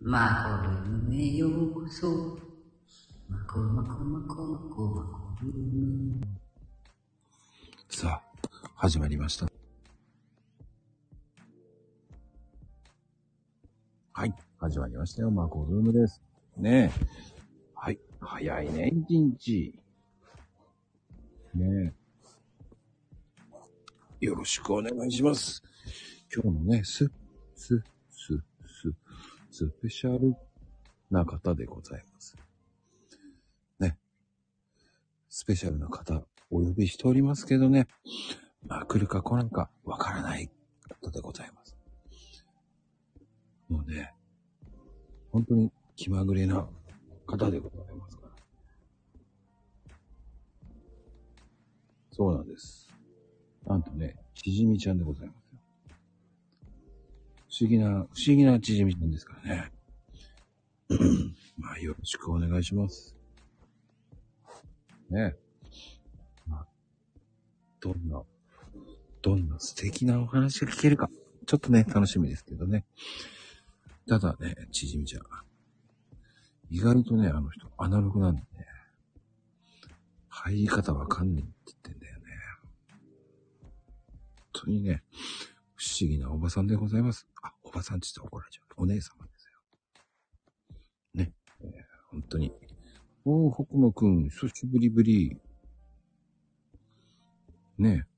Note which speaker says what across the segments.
Speaker 1: マコルームへようこそ。マコマコマコマコマコルーム。
Speaker 2: さあ、始まりました。はい、始まりましたよ。マコルームです。ねえ。はい、早いね、一日。ねえ。よろしくお願いします。今日のね、す、す、す、す、スペシャルな方でございます。ね。スペシャルな方、お呼びしておりますけどね。まあ、来るか来ないかわからないことでございます。もうね、本当に気まぐれな方でございますから。そうなんです。なんとね、ちじみちゃんでございますよ。不思議な、不思議なちじみちゃんですからね。 まあ、よろしくお願いします。ねまあ、どんなどんな素敵なお話が聞けるか、ちょっとね、楽しみですけどね。ただね、ちじみちゃん。意外とね、あの人、アナログなんでね。入り方わかんねえって言ってんだよね。本当にね、不思議なおばさんでございます。あ、おばさんって言ったら怒られちゃう。お姉様ですよ。ね。えー本当に。おー、北馬くん、久しぶりぶり。ねえ。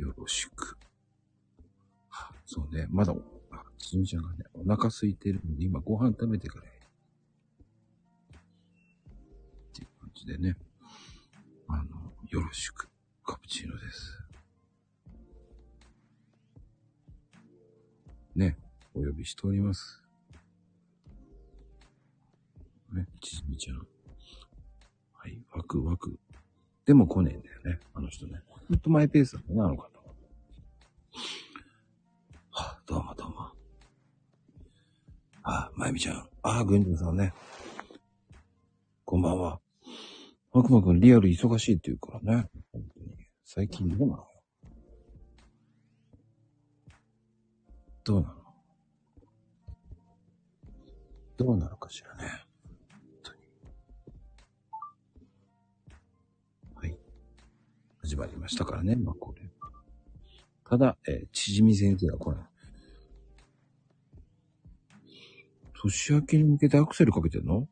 Speaker 2: よろしく。はそうね、まだ、あ、ちみちゃんがね、お腹空いてるんで、今ご飯食べてくれ。っていう感じでね、あの、よろしく。カプチーノです。ね、お呼びしております。ね、ちみちゃん。はい、ワクワク。でも来ねえんだよね、あの人ね。ほんとマイペースだな、あの方は。はあ、どうもどうも。あ、まゆみちゃん。ああ、軍人さんね。こんばんは。悪魔くん、リアル忙しいって言うからね。本当に。最近どうなのどうなのどうなのかしらね。本当に。はい。始まりましたからね、まあこれ。ただ、えー、ちじみ先生が来ない。年明けに向けてアクセルかけてんの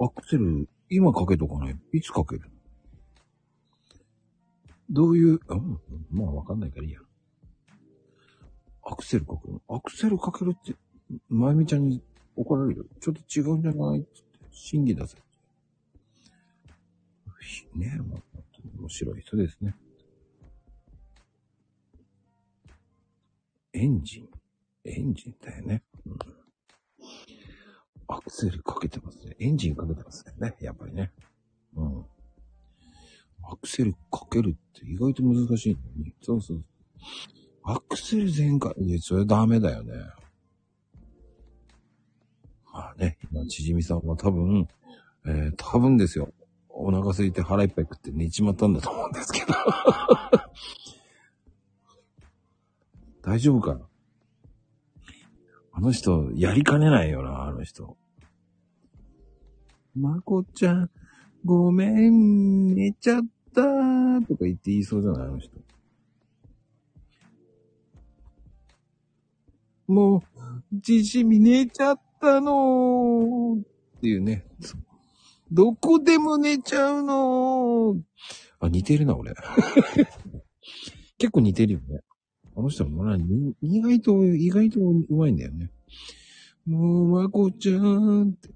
Speaker 2: アクセル、今かけとかない。いつかけるのどういう、あ、うんまあわかんないからいいや。アクセルかけるアクセルかけるって、まゆみちゃんに怒られるよ。ちょっと違うんじゃないって言って、審議だぜ。ひねえ、もう本当に面白い人ですね。エンジン。エンジンだよね。うんアクセルかけてますね。エンジンかけてますね。やっぱりね。うん。アクセルかけるって意外と難しいのに。そうそう。アクセル全開。いや、それダメだよね。まあね、今、ちじみさんは多分、えー、多分ですよ。お腹空いて腹いっぱい食って寝ちまったんだと思うんですけど。 大丈夫かなあの人、やりかねないよな、あの人。まこちゃん、ごめん、寝ちゃったーとか言って言いそうじゃない、あの人。もう、じじみ寝ちゃったのーっていうね。そうどこでも寝ちゃうのーあ、似てるな、俺。 結構似てるよね。あの人もな、に意外と、意外とうまいんだよね。もう、まこちゃんって。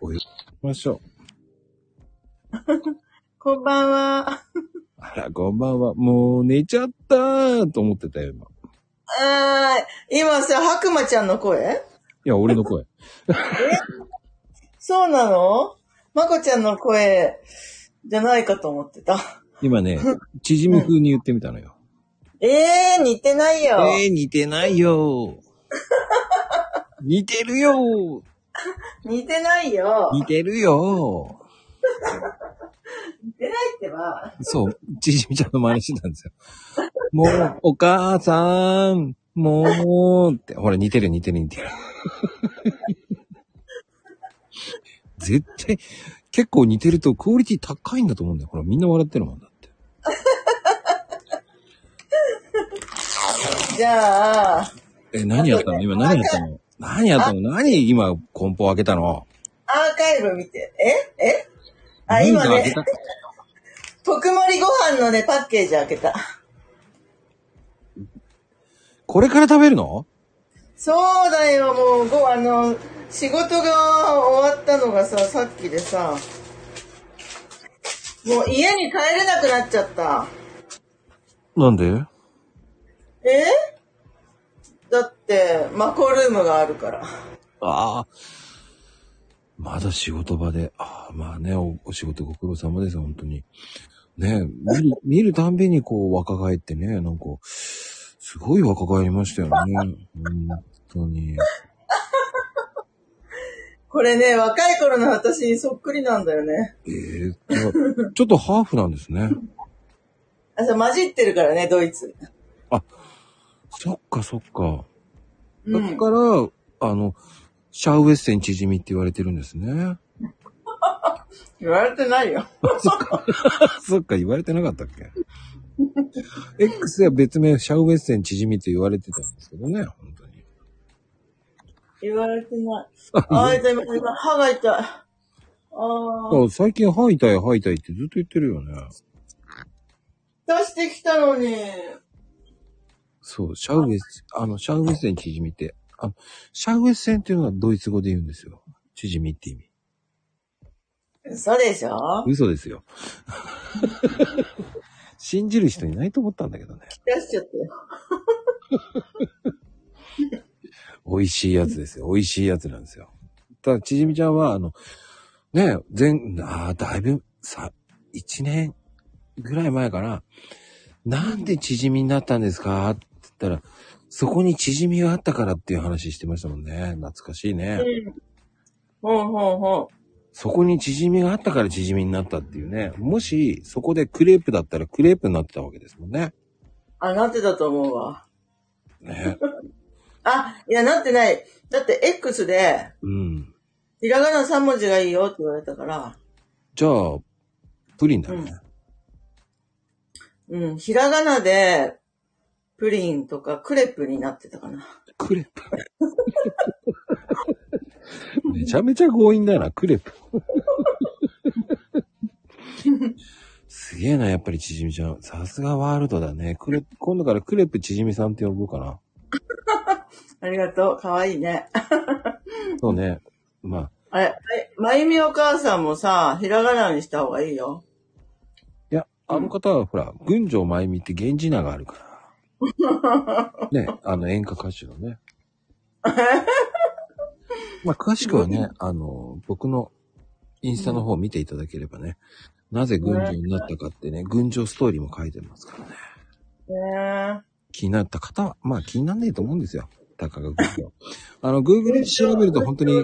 Speaker 2: お呼びしましょう。
Speaker 3: こんばんは。
Speaker 2: あら、こんばんは。もう寝ちゃったーと思ってたよ、今。い
Speaker 3: あー今さ、白馬ちゃんの声
Speaker 2: や、俺の声。
Speaker 3: そうなのまこちゃんの声じゃないかと思ってた。
Speaker 2: 今ね、縮み風に言ってみたのよ。
Speaker 3: えー、似てないよ。
Speaker 2: えー、似てないよー似てるよー
Speaker 3: 似てないよ。
Speaker 2: 似てるよー
Speaker 3: 似てないってば。
Speaker 2: そう、ちじみちゃんの真似してたんですよ。もう、お母さん、もうって、ほら似てる似てる似てる。絶対、結構似てるとクオリティ高いんだと思うんだよ。ほらみんな笑ってるもんだって。
Speaker 3: じゃあ、
Speaker 2: え、何やったの今何やったの何やったの何今コンポ開けたの
Speaker 3: アーカイブ見て。ええあ、今
Speaker 2: 何が開け
Speaker 3: ね
Speaker 2: た、
Speaker 3: 特盛りご飯のね、パッケージ開けた。
Speaker 2: これから食べるの
Speaker 3: そうだよ、もう、ご、あの、仕事が終わったのがさ、さっきでさ、もう家に帰れなくなっちゃった。
Speaker 2: なんで
Speaker 3: えだって、マコルームがあるから。
Speaker 2: ああ。まだ仕事場で。ああ、まあねお、お仕事ご苦労様です、本当に。ねえ、見る、見るたんびにこう若返ってね、なんか、すごい若返りましたよね。本当に。
Speaker 3: これね、若い頃の私にそっくりなんだよね。
Speaker 2: ええじゃあちょっとハーフなんですね。
Speaker 3: あ、そう、混じってるからね、ドイツ。
Speaker 2: そっかそっか。
Speaker 3: う
Speaker 2: だ
Speaker 3: ん。
Speaker 2: から、あの、シャウエッセン縮みって言われてるんですね。
Speaker 3: 言われてないよ。
Speaker 2: そっか、言われてなかったっけ ?X では別名、シャウエッセン縮みって言われてたんですけどね、本当に。
Speaker 3: 言われて ない。あ、痛い、今今歯が痛い。あ
Speaker 2: だか
Speaker 3: ー。
Speaker 2: ら最近、歯痛い、歯痛いってずっと言ってるよね。
Speaker 3: 出してきたのに。
Speaker 2: そう、シャウエッセン、あの、シャウエッセン縮みって、あの、シャウエッセンっていうのはドイツ語で言うんですよ。縮みって意味。
Speaker 3: 嘘でしょ
Speaker 2: 嘘です よ。信じる人いないと思ったんだけどね。
Speaker 3: 出しちゃったよ。
Speaker 2: 美味しいやつですよ。美味しいやつなんですよ。ただ、縮みちゃんは、あの、ね、前、ああ、だいぶ、さ、一年ぐらい前かな。なんで縮みになったんですかって言ったら、そこに縮みがあったからっていう話してましたもんね。懐かしいね。
Speaker 3: ほうほうほ
Speaker 2: そこに縮みがあったから縮みになったっていうね。もし、そこでクレープだったらクレープになってたわけですもんね。
Speaker 3: う。あ、なってたと思うわ。
Speaker 2: ね。
Speaker 3: あ、いや、なってない。だって X で、
Speaker 2: うん。
Speaker 3: ひらがな3文字がいいよって言われたから、
Speaker 2: じゃあ、プリンだね。
Speaker 3: うん、ひらがなで、プリンとかクレープになってたかな。
Speaker 2: クレープ。めちゃめちゃ強引だな、クレープ。すげえな、やっぱりちじみちゃん。さすがワールドだね。クレープ、今度からクレープちじみさんって呼ぼうかな。
Speaker 3: ありがとう。かわいいね。
Speaker 2: そうね。まあ、
Speaker 3: あれ、あれまゆみお母さんもさ、ひらがなにした方がいいよ。
Speaker 2: いや、あの方はほら、群青まゆみって源氏名がある から。ね、あの演歌歌手の ね。まあ、詳しくはね、あの、僕のインスタの方を見ていただければね、なぜ群青になったかってね、群青ストーリーも書いてますからね。
Speaker 3: ねえ。
Speaker 2: 気になった方は、まあ気になんねえと思うんですよ。たかが群 青。あの、Google で調べると本当に、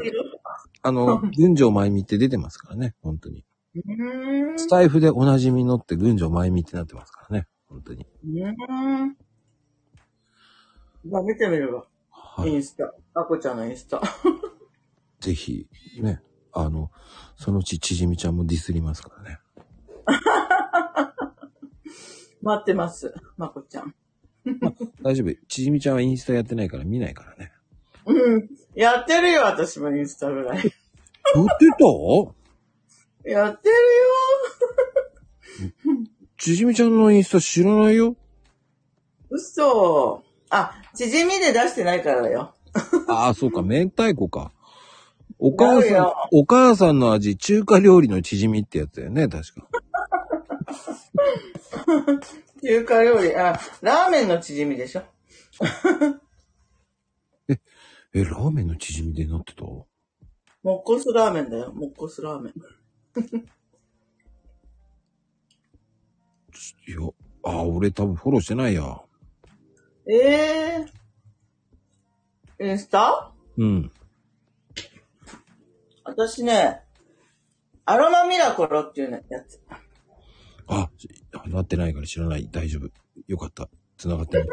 Speaker 2: あの、群青まゆみって出てますからね、本当に。
Speaker 3: うーん。
Speaker 2: スタイフでおなじみのって群青まゆみってなってますからね、本当に。
Speaker 3: うん。まあ、見てみれば。
Speaker 2: はい
Speaker 3: インスタ。あこちゃんのインスタ。
Speaker 2: ぜひ、ね、あの、そのうちちじみちゃんもディスりますからね。
Speaker 3: 待ってます。まこちゃん。
Speaker 2: 大丈夫。ちじみちゃんはインスタやってないから見ないからね。
Speaker 3: うん。やってるよ、私もインスタぐら
Speaker 2: やっ
Speaker 3: い。
Speaker 2: てた
Speaker 3: やってるよ。
Speaker 2: ちじみちゃんのインスタ知らない よ。
Speaker 3: 嘘。あ、縮みで出してないからだよ。
Speaker 2: ああ、そうか、明太子か。お母
Speaker 3: 違う
Speaker 2: さん
Speaker 3: よ、
Speaker 2: お母さんの味、中華料理のチヂミってやつだよね、確か。
Speaker 3: 中華料理、あ、ラーメンの縮みでしょ。
Speaker 2: え、ラーメンのチヂミでなってた
Speaker 3: もっこすラーメンだよ。もっこすラーメン。
Speaker 2: いや、ああ、俺多分フォローしてないや。
Speaker 3: ええインスタ
Speaker 2: うん。
Speaker 3: 私ね、アロマミラコロっていうねやつ。
Speaker 2: あ、なってないから知らない。大丈夫。よかった。繋がってない。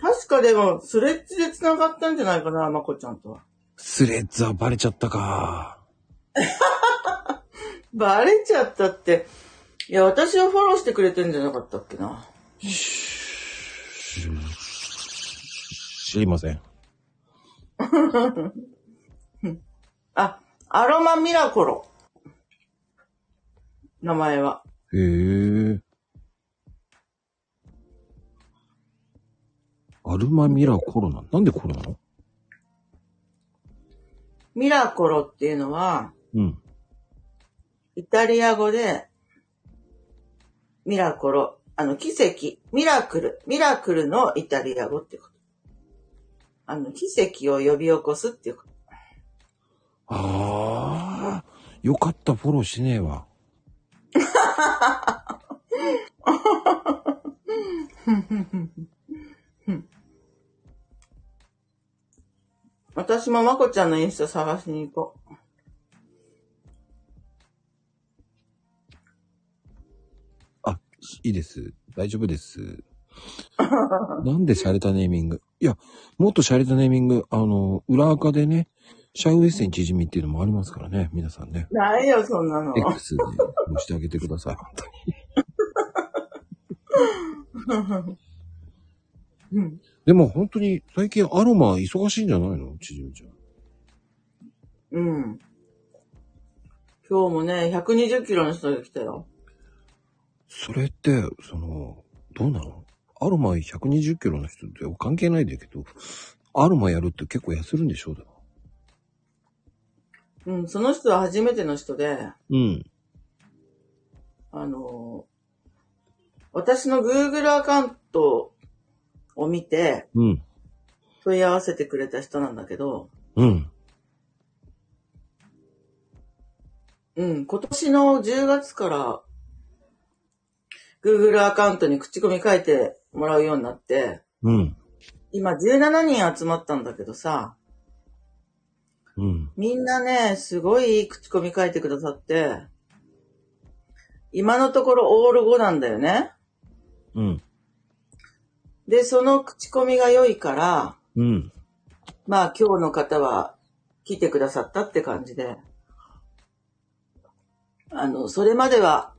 Speaker 3: 確かでも、スレッジで繋がったんじゃないかな、まこちゃんとは。
Speaker 2: スレッズはバレちゃったか。
Speaker 3: バレちゃったって。いや、私をフォローしてくれてんじゃなかったっけな。
Speaker 2: 知りません。
Speaker 3: あ、アロマミラコロ。名前は。
Speaker 2: へえ。アルマミラコロナ。なんでコロナの
Speaker 3: ミラコロっていうのは、
Speaker 2: うん。
Speaker 3: イタリア語で、ミラコロ、あの、奇跡、ミラクル、ミラクルのイタリア語ってこと。あの、奇跡を呼び起こすっていうこと。
Speaker 2: ああ。よかった、フォローしねえわ。
Speaker 3: 私もまこちゃんのインスタ探しに行こう。
Speaker 2: あ、いいです。大丈夫です。なんで洒落たネーミングいや、もっと洒落たネーミング、あの、裏垢でね、シャウエッセン縮みっていうのもありますからね、皆さんね。
Speaker 3: ないよ、そんなの。
Speaker 2: X で押してあげてください、本当に。
Speaker 3: うん
Speaker 2: でも本当に最近アロマ忙しいんじゃないの縮みちゃん。
Speaker 3: うん。今日もね、120キロの人が来たよ。
Speaker 2: それって、その、どうなのアロマ120キロの人って関係ないんだけど、アロマやるって結構痩せるんでしょうだ
Speaker 3: うん、その人は初めての人で、
Speaker 2: うん。
Speaker 3: あのー私の Google アカウントを見て
Speaker 2: うん。
Speaker 3: 問い合わせてくれた人なんだけど、
Speaker 2: うん。
Speaker 3: うん、今年の10月から Google アカウントに口コミ書いてもらうようになって、
Speaker 2: うん。
Speaker 3: 今17人集まったんだけどさ、
Speaker 2: うん。
Speaker 3: みんなね、すごいいい口コミ書いてくださって、今のところオール5なんだよね。
Speaker 2: うん。
Speaker 3: で、その口コミが良いから、
Speaker 2: うん。
Speaker 3: まあ今日の方は来てくださったって感じで、あの、それまでは、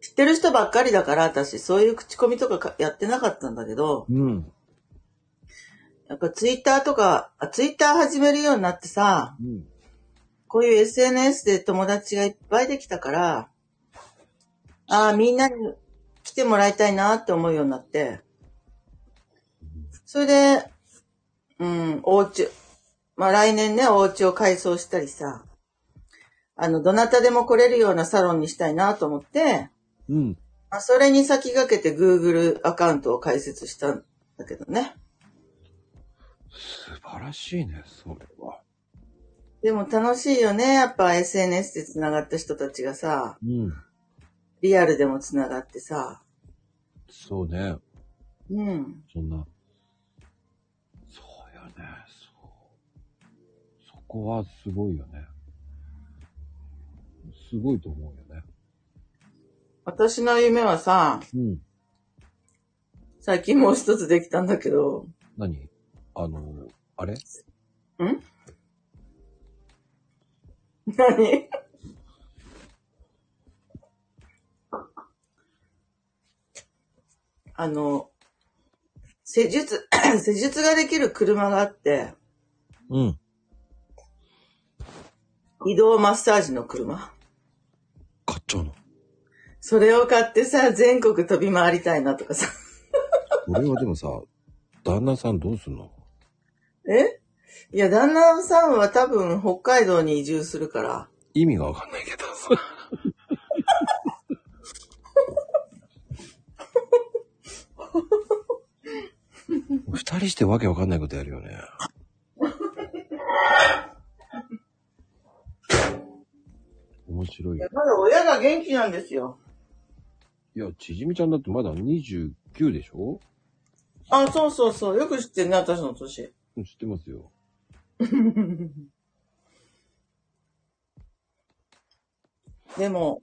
Speaker 3: 知ってる人ばっかりだから、私、そういう口コミとかかやってなかったんだけど、
Speaker 2: うん。
Speaker 3: やっぱツイッターとか、あツイッター始めるようになってさ、
Speaker 2: うん。
Speaker 3: こういう SNS で友達がいっぱいできたから、ああ、みんなに来てもらいたいなって思うようになって、それで、うん、お家、まあ来年ね、お家を改装したりさ、あの、どなたでも来れるようなサロンにしたいなと思って、
Speaker 2: うん。
Speaker 3: まあ、それに先駆けて Google アカウントを開設したんだけどね。
Speaker 2: 素晴らしいね、それは。
Speaker 3: でも楽しいよね、やっぱ SNS で繋がった人たちがさ、
Speaker 2: うん。
Speaker 3: リアルでも繋がってさ、
Speaker 2: そうね。
Speaker 3: うん。
Speaker 2: そんな。そうよね、そう。そこはすごいよね。すごいと思うよね。
Speaker 3: 私の夢はさ、
Speaker 2: うん。
Speaker 3: 最近もう一つできたんだけど、
Speaker 2: 何あの、あれ
Speaker 3: 何 あの、施術、 施術ができる車があって、
Speaker 2: うん。
Speaker 3: 移動マッサージの車。
Speaker 2: 買っちゃうの。
Speaker 3: それを買ってさ、全国飛び回りたいなとかさ。
Speaker 2: 俺はでもさ、旦那さんどうすんの
Speaker 3: えいや、旦那さんは多分北海道に移住するから、
Speaker 2: 意味がわかんないけど。二人してわけわかんないことやるよね。面白い。
Speaker 3: いやまだ親が元気なんですよ。
Speaker 2: いや、ちじみちゃんだってまだ29でしょ
Speaker 3: あ、そうそうそう。よく知ってんね、私の年。
Speaker 2: 知ってますよ。
Speaker 3: でも、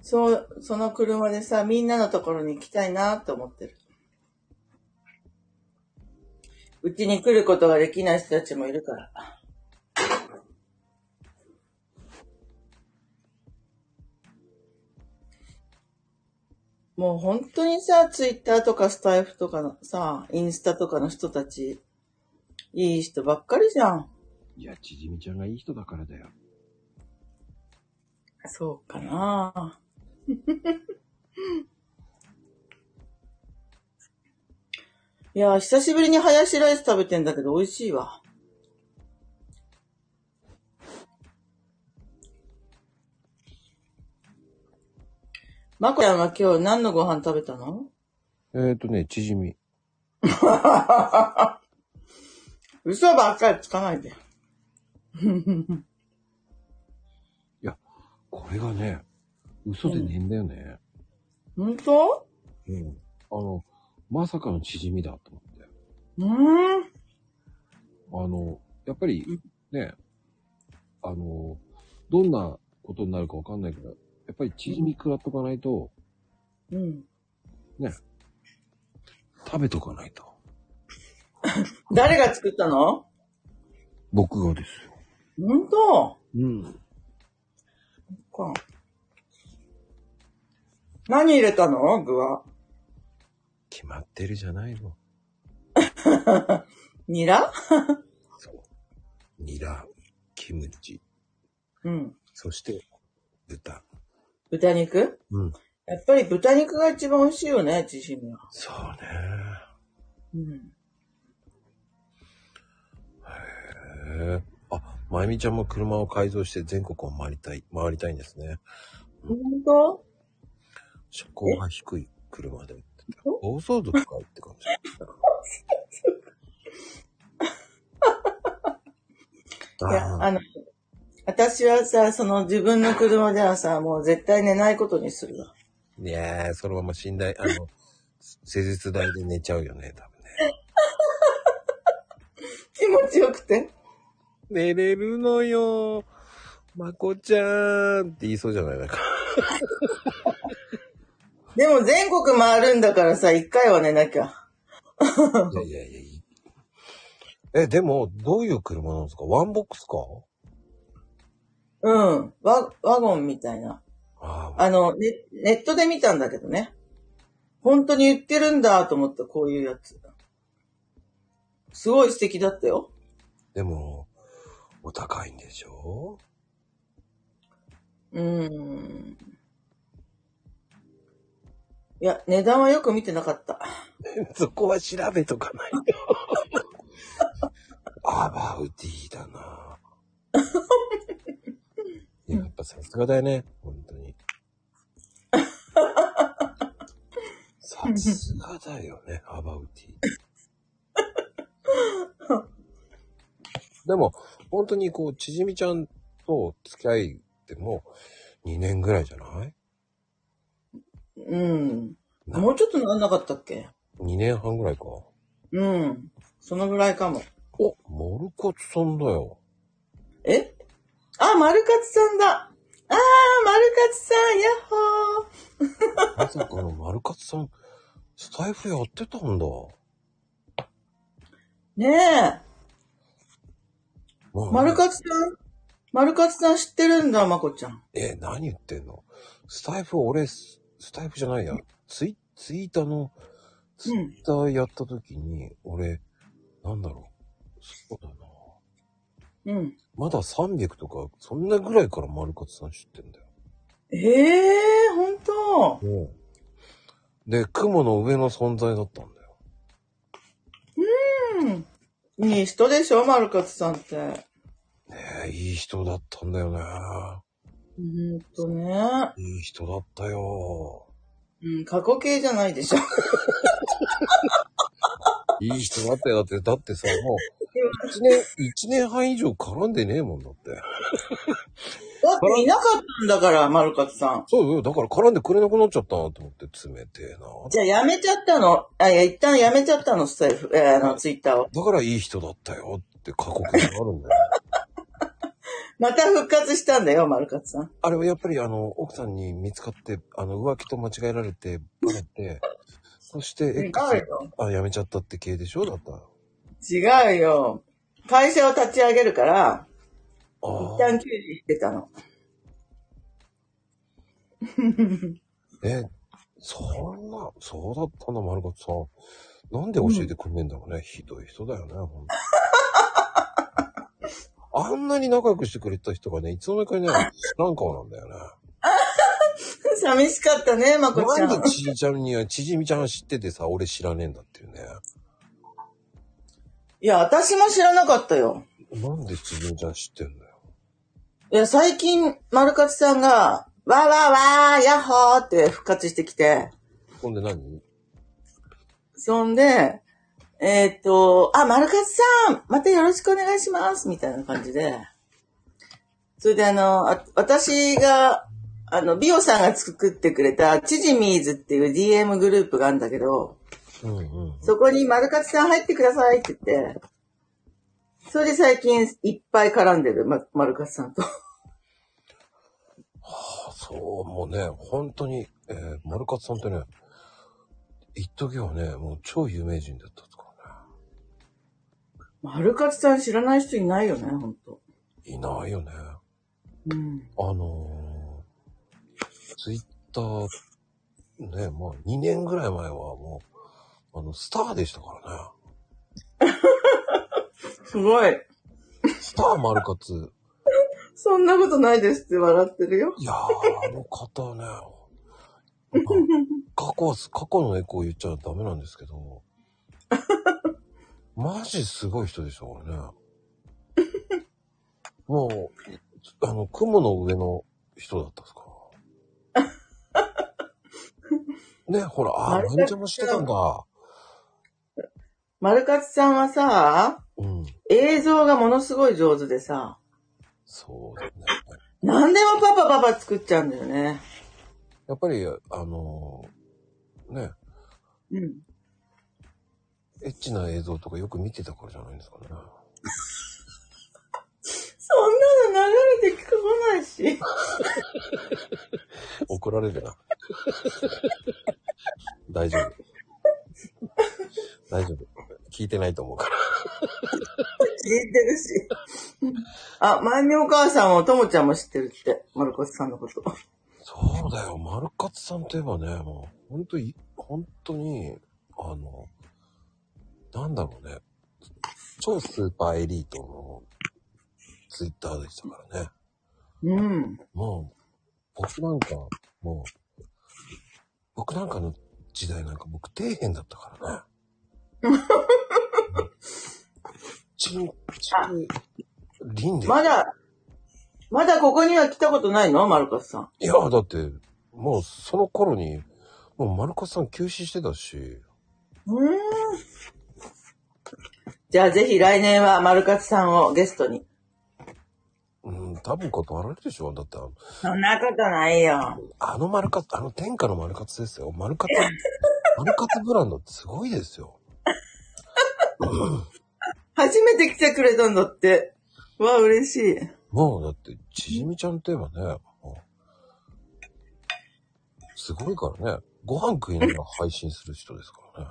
Speaker 3: そう、その車でさ、みんなのところに行きたいなと思ってる。うちに来ることができない人たちもいるから。もう本当にさ、ツイッターとかスタイフとかのさ、インスタとかの人たち、いい人ばっかりじゃん。
Speaker 2: いや、ちじみちゃんがいい人だからだよ。
Speaker 3: そうか ないや、久しぶりにハヤシライス食べてんだけど美味しいわ。まこやんは今日何のご飯食べたの
Speaker 2: えー、っとね、ちじみ。
Speaker 3: 嘘ばっかりつかないで。
Speaker 2: これがね、嘘でねえんだよね。
Speaker 3: 本当
Speaker 2: うん。あの、まさかのちじみだと思って。
Speaker 3: うーん。
Speaker 2: あの、やっぱり、ね、あの、どんなことになるかわかんないけど、やっぱりちじみ食らっとかないと、
Speaker 3: うん。
Speaker 2: 食べとかないと。
Speaker 3: 誰が作ったの
Speaker 2: 僕がですよ。
Speaker 3: 本当
Speaker 2: うん。
Speaker 3: か。何入れたの具は。
Speaker 2: 決まってるじゃないの。
Speaker 3: ニラ
Speaker 2: そう。ニラ、キムチ、
Speaker 3: うん。
Speaker 2: そして、豚。
Speaker 3: 豚肉
Speaker 2: うん。
Speaker 3: やっぱり豚肉が一番美味しいよね、チヂミは。
Speaker 2: そうね。
Speaker 3: うん。
Speaker 2: へえ。あ、まゆみちゃんも車を改造して全国を回りたい、回りたいんですね。
Speaker 3: 本当
Speaker 2: 車高が低い車で。暴走族かいって感じ。
Speaker 3: いや、
Speaker 2: ああ、
Speaker 3: あの、私はさ、その自分の車ではさ、もう絶対寝ないことにするわ。
Speaker 2: いやー、そのまま寝台、あの、施術台で寝ちゃうよね、多分ね。
Speaker 3: 気持ちよくて。
Speaker 2: 寝れるのよ。まこちゃんって言いそうじゃないなんか。
Speaker 3: でも全国回るんだからさ、一回は寝なきゃ。
Speaker 2: いやいやいやいい。え、でも、どういう車なんですかワンボックスか
Speaker 3: うん。ワ、ワゴンみたいな。
Speaker 2: ああ、
Speaker 3: あの、ネネットで見たんだけどね。本当に言ってるんだと思った、こういうやつ。すごい素敵だったよ。
Speaker 2: でも、お高いんでしょ
Speaker 3: うーん。いや、値段はよく見てなかった。
Speaker 2: そこは調べとかないと。アバウディだな。いややっぱさすがだよね、本当に。さすがだよね、アバウディ。でも、本当にこう、ちじみちゃんと付き合いでも2年ぐらいじゃない
Speaker 3: うん。
Speaker 2: な
Speaker 3: もうちょっとなんなかったっけ
Speaker 2: ?2 年半ぐらいか。
Speaker 3: うん。そのぐらいかも。
Speaker 2: お、モルコツさんだよ。
Speaker 3: えあ、丸勝さんだあー、丸勝さんやっほー
Speaker 2: まさかの丸勝さん、スタイフやってたんだ。
Speaker 3: ねえ。
Speaker 2: な
Speaker 3: 丸勝さん丸勝さん知ってるんだ、まこちゃん。
Speaker 2: え、何言ってんのスタイフ、俺、ススタイフじゃないや。ツイ、ツイーターの、ツイッターやった時に、俺、なんだろう。そうだな。
Speaker 3: うん。
Speaker 2: まだ300とか、そんなぐらいから丸勝さん知ってんだよ。
Speaker 3: ええ本当。
Speaker 2: で、雲の上の存在だったんだよ。
Speaker 3: うん。いい人でしょ、丸勝さんって。
Speaker 2: ねえ、いい人だったんだよね。
Speaker 3: うんとね。
Speaker 2: いい人だったよ。
Speaker 3: うん、過去形じゃないでし ょ。
Speaker 2: いい人だったよ。だって、だってさ、もう、一年、一年半以上絡んでねえもんだって。
Speaker 3: だっていなかったんだから、丸勝さん。
Speaker 2: そうよ。だから絡んでくれなくなっちゃったなと思って、冷てえな。
Speaker 3: じゃあやめちゃったの。あ、いや、一旦やめちゃったの、スタイフ、えーあの、ツイッターを。
Speaker 2: だからいい人だったよって過酷になるんだよ。
Speaker 3: また復活したんだよ、丸勝さん。
Speaker 2: あれはやっぱりあの、奥さんに見つかって、あの、浮気と間違えられて、バレて、そして、X
Speaker 3: 誰の
Speaker 2: あ、やめちゃったって系でしょだったら。
Speaker 3: 違うよ。会社を立ち上げるか
Speaker 2: あ
Speaker 3: ら、一
Speaker 2: あ。
Speaker 3: 旦休止してたの。
Speaker 2: え、そんな、そうだったんだ、丸子さん。なんで教えてくんねえんだろうね。ひどい人だよね、ほんと あんなに仲良くしてくれた人がね、いつの間にかね、知らん顔なんだよね。
Speaker 3: 寂しかったね、まこちゃ
Speaker 2: なん
Speaker 3: ん
Speaker 2: で。ちじちゃんには、ちじみちゃんは知っててさ、俺知らねえんだっていうね。
Speaker 3: いや、私も知らなかったよ。
Speaker 2: なんでちじみちゃん知ってんだよ。
Speaker 3: いや、最近、丸勝さんが、わーわーわー、やっほーって復活してきて、
Speaker 2: ほんで何
Speaker 3: そんで、えーっと、あ、丸勝さん、またよろしくお願いします、みたいな感じで。それであの、あ私が、あの、ビオさんが作ってくれた、チジミーズっていう DM グループがあるんだけど、
Speaker 2: うんうん。
Speaker 3: そこに丸勝さん入ってくださいって言って、それで最近いっぱい絡んでる、ま、丸勝さんと。
Speaker 2: あそう、もうね、本当に、えー、丸勝さんってね、一時はね、もう超有名人だったとから
Speaker 3: 丸勝さん知らない人いないよね、ほんと。
Speaker 2: ね。いないよね。
Speaker 3: うん。
Speaker 2: あのー、ツイッター、ね、まあ2年ぐらい前はもう、あの、スターでしたからね。
Speaker 3: すごい。
Speaker 2: スター丸勝。
Speaker 3: そんなことないですって笑ってるよ。
Speaker 2: いやー、あの方はね、まあ過去は、過去のエコー言っちゃダメなんですけど、マジすごい人でしたからね。もう、あの、雲の上の人だったですから。ね、ほら、あ、
Speaker 3: 丸太
Speaker 2: 何ちゃんもしてたんだ。
Speaker 3: 丸勝さんはさ、
Speaker 2: うん、
Speaker 3: 映像がものすごい上手でさ、
Speaker 2: そうだね。
Speaker 3: 何でもパパパパ作っちゃうんだよね。
Speaker 2: やっぱり、あのね、
Speaker 3: うん。
Speaker 2: エッチな映像とかよく見てたからじゃないですかね。
Speaker 3: そんなの流れてこないし。
Speaker 2: 怒られるな。大丈夫。大丈夫。聞いてないと思うから。
Speaker 3: 聞いてるし。あ、前にお母さんをともちゃんも知ってるって、丸勝さんのこと。
Speaker 2: そうだよ。丸勝さんといえばね、もう、本当に、本当に、あの、なんだろうね。超スーパーエリートのツイッターでしたからね。
Speaker 3: うん。
Speaker 2: もう、僕なんか、もう、僕なんかの時代なんか僕底辺だったからね。ちん、ちん、りんで。
Speaker 3: まだ、まだここには来たことないの丸勝さん。
Speaker 2: いや、だって、もうその頃に、もう丸川さん休止してたし、
Speaker 3: うーんじゃあぜひ来年は丸勝さんをゲストに。
Speaker 2: うん、多分断られるでしょ。だってあの、
Speaker 3: そんなことないよ。
Speaker 2: あの丸勝、あの天下の丸勝ですよ。丸勝、丸勝ブランドってすごいですよ。
Speaker 3: 初めて来てくれたんだって。わあ、嬉しい。
Speaker 2: もうだって、ちじみちゃんといえばね、もうすごいからね。ご飯食いながら配信する人ですからね。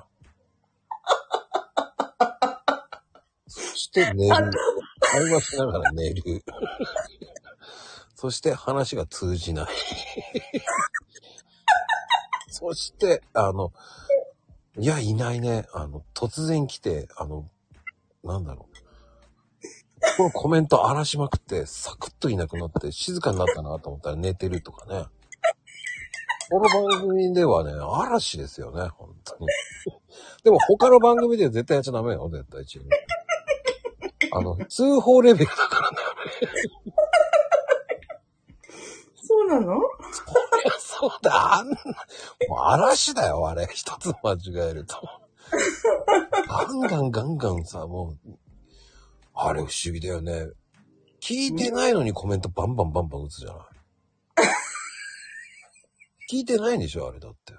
Speaker 2: そして寝る。会話しながら寝る。そして話が通じない。そして、あの、いや、いないね。あの、突然来て、あの、なんだろう。このコメント荒らしまくって、サクッといなくなって、静かになったなと思ったら寝てるとかね。この番組ではね、嵐ですよね、本当に。でも他の番組では絶対やっちゃダメよ、絶対一応。あの、通報レベルだからね。
Speaker 3: そうなの
Speaker 2: そうだ、あんな、もう嵐だよ、あれ。一つ間違えると。ガンガンガンガンさ、もう、あれ不思議だよね。聞いてないのにコメントバンバンバンバン打つじゃない。聞いてないんでしょ、あれだって。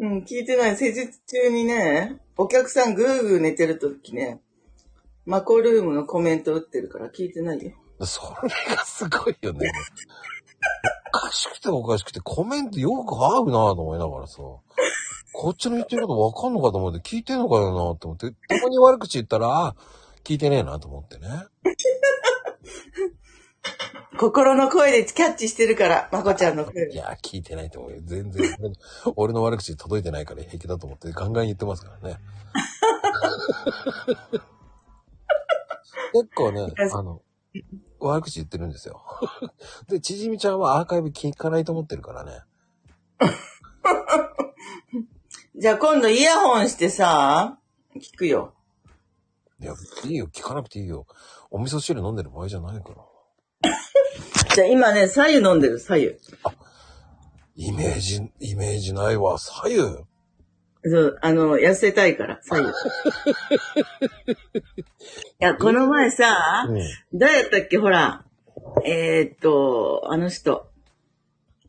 Speaker 3: うん、聞いてない。施術中にね、お客さんぐーぐー寝てるときね、マコルームのコメント打ってるから聞いてないよ。
Speaker 2: それがすごいよね。おかしくておかしくて、コメントよく合うなぁと思いながらさ、コこっちの言ってることわかんのかと思って、聞いてんのかよなと思って、たまに悪口言ったら、あ聞いてねえなと思ってね。
Speaker 3: 心の声でキャッチしてるから、まこちゃんの声
Speaker 2: い。や、聞いてないと思うよ。全然、俺の悪口届いてないから平気だと思って、ガンガン言ってますからね。結構ね、あの、悪口言ってるんですよ。で、ちじみちゃんはアーカイブ聞かないと思ってるからね。
Speaker 3: じゃあ今度イヤホンしてさ、聞くよ。
Speaker 2: いや、いいよ、聞かなくていいよ。お味噌汁飲んでる場合じゃないから。
Speaker 3: じゃあ今ね、左右飲んでる、左
Speaker 2: イメージ、イメージないわ、左右。
Speaker 3: 右。そう、あの、痩せたいから、左右。いや、この前さ、
Speaker 2: うん。
Speaker 3: 誰やったっけ、ほら、えー、っと、あの人、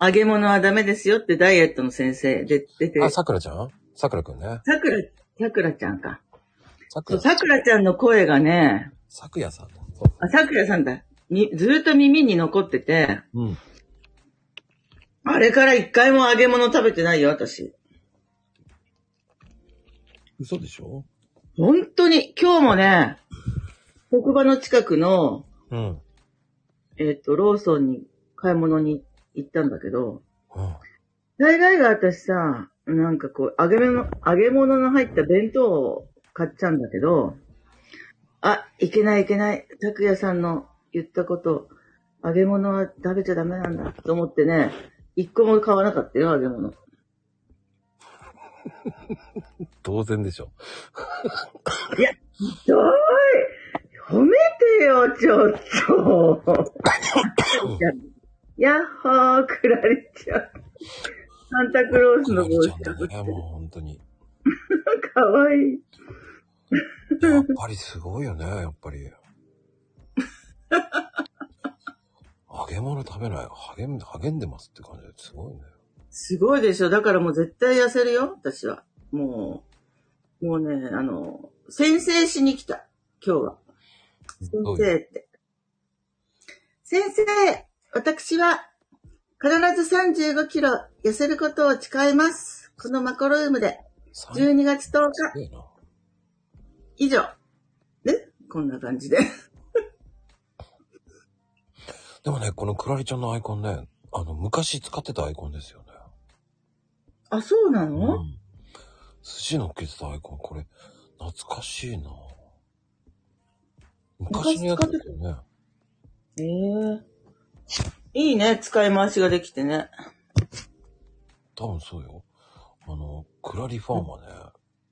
Speaker 3: 揚げ物はダメですよってダイエットの先生で出て、
Speaker 2: あ、
Speaker 3: さ
Speaker 2: さくらちゃんさくらくんね。
Speaker 3: くら、さくらちゃんか。
Speaker 2: さく
Speaker 3: そう
Speaker 2: ら、
Speaker 3: さくらちゃんの声がね、
Speaker 2: さくやさん。そ
Speaker 3: あ、さくらさんだ。にずーっと耳に残ってて、
Speaker 2: う。うん。
Speaker 3: あれから一回も揚げ物食べてないよ、私。
Speaker 2: 嘘でしょ
Speaker 3: 本当に、今日もね、職場の近くの、
Speaker 2: うん。
Speaker 3: えっ、と、ローソンに買い物に行ったんだけど、
Speaker 2: うん。
Speaker 3: 大概が私さ、なんかこう、揚げ物、揚げ物の入った弁当を買っちゃうんだけど、あ、いけないいけない。拓也さんの言ったこと、揚げ物は食べちゃダメなんだと思ってね、一個も買わなかったよ、揚げ物。
Speaker 2: 当然でしょ。
Speaker 3: ちょい褒めてよ、ちょっと。やっほー、クラリちゃん。サンタクロースの帽
Speaker 2: ち
Speaker 3: 子
Speaker 2: ゃん
Speaker 3: か
Speaker 2: だ
Speaker 3: ぶって
Speaker 2: ね、もう本当に。
Speaker 3: かわいい。
Speaker 2: やっぱりすごいよね、やっぱり。 揚げ物食べない。励ん、励んでますって感じですごいね。
Speaker 3: すごいでしょ。だからもう絶対痩せるよ、私は。もう、もうね、あの、先生しに来た、今日は。先
Speaker 2: どういう
Speaker 3: 生って。先生、私は必ず35キロ痩せることを誓います。このマコロームで
Speaker 2: 三人
Speaker 3: 12月10日
Speaker 2: すげえな。
Speaker 3: 以上。ねこんな感じで。
Speaker 2: でもね、このクラリちゃんのアイコンね、あの、昔使ってたアイコンですよね。
Speaker 3: あ、そうな
Speaker 2: う
Speaker 3: の、
Speaker 2: ん。寿司のっけてたアイコン、これ、懐かしいな昔のやつですよね。
Speaker 3: ええいいね、使い回しができてね。
Speaker 2: 多分そうよ。あの、クラリファンはね、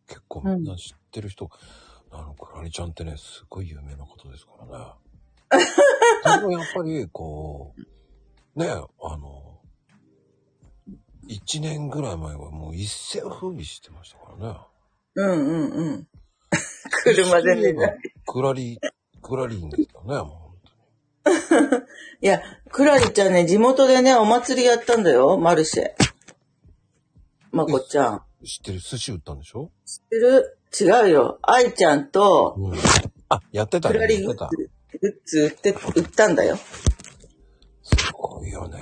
Speaker 2: 結構みんな知ってる人、あの、クラリちゃんってね、すごい有名なことですからね。でもやっぱり、こう、ね、あの、一年ぐらい前はもう一世を風靡してましたからね。
Speaker 3: うんうん うん。車でね。
Speaker 2: クラリ、クラリンですよね、もう
Speaker 3: いや、クラリちゃんね、地元でね、お祭りやったんだよ、マルシェ。まこちゃん。
Speaker 2: 本当に。知ってる寿司売ったんでしょ
Speaker 3: 知ってる違うよ。愛ちゃんと、
Speaker 2: うん。あ、やってた
Speaker 3: ク
Speaker 2: ね
Speaker 3: ラリ
Speaker 2: や
Speaker 3: グ
Speaker 2: って
Speaker 3: ッ
Speaker 2: た。
Speaker 3: ズ、グッズ売って、売ったんだよ。
Speaker 2: すごいよね。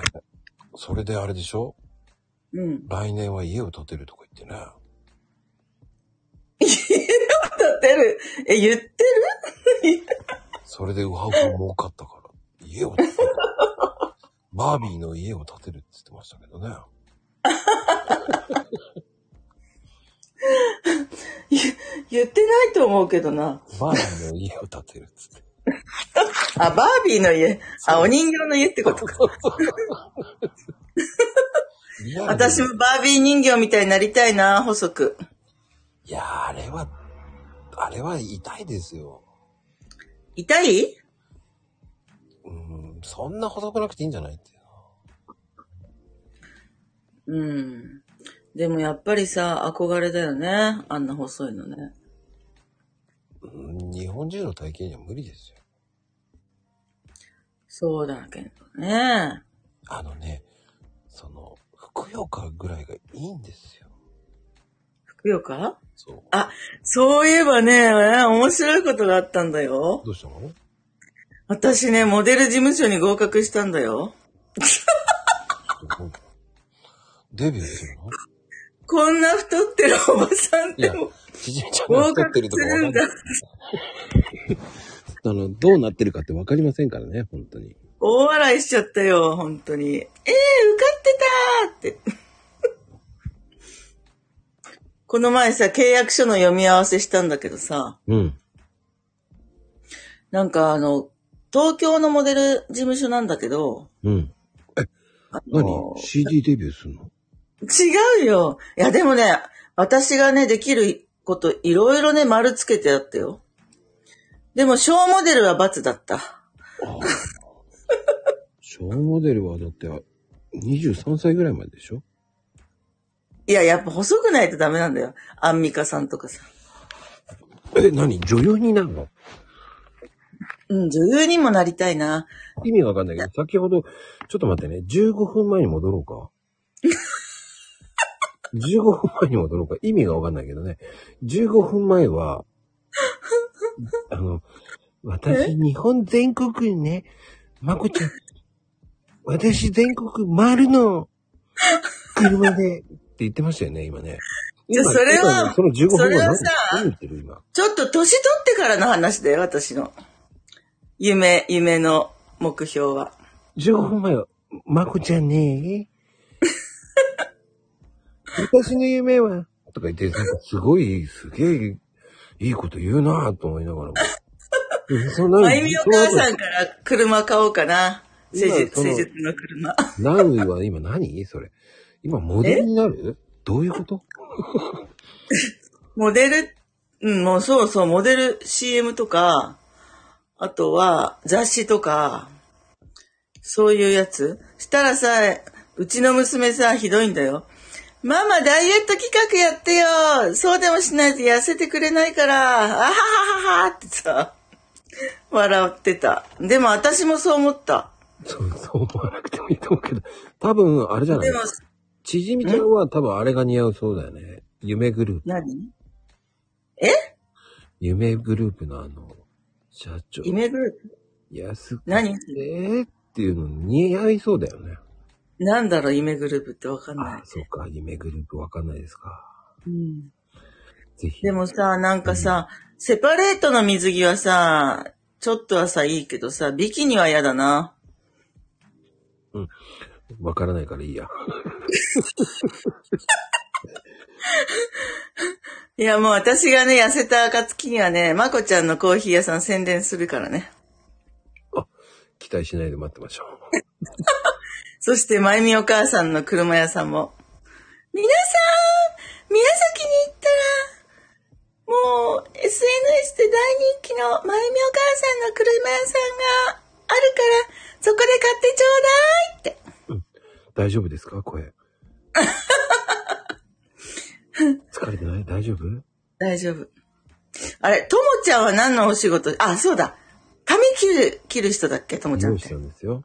Speaker 2: それであれでしょ
Speaker 3: うん。
Speaker 2: 来年は家を建てるとか言ってね。
Speaker 3: 立てる。え、言ってる
Speaker 2: それでウハウハ儲かったから、家を建てる。バービーの家を建てるって言ってましたけどね。
Speaker 3: 言ってないと思うけどな。
Speaker 2: バービーの家を建てるって言って。
Speaker 3: あ、バービーの家。あ、お人形の家ってことか。
Speaker 2: いや
Speaker 3: 私もバービー人形みたいになりたいな、細く。
Speaker 2: いやー、あれは、あれは痛いですよ。
Speaker 3: 痛い
Speaker 2: うん、そんな細くなくていいんじゃないっていう。
Speaker 3: うん。でもやっぱりさ、憧れだよね。あんな細いのね。
Speaker 2: うん日本人の体型には無理ですよ。
Speaker 3: そうだけどね。
Speaker 2: あのね、その、ふくよかぐらいがいいんですよ。
Speaker 3: ふくよか
Speaker 2: そう。
Speaker 3: そういえばね、面白いことがあったんだよ。
Speaker 2: どうしたの
Speaker 3: 私ね、モデル事務所に合格したんだよ。
Speaker 2: デビューするの
Speaker 3: こんな太ってるおばさんでも
Speaker 2: ちじみちゃんが
Speaker 3: 合
Speaker 2: 太って
Speaker 3: 格
Speaker 2: ると
Speaker 3: す
Speaker 2: かわか
Speaker 3: る
Speaker 2: ん
Speaker 3: ん
Speaker 2: な
Speaker 3: だ
Speaker 2: い。。あの、どうなってるかってわかりませんからね、本当に。
Speaker 3: 大笑いしちゃったよ、本当に。えー、受かってたーって。 この前さ、契約書の読み合わせしたんだけどさ、
Speaker 2: うん。
Speaker 3: なんかあの、東京のモデル事務所なんだけど、
Speaker 2: うん。
Speaker 3: あの
Speaker 2: 何 ?CD デビューするの
Speaker 3: 違うよ。いや、でもね、私がね、できること、いろいろね、丸つけてあったよ。でも、小モデルは×だった。
Speaker 2: ああ。小モデルはだって、23歳ぐらいまででしょ
Speaker 3: いや、やっぱ細くないとダメなんだよ。アンミカさんとかさ。
Speaker 2: え、何女優になるの
Speaker 3: うん、女優にもなりたいな。
Speaker 2: 意味がわかんないけど、先ほど、ちょっと待ってね、15分前に戻ろう か。15分前に戻ろうか。意味がわかんないけどね。15分前は、あの、私、日本全国にね、まこちゃん、私全国回るの、車で、って言ってましたよね、今ね。
Speaker 3: じゃあ
Speaker 2: 今
Speaker 3: それは
Speaker 2: 今その15分
Speaker 3: それ
Speaker 2: 前
Speaker 3: は
Speaker 2: 何
Speaker 3: さ
Speaker 2: 何言ってる今。
Speaker 3: ちょっと年取ってからの話だよ、私の。夢、夢の目標は。
Speaker 2: 15分前は、まこちゃん ね私の夢は、とか言って、なんかすごい、すげえ、いいこと言うなぁと思いな がらも。そんな
Speaker 3: あゆみお母さんから車買おうかな。施
Speaker 2: 今そ
Speaker 3: 術、
Speaker 2: の
Speaker 3: 施術の車。
Speaker 2: ナウは今何それ。今、モデルになるどういうこと
Speaker 3: モデル、うん、もうそうそう、モデル CM とか、あとは雑誌とか、そういうやつ。したらさ、うちの娘さ、ひどいんだよ。ママ、ダイエット企画やってよそうでもしないと痩せてくれないから、あははははってさ、笑ってた。でも私もそう思った。
Speaker 2: そう、そう思わなくてもいいと思うけど。多分、あれじゃない
Speaker 3: でも、
Speaker 2: ちじみちゃんは多分あれが似合うそうだよね。夢グループ。
Speaker 3: 何
Speaker 2: 夢グループのあの、社長。
Speaker 3: 夢グループ
Speaker 2: 安く
Speaker 3: 何
Speaker 2: えーっていうの似合いそうだよね。
Speaker 3: なんだろう、夢グループってわかん
Speaker 2: あ
Speaker 3: ない、。
Speaker 2: そうか。夢グループわかんないですか。
Speaker 3: うん
Speaker 2: ぜひ。
Speaker 3: でもさ、なんかさ、セパレートの水着はさ、ちょっとはさ、いいけどさ、ビキニは嫌だな。
Speaker 2: わからないからいいや。
Speaker 3: いや、もう私がね、痩せた暁にはね、まこちゃんのコーヒー屋さん宣伝するからね。
Speaker 2: 期待しないで待ってましょう。
Speaker 3: そして、まゆみお母さんの車屋さんも。皆さん宮崎に行ったら、もう SNS で大人気のまゆみお母さんの車屋さんがあるから、そこで買ってちょうだいって。
Speaker 2: 大丈夫ですか 声。疲れてない大丈夫
Speaker 3: 大丈夫。あれ、ともちゃんは何のお仕事あ、そうだ。髪切る、切る人だっけともちゃん
Speaker 2: 用
Speaker 3: っ
Speaker 2: 意
Speaker 3: て。
Speaker 2: し
Speaker 3: と
Speaker 2: た
Speaker 3: も
Speaker 2: んですよ。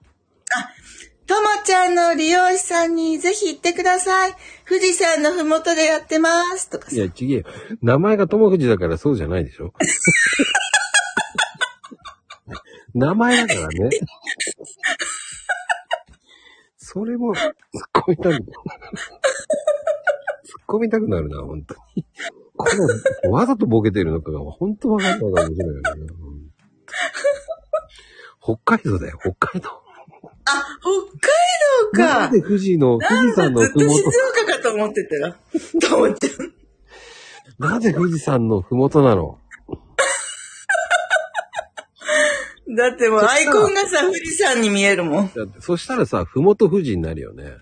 Speaker 3: ちゃんの利容師さんにぜひ行ってください。富士山のふもとでやってます。とか
Speaker 2: い
Speaker 3: さ。
Speaker 2: や、ちげえよ。名前が友藤だからそうじゃないでし ょ名前だからね。それも、突っ込みたく、突っ込みたくなるな、本当に。この、わざとボケてるのかが、本当わかんないから面白いよね。うん北海道だよ、北海道。
Speaker 3: あ、北海
Speaker 2: な
Speaker 3: 道
Speaker 2: ん
Speaker 3: か
Speaker 2: で。富士の、富士山の
Speaker 3: ずっと
Speaker 2: ふも
Speaker 3: 静
Speaker 2: と、
Speaker 3: 岡かと思ってたら。ともちゃん。
Speaker 2: なぜ富士山のふもとなの
Speaker 3: だってもうアイコンがさ、富士山に見えるもん。
Speaker 2: だって、そしたらさ、ふもと富士になるよね。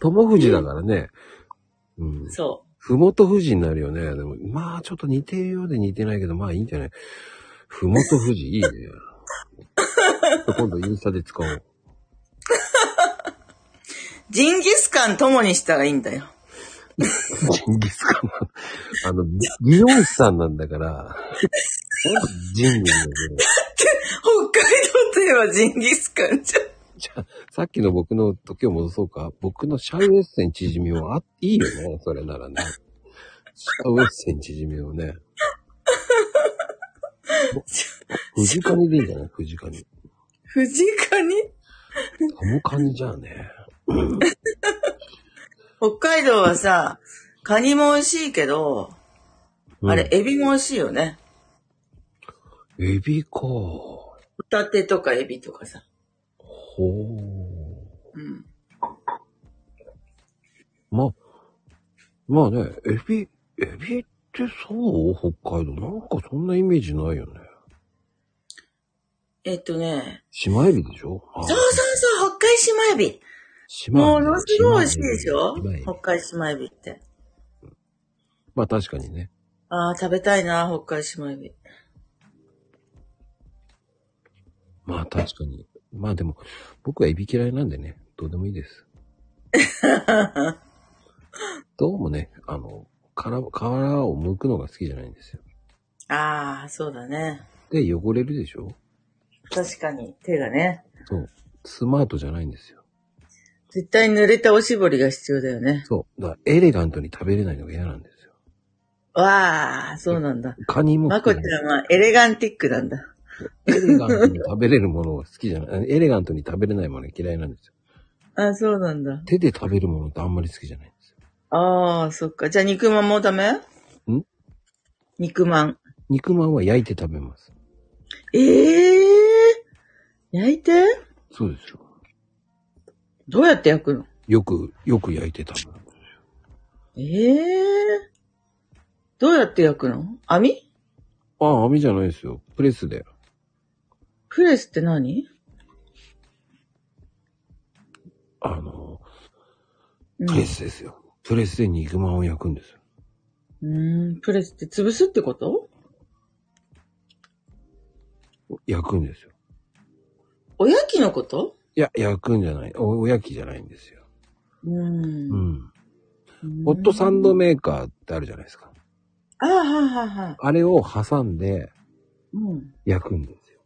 Speaker 2: 友富士だからね。うん。
Speaker 3: そ
Speaker 2: ふもと富士になるよね。でも、まあ、ちょっと似てるようで似てないけど、まあいいんじゃないふもと富士、いいね。今度インスタで使おう。
Speaker 3: う。ジンギスカン友にしたらいいんだよ。
Speaker 2: ジンギスカン。あの、美容師さんなんだから、ジンギス
Speaker 3: 北海道といえばジンギスカンじゃん。
Speaker 2: じゃあ、さっきの僕の時を戻そうか。僕のシャウエッセン縮みもあ、いいよね。それならね。シャウエッセン縮みをね。藤カニでいいんじゃない藤カニ。
Speaker 3: 富士カニ
Speaker 2: トモカニじゃあね。
Speaker 3: 北海道はさ、カニも美味しいけど、
Speaker 2: うん
Speaker 3: あれ、エビも美味しいよね。
Speaker 2: エビか。
Speaker 3: ホタテとかエビとかさ。
Speaker 2: ほ
Speaker 3: うん。
Speaker 2: う。ま、まあね、エビ、エビってそう北海道。なんかそんなイメージないよね。
Speaker 3: えっとね、
Speaker 2: シマエビでしょ
Speaker 3: そ
Speaker 2: そう
Speaker 3: そうそう、北海シマエビ。ものすごい美味しいでしょ北海シマエビって。
Speaker 2: まあ確かにね。
Speaker 3: ああ、食べたいな、北海シマエビ。
Speaker 2: まあ確かに。まあでも、僕はエビ嫌いなんでね、どうでもいいです。どうもね、あの、殻、殻を剥くのが好きじゃないんですよ。
Speaker 3: ああ、そうだね。
Speaker 2: で、汚れるでしょ
Speaker 3: 確かに、手がね。
Speaker 2: そう。スマートじゃないんですよ。
Speaker 3: 絶対濡れたおしぼりが必要だよね。
Speaker 2: そう。だからエレガントに食べれないのが嫌なんですよ。
Speaker 3: わあ、そうなんだ。
Speaker 2: カニも
Speaker 3: まこちゃんはエレガンティックなんだ。
Speaker 2: エレガントに食べれるものが好きじゃない。エレガントに食べれないものが嫌いなんですよ。
Speaker 3: あそうなんだ。
Speaker 2: 手で食べるものってあんまり好きじゃないんですよ。
Speaker 3: ああ、そっか。じゃあ肉まんもダメん肉まん。
Speaker 2: 肉まんは焼いて食べます。
Speaker 3: ええー、焼いて
Speaker 2: そうですよ。
Speaker 3: どうやって焼くの
Speaker 2: よく、よく焼いて食べる。
Speaker 3: ええー、どうやって焼くの網
Speaker 2: ああ、網じゃないですよ。プレスで。
Speaker 3: プレスって何
Speaker 2: あの、
Speaker 3: うん
Speaker 2: プレスですよ。プレスで肉まんを焼くんですよ。
Speaker 3: うーん、プレスって潰すってこと
Speaker 2: 焼くんですよ。
Speaker 3: おやきのこと
Speaker 2: いや、焼くんじゃない。お、おやきじゃないんですよ。
Speaker 3: うーん
Speaker 2: う。ん。
Speaker 3: うん
Speaker 2: ホットサンド。メーカーってあるじゃないですか。
Speaker 3: ああ、はいはいはい。
Speaker 2: あれを挟んで
Speaker 3: うん。
Speaker 2: 焼くんですよ。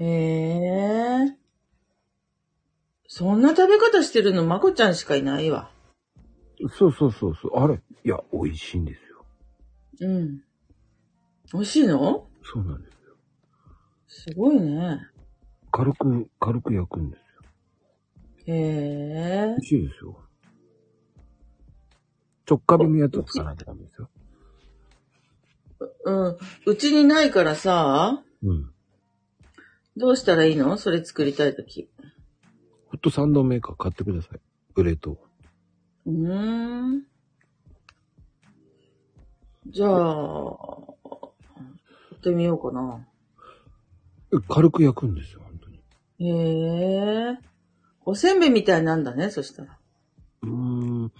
Speaker 3: へえー。そんな食べ方してるの、まこちゃんしかいないわ。
Speaker 2: そうそうそうそう。あれ、いや、美味しいんですよ。
Speaker 3: うん。美味しいの
Speaker 2: そうなんです。
Speaker 3: すごいね。
Speaker 2: 軽く、軽く焼くんですよ。
Speaker 3: へえ
Speaker 2: 美。味しいですよ。直火火のやつを使わなきゃダメですよ。
Speaker 3: うん。うちにないからさ、
Speaker 2: うん。
Speaker 3: どうしたらいいのそれ作りたいとき。
Speaker 2: ホットサンドメーカー買ってください。ブレート。
Speaker 3: うーん。じゃあ、やってみようかな。
Speaker 2: え軽く焼くんですよ、本当に。
Speaker 3: へえ。おせんべいみたいなんだね、そしたら。
Speaker 2: うーん。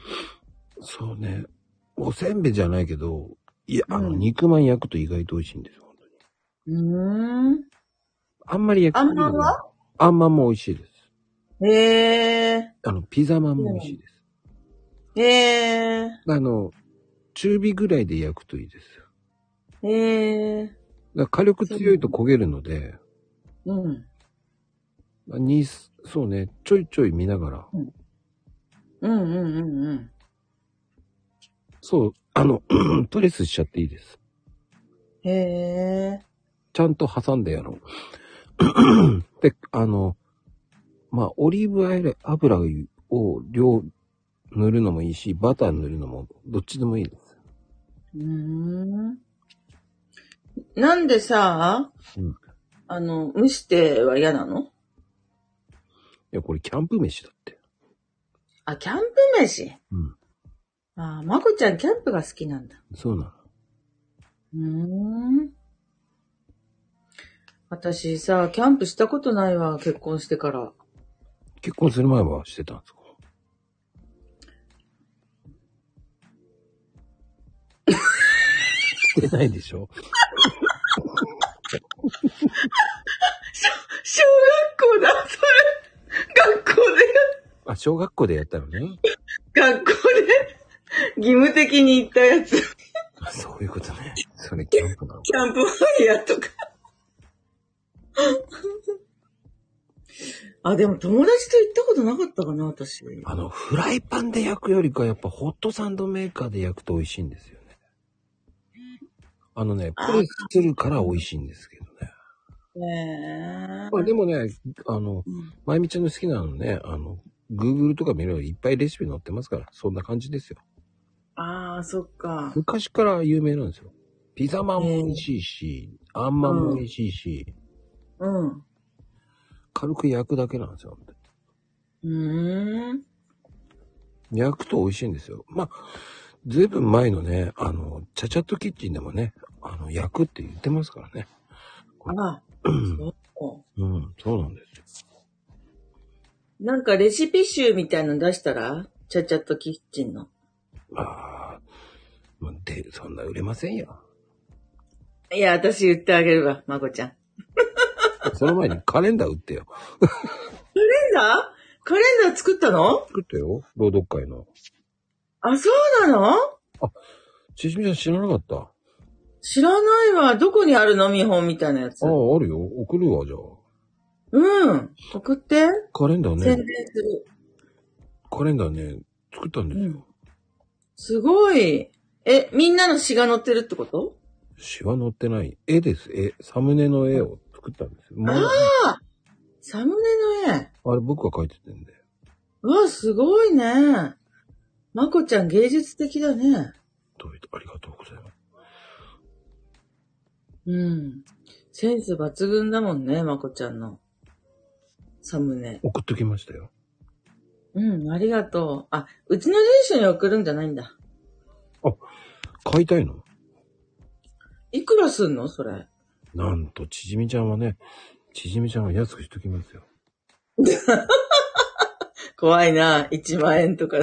Speaker 2: そうね。おせんべいじゃないけど、いや、あの、
Speaker 3: うん
Speaker 2: 肉まん焼くと意外と美味しいんですよ、本当に。
Speaker 3: うーん。
Speaker 2: あんまり焼く
Speaker 3: あんまんは
Speaker 2: あんまんも美味しいです。
Speaker 3: へえ。
Speaker 2: あの、ピザまんも美味しいです。
Speaker 3: へえ。
Speaker 2: あの、中火ぐらいで焼くといいですよ。
Speaker 3: へえ。
Speaker 2: だから火力強いと焦げるので、
Speaker 3: うん。
Speaker 2: に、そうね、ちょいちょい見ながら、
Speaker 3: うんうんうんうん。
Speaker 2: そう、あの、 プレスしちゃっていいです。
Speaker 3: へえ。
Speaker 2: ちゃんと挟んでやろう。で、あの、まあ、オリーブ油油を量、塗るのもいいし、バター塗るのも、どっちでもいいです。
Speaker 3: うーん。なんでさ、
Speaker 2: うん。い
Speaker 3: あの、蒸しては嫌なの
Speaker 2: や、これキャンプ飯だって。
Speaker 3: あ、キャンプ飯。
Speaker 2: うん。
Speaker 3: あ、まこちゃんキャンプが好きなんだ。
Speaker 2: そうな
Speaker 3: うーん。私さ、キャンプしたことないわ、結婚してから。
Speaker 2: の。結婚する前はしてたんですかしてないでしょ
Speaker 3: 小学校だ、それ。学校
Speaker 2: あ、小学校でやったのね。
Speaker 3: で、学校で、義務的に行ったやつ。
Speaker 2: あそういうことね。それキャンプなの。
Speaker 3: キャンプファイヤーとか。あ、でも友達と行ったことなかったかな、私。
Speaker 2: あの、フライパンで焼くよりか、やっぱホットサンドメーカーで焼くと美味しいんですよね。あのね、プレスするから美味しいんですけどね。
Speaker 3: ねえ
Speaker 2: まあでもね、あの
Speaker 3: うん、
Speaker 2: まゆみちゃんの好きなのね、あの、 Google とか見ればいっぱいレシピ載ってますから、そんな感じですよ。
Speaker 3: ああ、そっか。
Speaker 2: 昔から有名なんですよ。ピザまんも美味しいし、あんまんも美味しいし、
Speaker 3: うん。
Speaker 2: 軽く焼くだけなんですよ。
Speaker 3: うーん。
Speaker 2: 焼くと美味しいんですよ。まあ、ずいぶん前のね、あの、チャチャットキッチンでもね、あの、焼くって言ってますからね。
Speaker 3: あ、そう
Speaker 2: うん、そうなんですよ。
Speaker 3: なんかレシピ集みたいの出したらちゃちゃっとキッチンの。
Speaker 2: まあ、まあで、そんな売れませんよ。
Speaker 3: いや、私言ってあげるわ、まこちゃん。
Speaker 2: その前にカレンダー売ってよ。
Speaker 3: カレンダーカレンダー作ったの
Speaker 2: 作ったよ、朗読会の。
Speaker 3: あ、そうなの
Speaker 2: ちしみちゃん知らなかった。あ
Speaker 3: 知らないわ。どこにあるの見本みたいなやつ
Speaker 2: あ、。あるよ。送るわ、じゃあ。
Speaker 3: うん。送って。
Speaker 2: カレンダー
Speaker 3: 宣
Speaker 2: ね
Speaker 3: 伝、する。
Speaker 2: カレンダーね、作ったんですよ。
Speaker 3: すごい。え、みんなの詩が載ってるってこと
Speaker 2: 詩は載ってない。絵です、絵。サムネの絵を作ったんですよ。まあ、
Speaker 3: サムネの絵。
Speaker 2: あれ僕が描いててんで。
Speaker 3: うわ、すごいね。まこちゃん芸術的だね。
Speaker 2: どういたありがとうございます。
Speaker 3: うん。センス抜群だもんね、まこちゃんの。サムネ。
Speaker 2: 送っときましたよ。
Speaker 3: うん、ありがとう。あ、うちの住所に送るんじゃないんだ。
Speaker 2: 買いたいの
Speaker 3: いくらすんのそれ。
Speaker 2: なんと、ちじみちゃんはね、ちじみちゃんは安くしときますよ。
Speaker 3: 怖いな。1万円とか。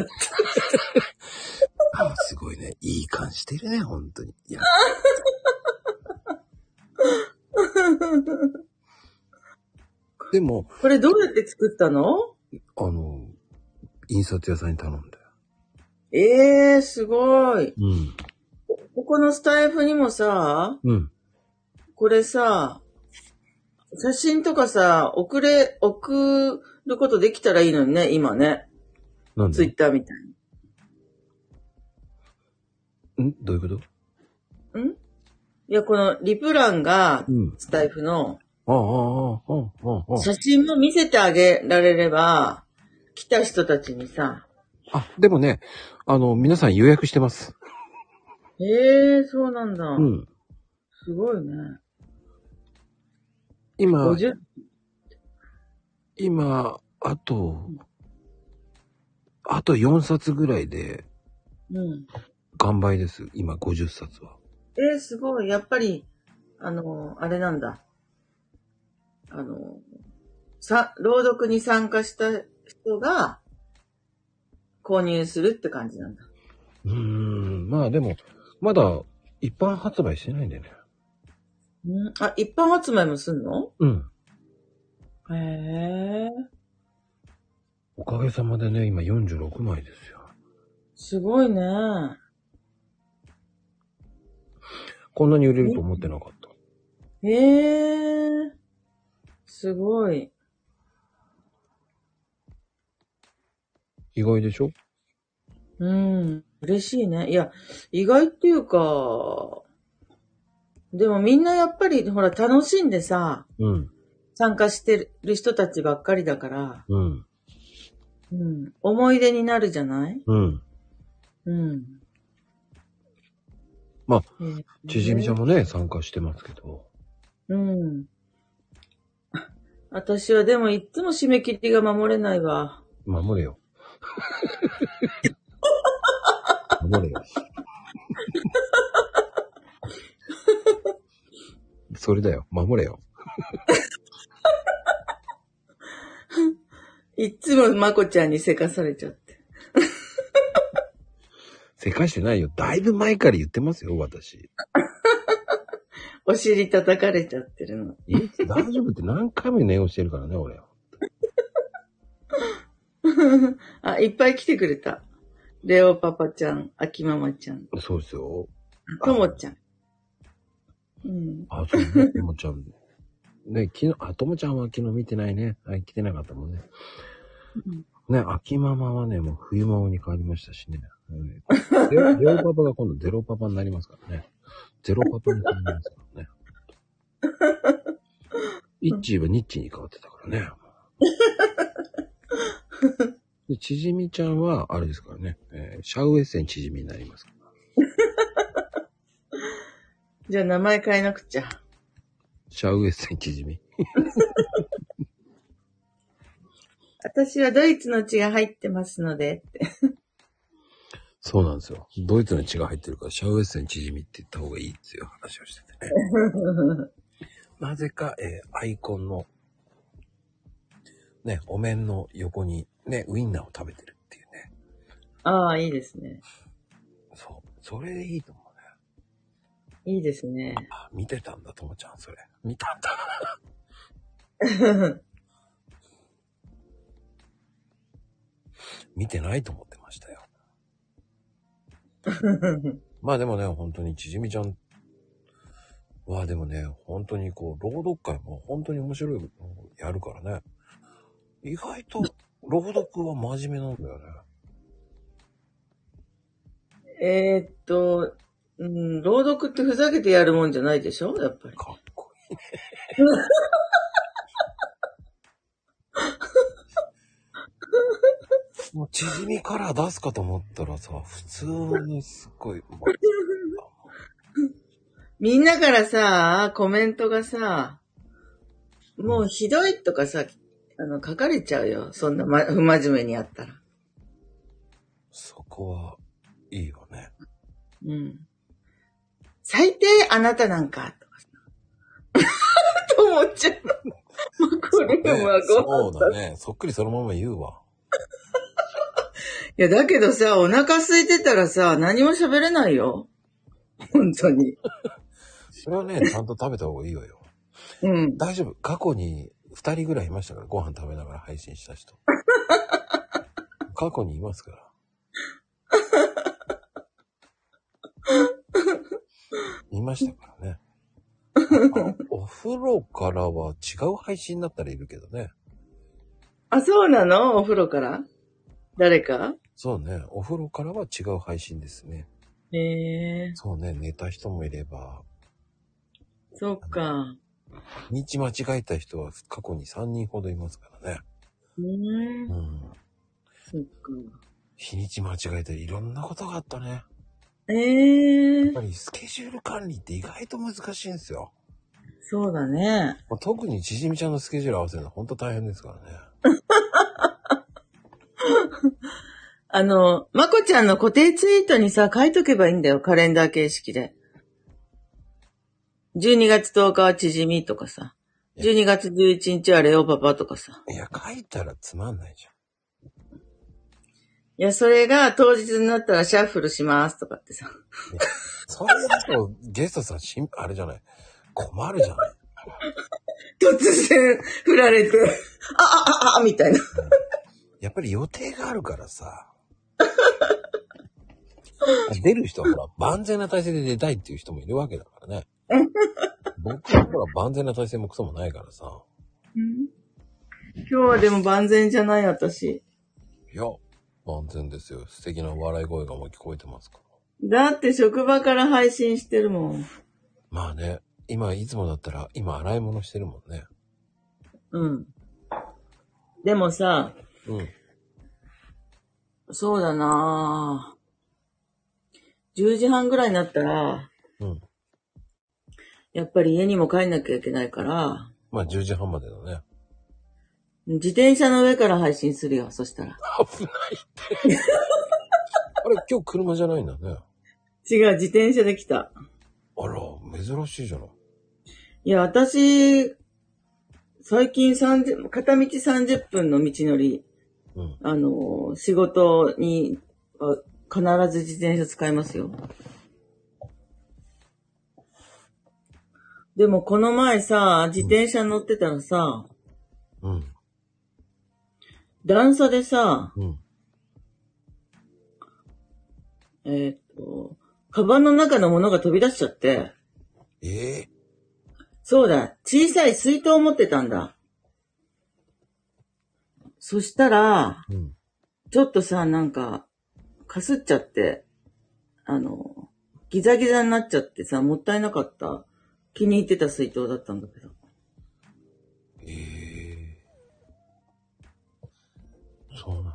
Speaker 2: あすごいね。いい感してるね、本当に。い や、でも、
Speaker 3: これどうやって作ったの
Speaker 2: あの、印刷屋さんに頼んだよ。
Speaker 3: ええー、すごい。
Speaker 2: うん。
Speaker 3: ここのスタイフにもさ、
Speaker 2: うん。
Speaker 3: これさ、写真とかさ、送れ、送ることできたらいいのにね、今ね。
Speaker 2: なん
Speaker 3: ツイ
Speaker 2: で
Speaker 3: ッターみたい
Speaker 2: んどういうこと
Speaker 3: に。んいや、このリプランが
Speaker 2: う、ん。
Speaker 3: スタイフの、
Speaker 2: ああ、ああ、ああ、ああ。
Speaker 3: 写真も見せてあげられれば、来た人たちにさ、
Speaker 2: あ、でもね、あの、皆さん予約してます。
Speaker 3: へえー、そうなんだ。
Speaker 2: うん。
Speaker 3: すごいね。
Speaker 2: 今、
Speaker 3: 50、
Speaker 2: 今、あと、あと4冊ぐらいで、
Speaker 3: うん。
Speaker 2: 完売です。今、50冊は。
Speaker 3: えー、すごい。やっぱり、あの、あれなんだ。あの、さ、朗読に参加した人が、購入するって感じなんだ。
Speaker 2: うーん、まあでも、まだ一般発売してないんだよね。
Speaker 3: うん、あ、一般発売もすんの
Speaker 2: うん。
Speaker 3: へえ、
Speaker 2: おかげさまでね、今46枚ですよ。
Speaker 3: すごいね。
Speaker 2: こんなに売れると思ってなかった。
Speaker 3: へえ、すごい。
Speaker 2: 意外でしょ
Speaker 3: うん、嬉しいね。いや、意外っていうか、でもみんなやっぱり、ほら、楽しんでさ、
Speaker 2: うん、
Speaker 3: 参加してる人たちばっかりだから、
Speaker 2: うん、
Speaker 3: うん、思い出になるじゃない
Speaker 2: うん。
Speaker 3: うん。
Speaker 2: まあ
Speaker 3: えー、
Speaker 2: ちじみちゃんもね、参加してますけど。
Speaker 3: うん。 私はでもいっつも締め切りが守れないわ。
Speaker 2: 守れよ。守れよ。それだよ、守れよ。
Speaker 3: いっつもまこちゃんにせかされちゃって。
Speaker 2: せかしてないよ。だいぶ前から言ってますよ、私。
Speaker 3: お尻叩かれちゃってるの。
Speaker 2: いつ大丈夫って何回も念をしてるからね、俺。
Speaker 3: あ、いっぱい来てくれた。レオパパちゃん、アキママちゃん、
Speaker 2: そうですよ。
Speaker 3: ともちゃん。うん。
Speaker 2: あ、そうね、ともちゃん。ね、 昨日、あ、ともちゃんは昨日見てないね。はい、来てなかったもんね。ね、秋ママはね、もう冬ママに変わりましたしね。うん ゼロゼロパパが今度ゼロパパになりますからね。ゼロパパに変わりますからね。 イッチーはニッチーに変わってたからね。で、ちじみちゃんは、あれですからね、えーシャウエッセンちじみになりますから。
Speaker 3: じゃあ名前変えなくちゃ。
Speaker 2: シャウエッセンちじみ。
Speaker 3: 私はドイツの血が入ってますので、って。
Speaker 2: そうなんですよ。ドイツの血が入ってるから、シャウエッセンちじみって言った方がいいっていう話をしてて、ね。なぜか、えーアイコンの、ね、お面の横に、ね、ウインナーを食べてるっていうね。
Speaker 3: ああ、いいですね。
Speaker 2: そう。それでいいと思うね。
Speaker 3: いいですね。
Speaker 2: あ見てたんだ、ともちゃん、それ。見たんだ。見てないと思ってましたよ。まあでもね、本当にちじみちゃんはでもね、本当にこう、朗読会も本当に面白いのをやるからね。意外と朗読は真面目なんだよね。
Speaker 3: えーっと、うん、朗読ってふざけてやるもんじゃないでしょやっぱり。
Speaker 2: かっこいいね。もう縮みから出すかと思ったらさ、普通にすごい、ま
Speaker 3: みんなからさ、コメントがさ、もうひどいとかさ、あの、書かれちゃうよ。そんな、ま、不真面目にやったら。
Speaker 2: そこはいいよね。
Speaker 3: うん。最低あなたなんか、とかさ。 と思っちゃう。 もうこれ
Speaker 2: ね
Speaker 3: はご飯
Speaker 2: そうだね。そっくりそのまま言うわ。
Speaker 3: いや、だけどさ、お腹空いてたらさ、何も喋れないよ。本当に。
Speaker 2: それはね、ちゃんと食べた方がいいよよ。
Speaker 3: うん。
Speaker 2: 大丈夫。過去に2人ぐらいいましたから、ご飯食べながら配信した人。過去にいますから。いましたからね。お風呂からは違う配信だったらいるけどね。
Speaker 3: あ、そうなのお風呂から誰か
Speaker 2: そうね。お風呂からは違う配信ですね。
Speaker 3: へえ
Speaker 2: そうね。寝た人もいれば、
Speaker 3: そっか。
Speaker 2: 道間違えた人は過去に3人ほどいますからね。
Speaker 3: うーん
Speaker 2: う、ん。
Speaker 3: そっか。
Speaker 2: 日にち間違えていろんなことがあったね。
Speaker 3: ええ
Speaker 2: やっぱりスケジュール管理って意外と難しいんですよ。
Speaker 3: そうだね。
Speaker 2: まあ特にちじみちゃんのスケジュール合わせるのほんと大変ですからね。
Speaker 3: あの、まこちゃんの固定ツイートにさ、書いとけばいいんだよ。カレンダー形式で。12月10日は縮みとかさ。12月11日はレオパパとかさ。
Speaker 2: いや、書いたらつまんないじ
Speaker 3: いや、それが当日になったらシャッフルしますとかってさ。
Speaker 2: ゃん。いやそれだとゲストさんしん、あれじゃない。困るじゃない。
Speaker 3: 突然振られて、あ、あ、あ、あ、みたいな。
Speaker 2: やっぱり予定があるからさ。 出る人はほら、万全な体制で出たいっていう人もいるわけだからね。僕はほら、万全な体制もクソもないからさ。
Speaker 3: 今日はでも万全じゃない私。
Speaker 2: いや、万全ですよ。素敵な笑い声がもう聞こえてますから。
Speaker 3: だって職場から配信してるもん。
Speaker 2: まあね、今いつもだったら、今洗い物してるもんね。
Speaker 3: うん。でもさ、
Speaker 2: うん。
Speaker 3: そうだなぁ。10時半ぐらいになったら、
Speaker 2: うん。
Speaker 3: やっぱり家にも帰んなきゃいけないから、
Speaker 2: まあ10時半までだね。
Speaker 3: 自転車の上から配信するよ、そしたら。
Speaker 2: 危ないって。あれ、今日車じゃないんだね。
Speaker 3: 違う、自転車で来た。
Speaker 2: あら、珍しいじゃない。
Speaker 3: いや、私、最近30、片道30分の道のり、
Speaker 2: うん。
Speaker 3: あの、仕事に、あ必ず自転車使いますよ。でもこの前さ、自転車乗ってたらさ、
Speaker 2: うん。
Speaker 3: 段差でさ、
Speaker 2: うん。
Speaker 3: えーっと、カバンの中のものが飛び出しちゃって、
Speaker 2: ええ
Speaker 3: そうだ、小さい水筒を持ってたんだ。そしたら、
Speaker 2: うん。
Speaker 3: ちょっとさ、なんか、かすっちゃって、あの、ギザギザになっちゃってさ、もったいなかった。気に入ってた水筒だったんだけど。
Speaker 2: ええそうなの。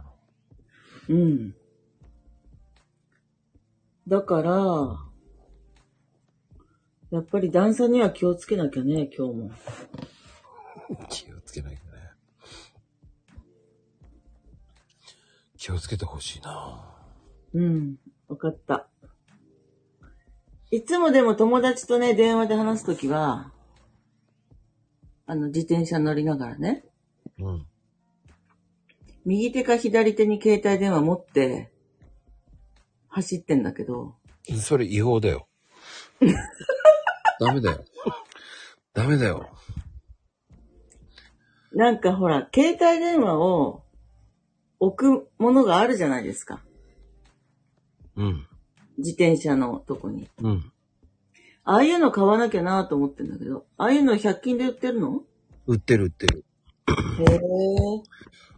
Speaker 3: うん。だから、やっぱり段差には気をつけなきゃね、今日も。
Speaker 2: 気をつけないとね。気をつけてほしいな
Speaker 3: うん、わかった。いつもでも友達とね、電話で話すときは、あの、自転車乗りながらね、
Speaker 2: うん。
Speaker 3: 右手か左手に携帯電話持って、走ってんだけど、
Speaker 2: それ違法だよ。ダメだよ。ダメだよ。
Speaker 3: なんかほら、携帯電話を置くものがあるじゃないですか。
Speaker 2: うん。
Speaker 3: 自転車のとこに。
Speaker 2: うん。
Speaker 3: ああいうの買わなきゃなと思ってんだけど、ああいうの100均で売ってるの
Speaker 2: 売ってる売ってる。
Speaker 3: へえ。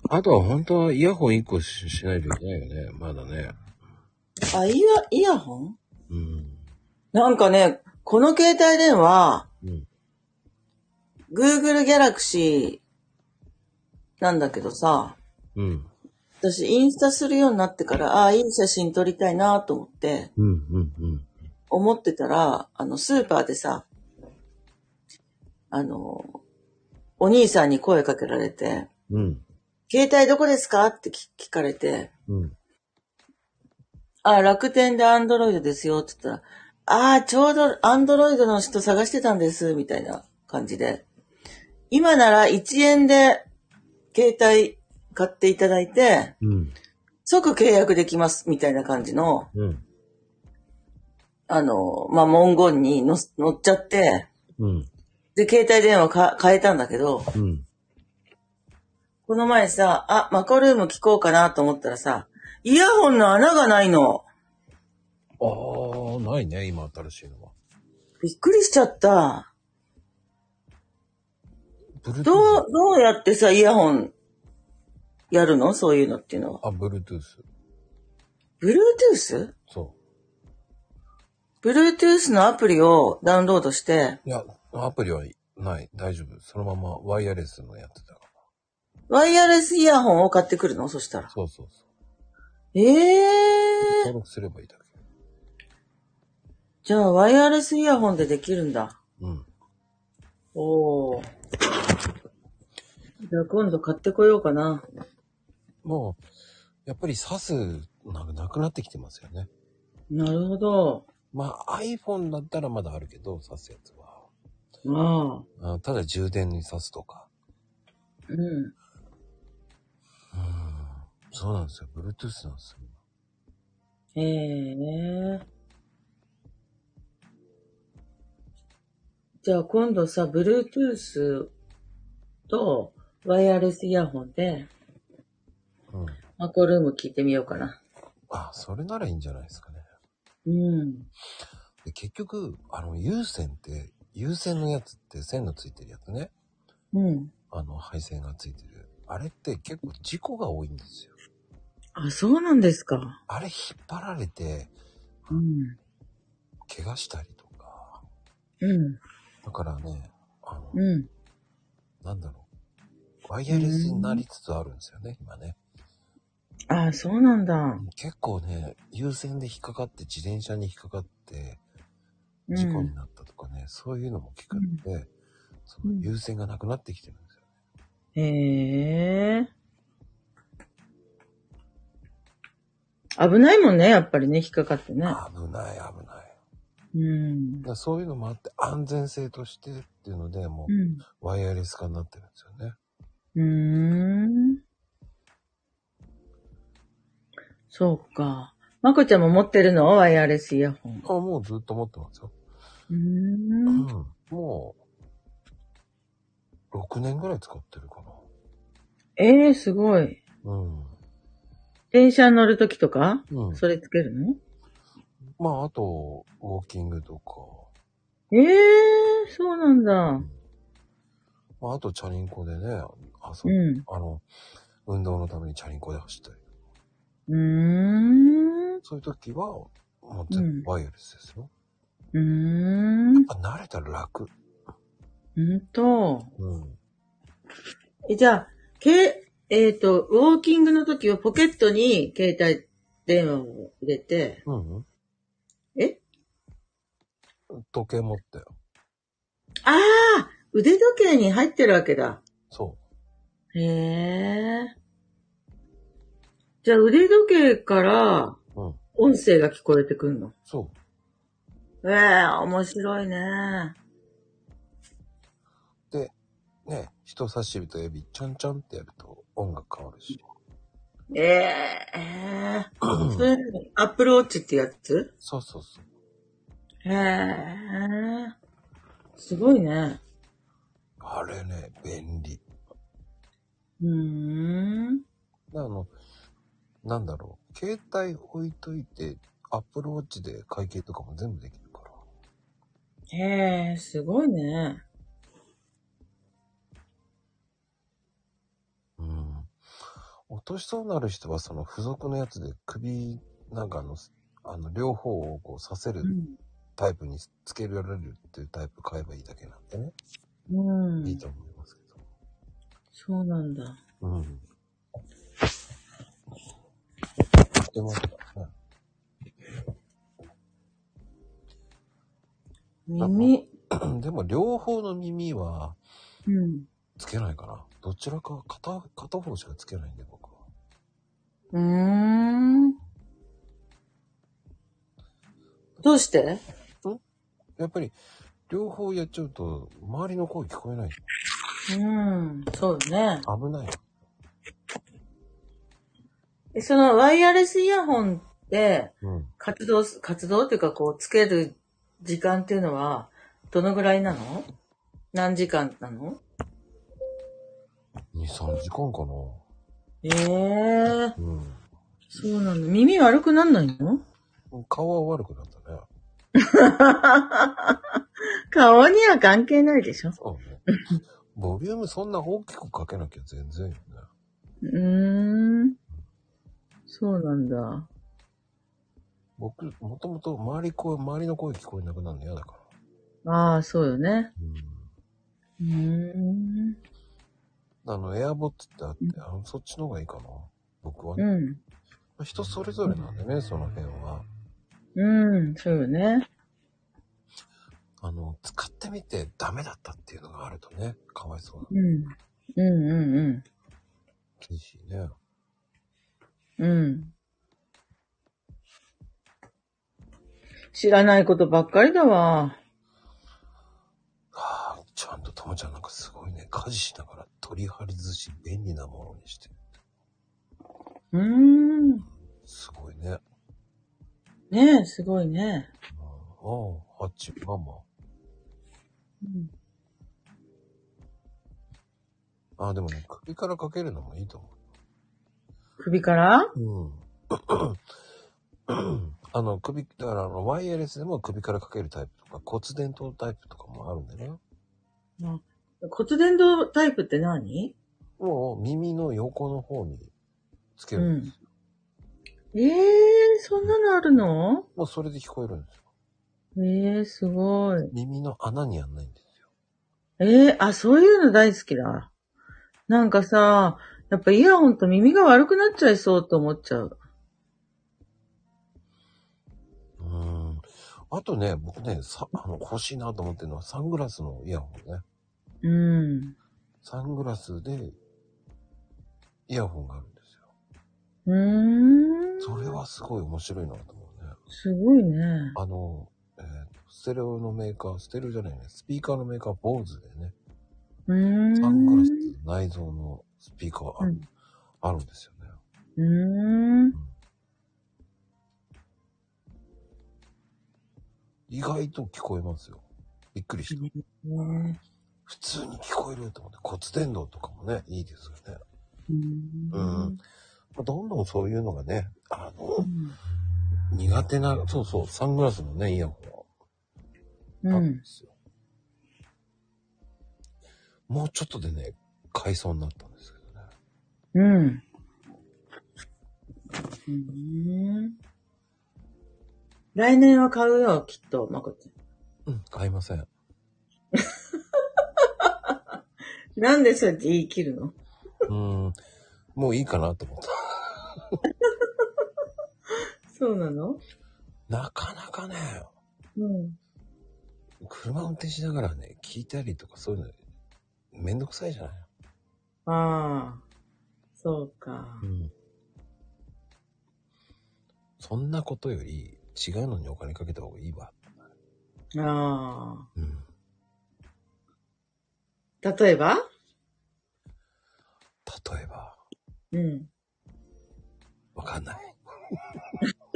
Speaker 2: あとは本当はイヤホン1個ししないといけないよね。まだね。
Speaker 3: あ、イヤ、イヤホン
Speaker 2: うん。
Speaker 3: なんかね、この携帯電話、
Speaker 2: うん。
Speaker 3: Google Galaxy なんだけどさ、
Speaker 2: うん。
Speaker 3: 私インスタするようになってから、ああ、いい写真撮りたいなと思って、
Speaker 2: うん。うん。うん。
Speaker 3: 思ってたら、あの、スーパーでさ、あの、お兄さんに声かけられて、
Speaker 2: うん。
Speaker 3: 携帯どこですかって聞聞かれて、
Speaker 2: うん。
Speaker 3: あ、楽天でアンドロイドですよって言ったら、ああ、ちょうどアンドロイドの人探してたんです、みたいな感じで。今なら1円で携帯買っていただいて、
Speaker 2: うん。
Speaker 3: 即契約できます、みたいな感じの、
Speaker 2: うん。
Speaker 3: あの、まあ、文言にの乗っちゃって、
Speaker 2: うん。
Speaker 3: で、携帯電話か変えたんだけど、
Speaker 2: うん。
Speaker 3: この前さ、あ、マカルーム聞こうかなと思ったらさ、イヤホンの穴がないの。
Speaker 2: ああ、ないね。今新しいのは。
Speaker 3: びっくりしちゃった。
Speaker 2: ブルー
Speaker 3: どう、どうやってさ、イヤホン、やるのそういうのっていうのは。
Speaker 2: あ、ブルートゥース。
Speaker 3: Bluetooth?Bluetooth
Speaker 2: そ
Speaker 3: のアプリをダウンロードして、
Speaker 2: う。いや、アプリはない。大丈夫。そのままワイヤレスのやってたか
Speaker 3: ワイヤレスイヤホンを買ってくるのそした
Speaker 2: ら。
Speaker 3: ら。
Speaker 2: そうそうそう。
Speaker 3: ええー。
Speaker 2: 登録すればいいだけ。
Speaker 3: じゃあ、ワイヤレスイヤホンでできるんだ。
Speaker 2: うん。
Speaker 3: おお。じゃあ、今度買ってこようかな。
Speaker 2: もう、やっぱり刺す、なんかなくなってきてますよね。
Speaker 3: なるほど。
Speaker 2: まあ iPhone だったらまだあるけど、刺すやつは。
Speaker 3: ああ。
Speaker 2: あただ充電に刺すとか。
Speaker 3: うん。
Speaker 2: そうなんですよ。Bluetooth なんですよ。
Speaker 3: ええー。じゃあ今度さ、Bluetooth とワイヤレスイヤホンで
Speaker 2: うん。
Speaker 3: マコルーム聞いてみようかな。
Speaker 2: あ、それならいいんじゃないですかね。
Speaker 3: うん。
Speaker 2: で結局、あの、有線って、有線のやつって線のついてるやつね。
Speaker 3: うん。
Speaker 2: あの、配線がついてる。あれって結構事故が多いんですよ。
Speaker 3: あ、そうなんですか。
Speaker 2: あれ引っ張られて、
Speaker 3: うん。
Speaker 2: 怪我したりとか。
Speaker 3: うん。
Speaker 2: だからね、あの、
Speaker 3: うん。
Speaker 2: なんだろう。ワイヤレスになりつつあるんですよね、今ね。
Speaker 3: あ、そうなんだ。
Speaker 2: 結構ね、優先で引っかかって、自転車に引っかかって、
Speaker 3: うん
Speaker 2: 事故になったとかね、そういうのも聞くんで、その優先がなくなってきてるんですよ。
Speaker 3: へえ。危ないもんね、やっぱりね、引っかかってね。
Speaker 2: 危ない、危ない。
Speaker 3: うん
Speaker 2: だか。らそういうのもあって、安全性としてっていうので、もう、
Speaker 3: うん。
Speaker 2: ワイヤレス化になってるんですよね。
Speaker 3: うーん。そうか。まこちゃんも持ってるのワイヤレスイヤホン。
Speaker 2: あ、もうずっと持ってますよ。
Speaker 3: うー。
Speaker 2: うんん。もう、6年ぐらい使ってるか
Speaker 3: ええすごい。
Speaker 2: な。うん。
Speaker 3: 電車に乗るときとか
Speaker 2: うん。
Speaker 3: それつけるの
Speaker 2: まあ、あと、ウォーキングとか、
Speaker 3: ええそうなんだ。
Speaker 2: まあ、あとチャリンコでね、あそうう、
Speaker 3: ん。
Speaker 2: あの、運動のためにチャリンコで走ったり、
Speaker 3: うーん。う
Speaker 2: そういう時は、もう全部ワイヤレスですよ。
Speaker 3: ーん。
Speaker 2: やっぱ慣れたら楽。
Speaker 3: ほんと。
Speaker 2: うん。
Speaker 3: え、じゃあ、け、えっ、と、ウォーキングの時はポケットに携帯電話を入れて、
Speaker 2: うんうん。
Speaker 3: え
Speaker 2: 時計持ったよ。
Speaker 3: ああ腕時計に入ってるわけだ。
Speaker 2: そ
Speaker 3: へえ。じゃあ腕時計から
Speaker 2: う。うん。
Speaker 3: 音声が聞こえてくんの
Speaker 2: そう。
Speaker 3: ええ面白いね。
Speaker 2: ね人差し指と指、ちょんちょんってやると音楽変わるし。
Speaker 3: ええそれ、アップルウォッチってやつ
Speaker 2: そうそうそう。
Speaker 3: へえすごいね。
Speaker 2: あれね、便利。
Speaker 3: うーん。
Speaker 2: であの、なんだろう。携帯置いといて、Apple Watch で会計とかも全部できるから。
Speaker 3: へえすごいね。
Speaker 2: うん。落としそうになる人は、その付属のやつで首、なんかあの、あの、両方をこうさせる
Speaker 3: うん
Speaker 2: タイプにつけられるっていうタイプ買えばいいだけなんでね。
Speaker 3: うん
Speaker 2: いいと思いますけど。
Speaker 3: そうなんだ。
Speaker 2: うん。でも、うん
Speaker 3: 耳。
Speaker 2: でも両方の耳は
Speaker 3: うん。
Speaker 2: つけないかな。どちらか片、片方しかつけないんで僕は。
Speaker 3: うーん。どうして
Speaker 2: やっぱり両方やっちゃうと周りの声聞こえない。
Speaker 3: うん。そうね。
Speaker 2: 危ない。
Speaker 3: えそのワイヤレスイヤホンって
Speaker 2: うん。
Speaker 3: 活動す、活動っていうかこうつける時間っていうのはどのぐらいなの何時間なの
Speaker 2: 2、3時間かな。
Speaker 3: ええー、
Speaker 2: う
Speaker 3: そうなの。耳悪くなんないの
Speaker 2: ん。顔は悪くなったね。
Speaker 3: 顔には関係ないでしょ
Speaker 2: そう ね。ボリュームそんな大きくかけなきゃ全然よね。
Speaker 3: うーん。そうなんだ。
Speaker 2: 僕、もともと周り声、周りの声聞こえなくなるの嫌だから。
Speaker 3: ああ、そうよね。
Speaker 2: うん。
Speaker 3: うーん。
Speaker 2: あの、エアボッツってあって、あの、そっちの方がいいかな。僕はね。
Speaker 3: うん。
Speaker 2: 人それぞれなんでね、その辺は。
Speaker 3: うん、そうよね。
Speaker 2: あの、使ってみてダメだったっていうのがあるとね、かわいそう
Speaker 3: うん。うんう
Speaker 2: 厳しいね。
Speaker 3: んうん。うん。知らないことばっかりだわ。
Speaker 2: はあ、ちゃんとともちゃんなんかすごいね、家事しながら取り張り寿司便利なものにしてる。
Speaker 3: うーん。
Speaker 2: すごいね。
Speaker 3: ねえ、すごいね。
Speaker 2: ああ、あっち、ママ。
Speaker 3: うん
Speaker 2: あ、でもね、首からかけるのもいいと思
Speaker 3: 首から
Speaker 2: う。うん。 あの、首、だからあの、ワイヤレスでも首からかけるタイプとか、骨伝導タイプとかもあるんでね。
Speaker 3: 骨伝導タイプって何
Speaker 2: もう耳の横の方につけ
Speaker 3: う
Speaker 2: る。
Speaker 3: ん。ええそんなのあるの
Speaker 2: もうそれで聞こえるんですよ。
Speaker 3: ええすごい。
Speaker 2: 耳の穴にやんないんですよ。
Speaker 3: ええあ、そういうの大好きだ。なんかさ、やっぱイヤホンと耳が悪くなっちゃいそうと思っちゃう。
Speaker 2: うーん。あとね、僕ね、さ、あの、欲しいなと思ってるのはサングラスのイヤホンね。
Speaker 3: うん。
Speaker 2: サングラスで、イヤホンがあるんですよ。
Speaker 3: うーん。
Speaker 2: それはすごい面白いなと思うね。
Speaker 3: すごいね。
Speaker 2: あの、えーステレオのメーカー、ステレオじゃないね、スピーカーのメーカー、坊主でね、
Speaker 3: うーん。
Speaker 2: サングラスっていう内蔵のスピーカーがある,、
Speaker 3: うん
Speaker 2: あるんですよね。
Speaker 3: うーん。
Speaker 2: 意外と聞こえますよ。びっくりした。
Speaker 3: ね
Speaker 2: 普通に聞こえると思って、骨伝導とかもね、いいですよね。
Speaker 3: うーん
Speaker 2: うんまあどんどんそういうのがね、あの、苦手な、そうそう、サングラスのね、イヤホンは
Speaker 3: う
Speaker 2: あるん
Speaker 3: ん
Speaker 2: で。すよ。もうちょっとでね、買いそうになったんですけどね。
Speaker 3: うん。うーん来年は買うよ、きっと、まこちゃ
Speaker 2: うん、買いません。
Speaker 3: ん。なんでそうやって言い切るの
Speaker 2: うん。もういいかなと思った。
Speaker 3: そうなの
Speaker 2: なかなかね、
Speaker 3: うん。
Speaker 2: 車運転しながらね、聞いたりとかそういうの、めんどくさいじゃない。
Speaker 3: ああ、そうか。
Speaker 2: ん。そんなことより、違うのにお金かけた方がいいわ。
Speaker 3: あ
Speaker 2: うん。
Speaker 3: あ。例えば
Speaker 2: 例えば、
Speaker 3: うん。
Speaker 2: わかんない。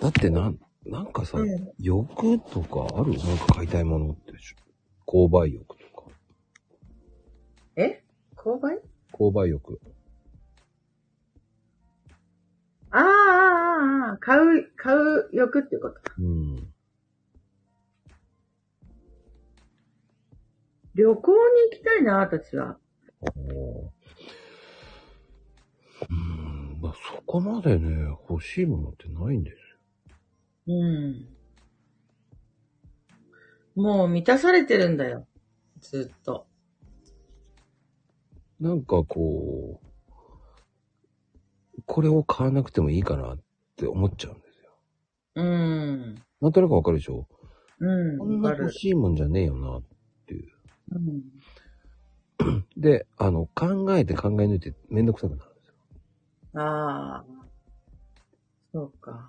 Speaker 2: だってなん、なんかさ、
Speaker 3: うん
Speaker 2: 欲とかあるなんか買いたいものってしょ。購買欲とか。
Speaker 3: え購買
Speaker 2: 購買欲。
Speaker 3: ああ、ああ、ああ、買う、買う欲ってこと。
Speaker 2: うん。
Speaker 3: 旅行に行きたいな、私は。
Speaker 2: おーうん、まあ、そこまでね、欲しいものってないんですよ。
Speaker 3: うん。もう満たされてるんだよ。ずっと。
Speaker 2: なんかこう、これを買わなくてもいいかなって思っちゃうんですよ。
Speaker 3: うん。
Speaker 2: なんとなくわかるでしょ
Speaker 3: う
Speaker 2: こ
Speaker 3: ん。
Speaker 2: ん
Speaker 3: わ
Speaker 2: な
Speaker 3: かる
Speaker 2: 欲。しいもんじゃねえよな。
Speaker 3: うん。
Speaker 2: で、あの、考えて考え抜いてめんどくさくなるんですよ。
Speaker 3: ああ。そうか。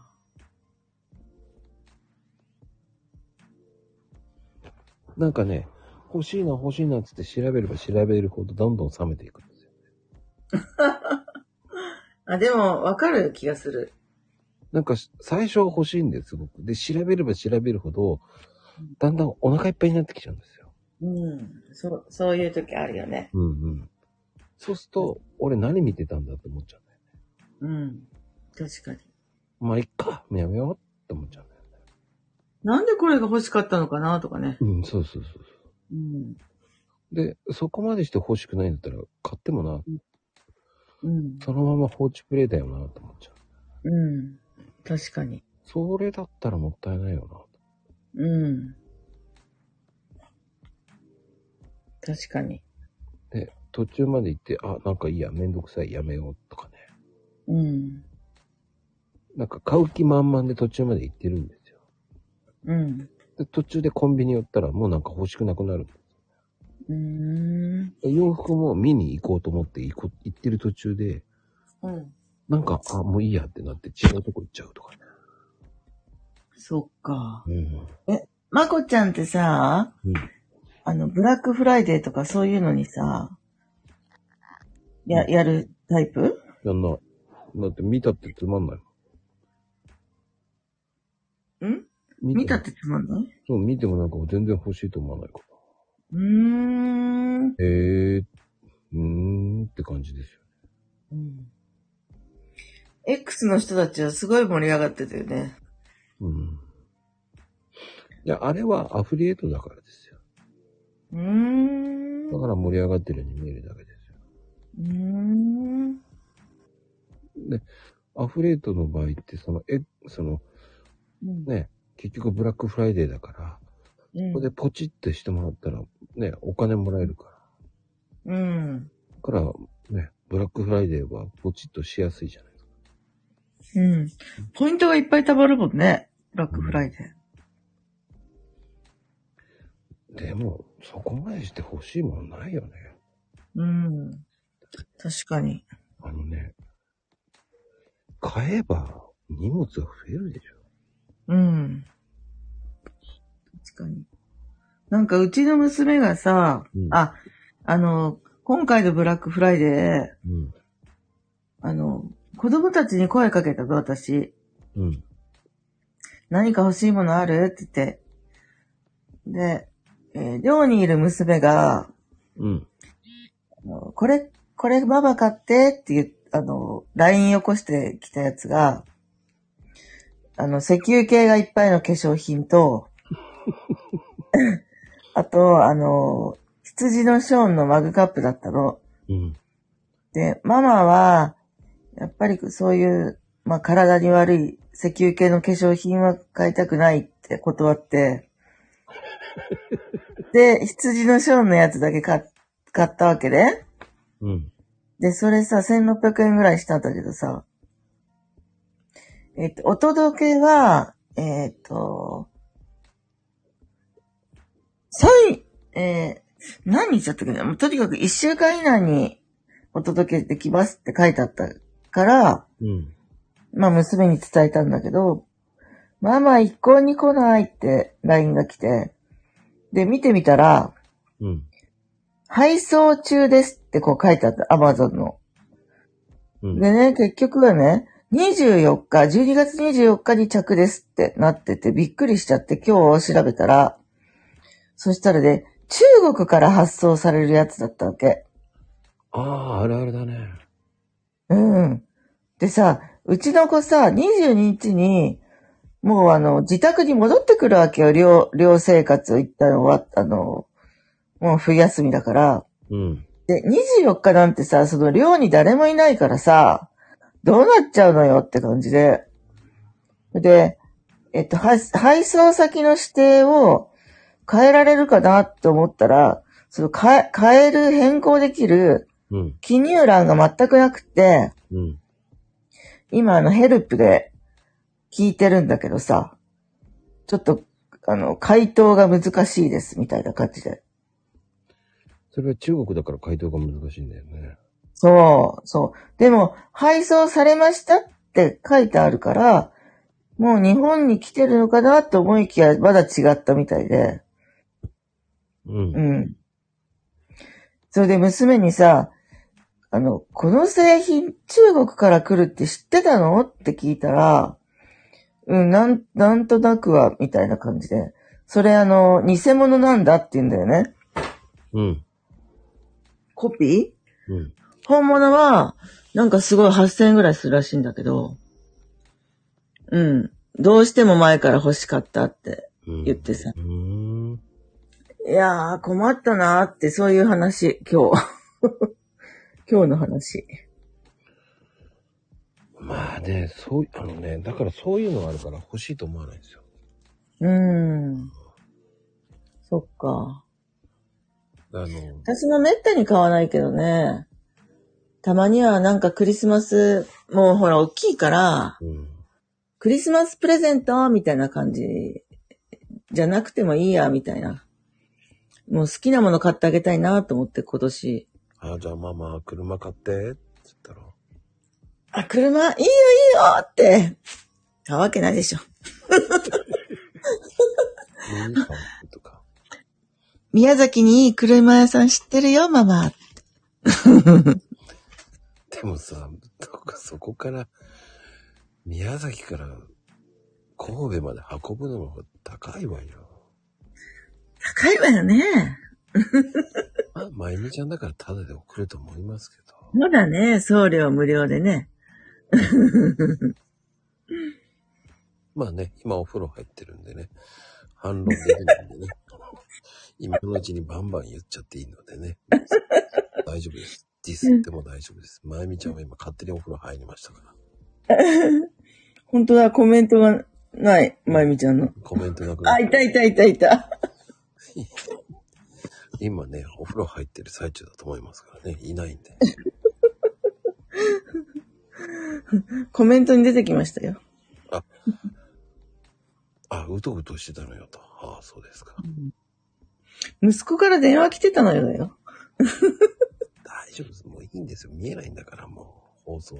Speaker 2: なんかね、欲しいな欲しいなっつって調べれば調べるほどどんどん冷めていくんですよ。
Speaker 3: あ、でも、わかる気がする。
Speaker 2: なんかし最初は欲しいんですごく。で、調べれば調べるほど、だんだんお腹いっぱいになってきちゃうんですよ。
Speaker 3: うん。そう、そういう時あるよね。
Speaker 2: うんうん。そうすると、俺何見てたんだって思っちゃうんだよね。
Speaker 3: うん。確かに。
Speaker 2: まあ、いっか、やめようって思っちゃうんだよね。
Speaker 3: なんでこれが欲しかったのかなとかね。
Speaker 2: うん、そうそうそうそ
Speaker 3: うん。
Speaker 2: う。で、そこまでして欲しくないんだったら、買ってもな、
Speaker 3: うん。
Speaker 2: そのまま放置プレイだよな、と思っちゃう。
Speaker 3: うん。確かに。
Speaker 2: それだったらもったいないよな。
Speaker 3: うん。確かに。
Speaker 2: で、途中まで行って、あ、なんかいいや、めんどくさい、やめよう、とかね。
Speaker 3: うん。
Speaker 2: なんか買う気満々で途中まで行ってるんですよ。
Speaker 3: うん。
Speaker 2: で、途中でコンビニ寄ったら、もうなんか欲しくなくなるんです。
Speaker 3: うーん。
Speaker 2: で洋服も見に行こうと思って行こ行ってる途中で、
Speaker 3: うん。
Speaker 2: なんか、あ、もういいやってなって違うとこ行っちゃうとかね。
Speaker 3: そっか。
Speaker 2: うん。
Speaker 3: まこちゃんってさ、
Speaker 2: うん
Speaker 3: あの、ブラックフライデーとかそういうのにさ、や、やるタイプ
Speaker 2: やんない。だって見たってつまんない。
Speaker 3: ん
Speaker 2: 見
Speaker 3: 見たってつまんない
Speaker 2: そう、見てもなんか全然欲しいと思わないか
Speaker 3: うーん。
Speaker 2: ら。へえー、うーんって感じですよ。
Speaker 3: うん X の人たちはすごい盛り上がってたよね。
Speaker 2: うん。いや、あれはアフリエイトだからですよ。
Speaker 3: うーん。
Speaker 2: だ
Speaker 3: う
Speaker 2: から盛り上がってるように見えるだけです
Speaker 3: ーん。
Speaker 2: よ。で、アフリエイトの場合って、その、え、その、
Speaker 3: うん
Speaker 2: ね、結局ブラックフライデーだから、
Speaker 3: うん
Speaker 2: ここでポチってしてもらったら、ね、お金もらえるから。
Speaker 3: うん。
Speaker 2: だから、ね、ブラックフライデーはポチッとしやすいじゃないですか。
Speaker 3: うん。ポイントがいっぱい貯まるもんね。ブラックフライデー。
Speaker 2: でも、そこまでして欲しいもんないよね。
Speaker 3: うん。確かに。
Speaker 2: あのね、買えば荷物が増えるでしょ。
Speaker 3: うん。確かに。なんかうちの娘がさ、
Speaker 2: うん
Speaker 3: あ、あの、今回のブラックフライデー、
Speaker 2: うん。
Speaker 3: あの、子供たちに声かけたぞ、私。
Speaker 2: うん。
Speaker 3: 何か欲しいものあるって言って。で、えー寮にいる娘が、
Speaker 2: うん。
Speaker 3: あのこれ、これママ買ってっていう、あの、LINE 起こしてきたやつが、あの、石油系がいっぱいの化粧品と、あと、あの、羊のショーンのマグカップだったの。
Speaker 2: うん。
Speaker 3: で、ママは、やっぱりそういう、まあ、体に悪い石油系の化粧品は買いたくないって断って、で、羊のショーンのやつだけ買っ買ったわけで、
Speaker 2: うん。
Speaker 3: で、それさ、1600円ぐらいしたんだけどさ、えっ、と、お届けは、えっ、と、さい、えー何日だったっけなもうとにかく1週間以内にお届けできますって書いてあったから、
Speaker 2: うん。
Speaker 3: まあ娘に伝えたんだけど、ママ一向に来ないって LINE が来て、で、見てみたら、
Speaker 2: うん。
Speaker 3: 配送中ですってこう書いてあった、Amazon の。
Speaker 2: うん。
Speaker 3: でね、結局はね、24日、12月24日に着ですってなってて、びっくりしちゃって今日調べたら、そしたらね、中国から発送されるやつだったわけ。
Speaker 2: ああ、あるあるだね。
Speaker 3: うん。でさ、うちの子さ、22日に、もうあの、自宅に戻ってくるわけよ。寮、寮生活を一旦終わった、あの、もう冬休みだから。
Speaker 2: うん。
Speaker 3: で、24日なんてさ、その寮に誰もいないからさ、どうなっちゃうのよって感じで。で、えっと、配配送先の指定を変えられるかなと思ったら、その変え、変える、変更できる
Speaker 2: うん。
Speaker 3: 記入欄が全くなくて、
Speaker 2: うん。
Speaker 3: 今あのヘルプで聞いてるんだけどさ、ちょっと、あの、回答が難しいです、みたいな感じで。
Speaker 2: それは中国だから回答が難しいんだよね。
Speaker 3: そう、そう。でも、配送されましたって書いてあるから、もう日本に来てるのかなと思いきや、まだ違ったみたいで。
Speaker 2: うん。
Speaker 3: うん。それで娘にさ、あの、この製品中国から来るって知ってたのって聞いたら、うん、なん、なんとなくは、みたいな感じで。それあの、偽物なんだって言うんだよね。
Speaker 2: うん。
Speaker 3: コピ
Speaker 2: うん。
Speaker 3: ー本物は、なんかすごい8000円ぐらいするらしいんだけど、うん。どうしても前から欲しかったって
Speaker 2: うん。
Speaker 3: 言ってさ。
Speaker 2: うーん。
Speaker 3: いやー、困ったなーって、そういう話、今日。 今日の話。
Speaker 2: まあね、そうい、あのね、だからそういうのがあるから欲しいと思わないんですよ。
Speaker 3: うーん。そっか。
Speaker 2: あの、
Speaker 3: 私もめったに買わないけどね。たまにはなんかクリスマス、もうほら大きいから、
Speaker 2: うん。
Speaker 3: クリスマスプレゼントみたいな感じじゃなくてもいいや、みたいな。もう好きなもの買ってあげたいなと思って今年。
Speaker 2: ああ、じゃあママ、車買って、って言ったら、
Speaker 3: あ、車、いいよいいよって。買うわけないでしょ。
Speaker 2: いいかとか。
Speaker 3: 宮崎にいい車屋さん知ってるよ、ママ。
Speaker 2: でもさ、どこかそこから、宮崎から神戸まで運ぶのも高いわよ。
Speaker 3: 高いわよね。
Speaker 2: まあ、まゆみちゃんだからタダで送ると思いますけど。
Speaker 3: まだね、送料無料でね。
Speaker 2: まあね、今お風呂入ってるんでね、反論できないんで ね。今のうちにバンバン言っちゃっていいのでね。大丈夫です。ディスっても大丈夫です。まゆみちゃんは今勝手にお風呂入りましたから。
Speaker 3: 本当だ、コメントがない、まゆみちゃんの。
Speaker 2: コメントなくなっ
Speaker 3: あ、いたいたいたいた。
Speaker 2: 今ね、お風呂入ってる最中だと思いますからね。いないんで。
Speaker 3: コメントに出てきましたよ。
Speaker 2: あ、うとうとしてたのよと。ああ、そうですか。
Speaker 3: 息子から電話来てたのよだよ。
Speaker 2: 大丈夫です。もういいんですよ。見えないんだから、もう、放 送。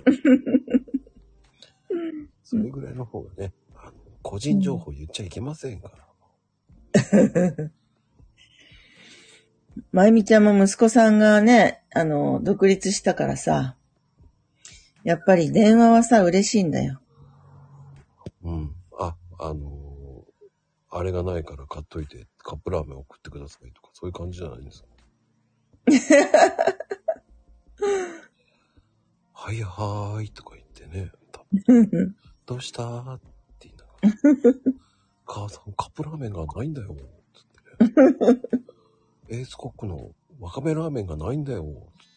Speaker 2: それぐらいの方がね、あの個人情報言っちゃいけませんから。
Speaker 3: まゆみちゃんも息子さんがね、あの、独立したからさ、やっぱり電話はさ、嬉しいんだ よ。
Speaker 2: うん。あ、あのーあれがないから買っといて、カップラーメン送ってくださいとか、そういう感じじゃないん ですか。はいはーいとか言ってね、多分どうしたーって言いながら、母さんカップラーメンがないんだよ、つってね。エースコックのわかめラーメンがないんだよ、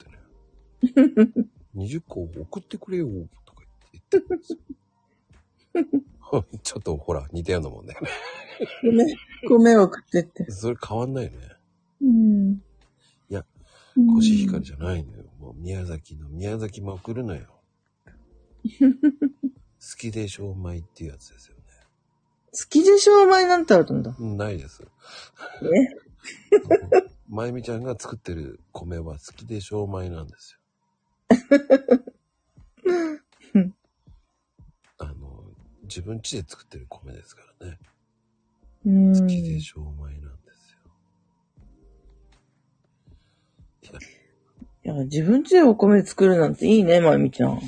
Speaker 2: つってね。20個送ってくれよ、とか言って言ってますよ。 ちょっとほら、似たようなもんだよね。
Speaker 3: 米、米を食ってって。
Speaker 2: それ変わんないね。
Speaker 3: うん。
Speaker 2: いや、コシヒカリじゃないのよ。もう宮崎の宮崎まくるのよ。好きでしょうまいっていうやつですよね。
Speaker 3: 好きでしょう前なんてあるんだ。
Speaker 2: うんないです。
Speaker 3: ね。
Speaker 2: まゆみちゃんが作ってる米は好きでしょうまいなんです
Speaker 3: う
Speaker 2: よ
Speaker 3: ん。
Speaker 2: あの、自分家で作ってる米ですからね。
Speaker 3: う
Speaker 2: 好きで
Speaker 3: ん。
Speaker 2: しょうまいなんですよ。
Speaker 3: いや、自分家でお米作るなんていいね、まゆみちゃん。
Speaker 2: い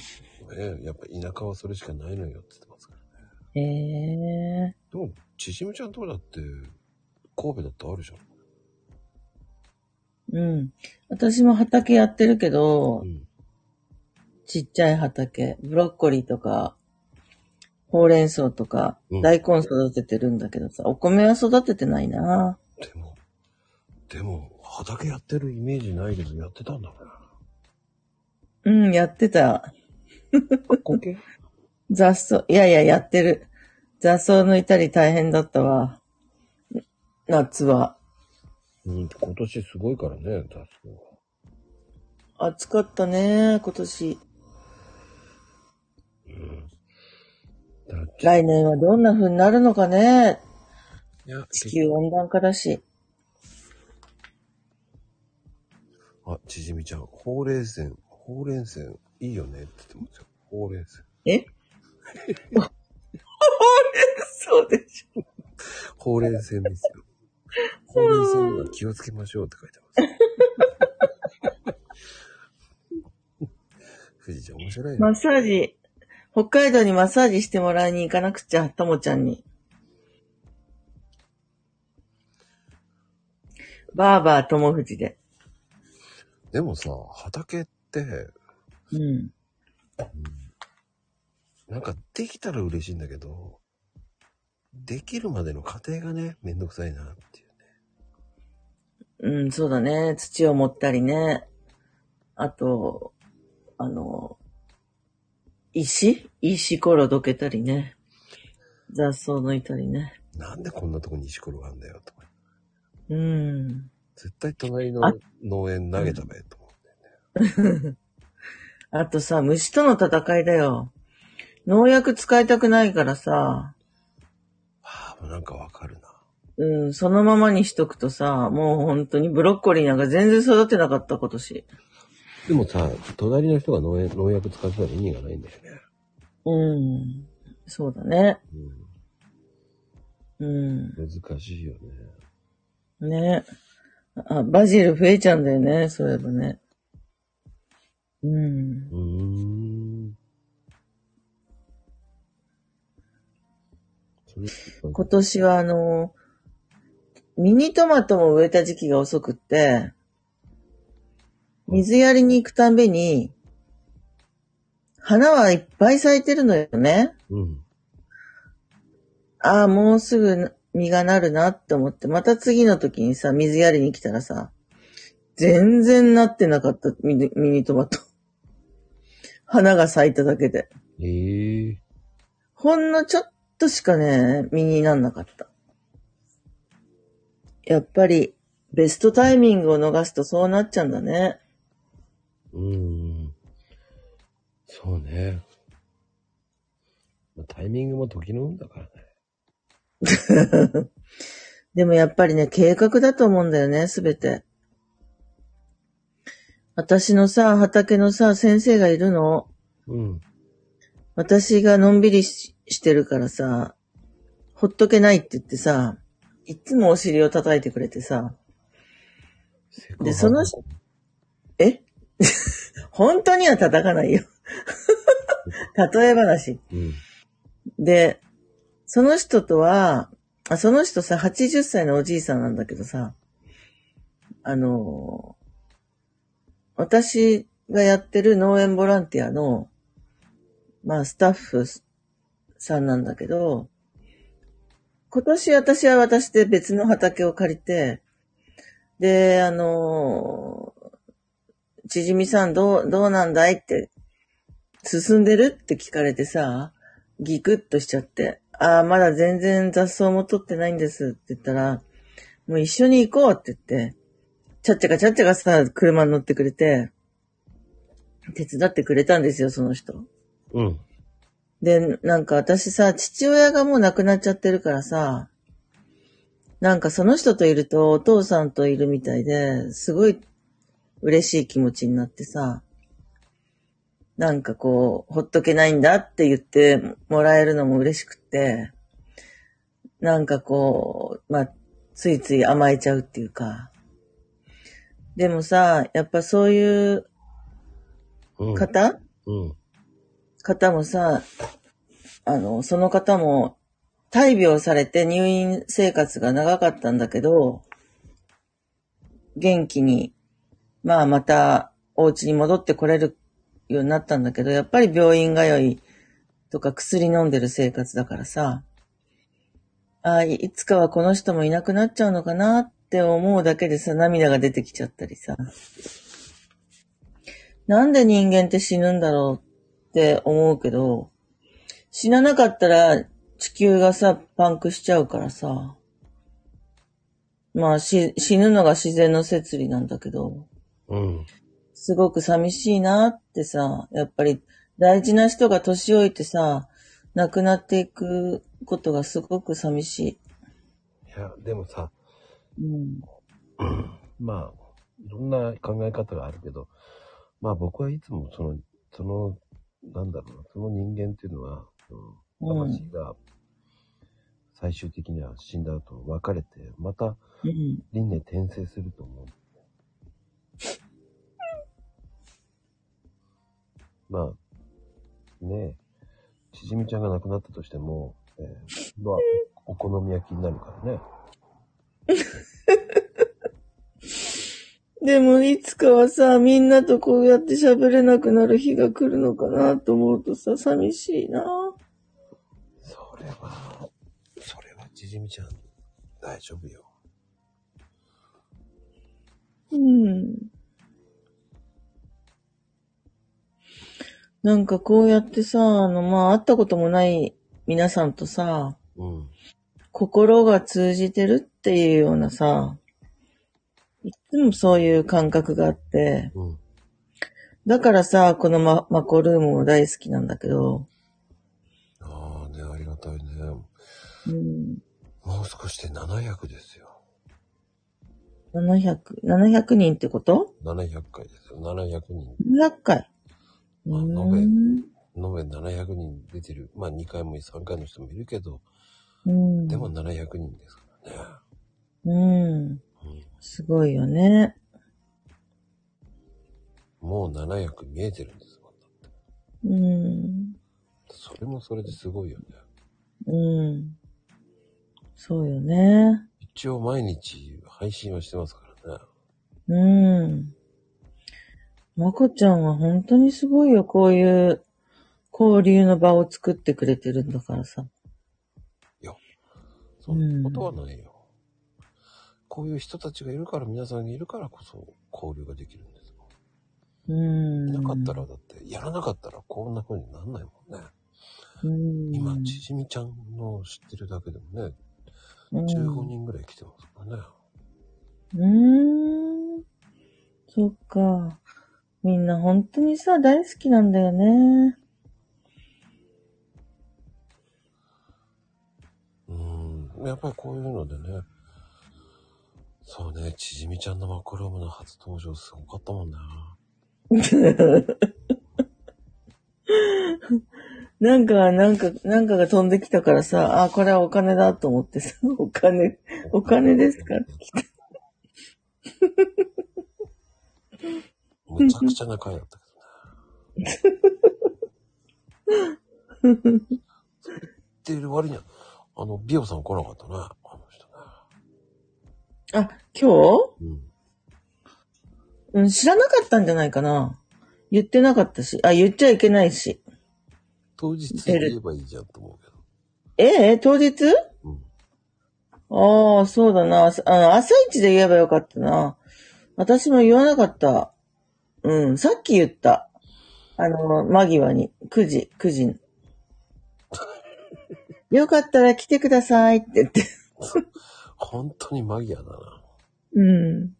Speaker 2: や、ねやっぱ田舎はそれしかないのよって言ってますからね。
Speaker 3: へえ。
Speaker 2: でも、ちじみちゃんとこだって、神戸だってあるじゃん。
Speaker 3: うん。私も畑やってるけど
Speaker 2: う、ん。
Speaker 3: ちっちゃい畑、ブロッコリーとか、ほうれん草とか
Speaker 2: う、ん
Speaker 3: 大根育ててるんだけどさ、お米は育ててないな。
Speaker 2: でも、でも、畑やってるイメージないけど、やってたんだね。
Speaker 3: うん、やってた。
Speaker 2: こけ
Speaker 3: 雑草、いやいや、やってる。雑草抜いたり大変だったわ。夏は。
Speaker 2: うん、今年すごいからね、雑草が。
Speaker 3: 暑かったね、今年。
Speaker 2: だからち
Speaker 3: 来年はどんな風になるのかね。
Speaker 2: いや、
Speaker 3: 地球温暖化だし。
Speaker 2: あ、ちじみちゃん、ほうれい線、ほうれい線、いいよねって言ってますよ。ほうれい線。
Speaker 3: え そうでし
Speaker 2: ほうれい線です よ。ほうれい線には気をつけましょうって書いてます。富士ちゃん面白い
Speaker 3: ょ。
Speaker 2: ね
Speaker 3: マ。ッサージ、北海道にマッサージしてもらいに行かなくちゃ、ともちゃんに。バーバーともふじで。
Speaker 2: でもさ、畑って、
Speaker 3: うん。
Speaker 2: なんかできたら嬉しいんだけど、できるまでの過程がね、めんどくさいなっていうね。
Speaker 3: うん、そうだね。土を盛ったりね。あと、あの、石石ころどけたりね。雑草抜いたりね。
Speaker 2: なんでこんなとこに石ころがあんだよとか。
Speaker 3: うん。
Speaker 2: 絶対隣の
Speaker 3: あ
Speaker 2: 農園投げたべと思って。
Speaker 3: あとさ、虫との戦いだよ。農薬使いたくないからさ、
Speaker 2: ああ、もうなんかわかるな。
Speaker 3: うん、そのままにしとくとさ、もう本当にブロッコリーなんか全然育てなかった今年。
Speaker 2: でもさ、隣の人が農園農薬使ってたら意味がないんだよね。
Speaker 3: うん。そうだね。
Speaker 2: う
Speaker 3: うん。
Speaker 2: ん、難しいよね。
Speaker 3: ね。あ、バジル増えちゃうんだよね、そういえばね。うん。
Speaker 2: うーん。それ
Speaker 3: 今年はあの、ミニトマトも植えた時期が遅くって、水やりに行くたんびに、花はいっぱい咲いてるのよね。
Speaker 2: うん。
Speaker 3: ああ、もうすぐ実がなるなって思って、また次の時にさ、水やりに来たらさ、全然なってなかった、ミニミニトマト。花が咲いただけで。
Speaker 2: ええ
Speaker 3: ほんのちょっとしかね、身になんなかった。やっぱり、ベストタイミングを逃すとそうなっちゃうんだね。
Speaker 2: うん。そうね。まあタイミングも時の運だからね。
Speaker 3: でもやっぱりね、計画だと思うんだよね、すべて。私のさ、畑のさ、先生がいるの。
Speaker 2: うん。
Speaker 3: 私がのんびりししてるからさ、ほっとけないって言ってさ、いつもお尻を叩いてくれてさ、
Speaker 2: セ
Speaker 3: でその人え 本当には叩かないよ。 例え話。
Speaker 2: うん。
Speaker 3: で、その人とは、あその人さ、80歳のおじいさんなんだけどさ、あの、私がやってる農園ボランティアの、まあ、スタッフさんなんだけど、今年私は私で別の畑を借りて、で、あの、ちじみさんどう、どうなんだいって、進んでるって聞かれてさ、ギクッとしちゃって、ああ、まだ全然雑草も取ってないんですって言ったら、もう一緒に行こうって言って、ちゃっちゃかちゃっちゃかさ、車に乗ってくれて、手伝ってくれたんですよ、その人。
Speaker 2: うん。
Speaker 3: で、なんか私さ、父親がもう亡くなっちゃってるからさ、なんかその人といるとお父さんといるみたいで、すごい嬉しい気持ちになってさ、なんかこう、ほっとけないんだって言ってもらえるのも嬉しくって、なんかこう、まあ、ついつい甘えちゃうっていうか。でもさ、やっぱそういう
Speaker 2: うん。
Speaker 3: 方、
Speaker 2: うん。
Speaker 3: 方もさ、あの、その方も、大病されて入院生活が長かったんだけど、元気に、まあまたお家に戻ってこれるようになったんだけど、やっぱり病院通いとか薬飲んでる生活だからさ、ああ、いいつかはこの人もいなくなっちゃうのかなって思うだけでさ、涙が出てきちゃったりさ。なんで人間って死ぬんだろうって思うけど、死ななかったら地球がさ、パンクしちゃうからさ。まあし死ぬのが自然の摂理なんだけど、
Speaker 2: うん。
Speaker 3: すごく寂しいなってさ、やっぱり大事な人が年老いてさ、亡くなっていくことがすごく寂し
Speaker 2: いや、でもさ、
Speaker 3: い。うん。
Speaker 2: まあ、いろんな考え方があるけど、まあ僕はいつもその、その、なんだろうな、その人間っていうのは、うん、
Speaker 3: うん
Speaker 2: 魂が最終的には死んだ後別れて、また
Speaker 3: うん。
Speaker 2: 輪廻転生すると思う。まあ、ねえ、ちじみちゃんが亡くなったとしても、えーまあ、お好み焼きになるからね。
Speaker 3: でもいつかはさ、みんなとこうやって喋れなくなる日が来るのかなと思うとさ、寂しいな
Speaker 2: それは、それはちじみちゃん、大丈夫よ。
Speaker 3: うんなんかこうやってさ、あの、まあ、会ったこともない皆さんとさ、
Speaker 2: うん。
Speaker 3: 心が通じてるっていうようなさ、いつもそういう感覚があって、
Speaker 2: うん。
Speaker 3: だからさ、このママコルームも大好きなんだけど、
Speaker 2: ああね、ありがたいね。
Speaker 3: うん、
Speaker 2: もう少しで700ですよ。
Speaker 3: 700、700人ってこと
Speaker 2: 700回ですよ。700人。
Speaker 3: ?700 回。
Speaker 2: まあ
Speaker 3: う
Speaker 2: 延べ
Speaker 3: ん
Speaker 2: 延べ700人出てる。まあ2回も3回の人もいるけど、
Speaker 3: うん。
Speaker 2: でも700人ですからね。
Speaker 3: うん。
Speaker 2: うん
Speaker 3: すごいよね。
Speaker 2: もう700見えてるんですもん。
Speaker 3: うん。
Speaker 2: それもそれですごいよね。
Speaker 3: うん。そうよね。
Speaker 2: 一応毎日配信はしてますからね。
Speaker 3: うん。まこちゃんは本当にすごいよ。こういう交流の場を作ってくれてるんだからさ。
Speaker 2: そんなことはないよ。こういう人たちがいるから、皆さんがいるからこそ交流ができるんですもん。
Speaker 3: うん。
Speaker 2: いなかったら、だって、やらなかったらこんな風になんないもんね。
Speaker 3: うん、
Speaker 2: 今、ちじみちゃんの知ってるだけでもね、
Speaker 3: うん、
Speaker 2: 15人ぐらい来てますからね。
Speaker 3: うん。そっか。みんな本当にさ、大好きなんだよね。
Speaker 2: うん。やっぱりこういうのでね、そうね、ちじみちゃんのマクロームの初登場すごかったもんな。
Speaker 3: なんか、なんか、なんかが飛んできたからさ、あ、これはお金だと思ってさ、 お金、お金です か
Speaker 2: むちゃくちゃな回だったけどね。それ言ってる割には、あの、ビオさん来なかったね。あの人ね。
Speaker 3: あ、今日
Speaker 2: うん。
Speaker 3: うん、知らなかったんじゃないかな。言ってなかったし。あ、言っちゃいけないし。
Speaker 2: 当日言えばいいじゃんと思うけ
Speaker 3: ええ当日
Speaker 2: ど。うん。
Speaker 3: ああ、そうだな。あの朝一で言えばよかったな。私も言わなかった。うん、さっき言った。あの、間際に。9時、9時 に。よかったら来てくださいって言って。
Speaker 2: 本当にマギアだな。
Speaker 3: うん。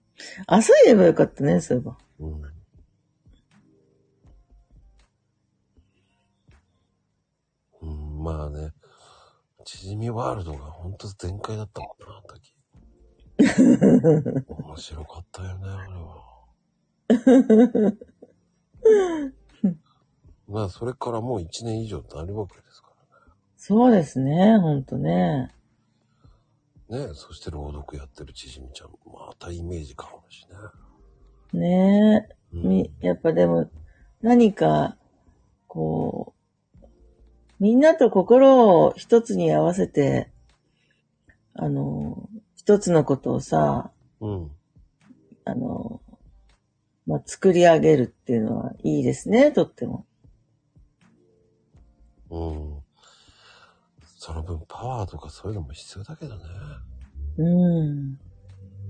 Speaker 3: 朝言えばよかったね、そういえば。
Speaker 2: うん。まあね、チヂミワールドが本当全開だったもんな、あの時。面白かったよね、あれは。まあ、それからもう1年以上になるわけですか
Speaker 3: そうですね、ほんとね。
Speaker 2: らね。ねそして朗読やってるチヂミちゃん、またイメージ変わるしね。
Speaker 3: ねえ。
Speaker 2: うん
Speaker 3: み、やっぱでも、何か、こう、みんなと心を一つに合わせて、あの、一つのことをさ、
Speaker 2: うん。
Speaker 3: あの、まあ、作り上げるっていうのはいいですね、とっても。
Speaker 2: うん。その分パワーとかそういうのも必要だけどね。
Speaker 3: うん。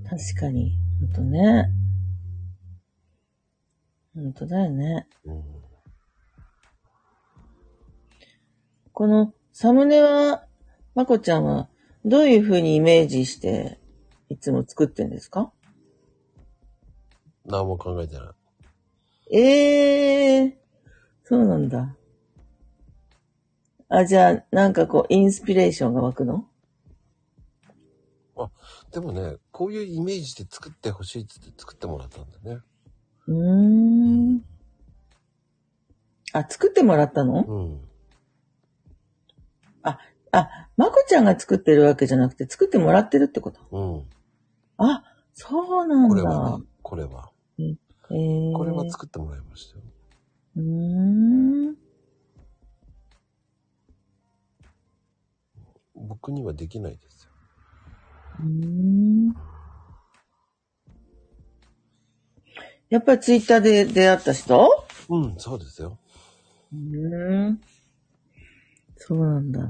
Speaker 3: 確かに。ほんとね。ほんとだよね。
Speaker 2: うん。
Speaker 3: このサムネは、まこちゃんは、どういうふうにイメージして、いつも作ってんですか
Speaker 2: 何も考えてない。
Speaker 3: ええそうなんだ。あ、じゃあ、なんかこう、インスピレーションが湧くの
Speaker 2: でもね、こういうイメージで作ってほしいって言って作ってもらったんだよね。
Speaker 3: うーん。あ、作ってもらったの
Speaker 2: うん。
Speaker 3: あ、まこちゃんが作ってるわけじゃなくて、作ってもらってるってこと
Speaker 2: うん。
Speaker 3: あ、そうなん
Speaker 2: こ
Speaker 3: だ。
Speaker 2: れはね、これは。
Speaker 3: えー、
Speaker 2: これは作ってもらいましたよ。
Speaker 3: うーん。
Speaker 2: 僕にはできないですよ。
Speaker 3: うーんやっぱりツイッターで出会った人
Speaker 2: うん、そうですよ。
Speaker 3: うーん。そうなんだ。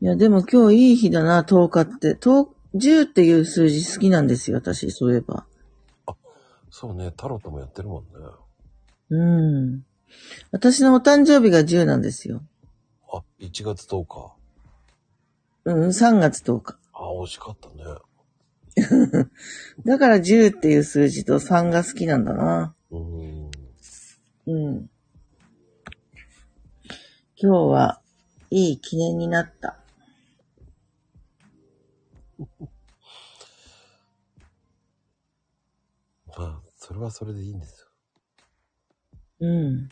Speaker 3: いや、でも今日いい日だな、10日って。10 10っていう数字好きなんですよ、私、そういえば。
Speaker 2: そうね、タロットもやってるもんね。
Speaker 3: うん。私のお誕生日が10なんですよ。
Speaker 2: あ、1月10日。
Speaker 3: うん、3月10日。
Speaker 2: あ、惜しかったね。
Speaker 3: だから10っていう数字と3が好きなんだな。
Speaker 2: うん。
Speaker 3: うん。今日は、いい記念になった。
Speaker 2: まあ、それはそれでいいんですよ。
Speaker 3: うん。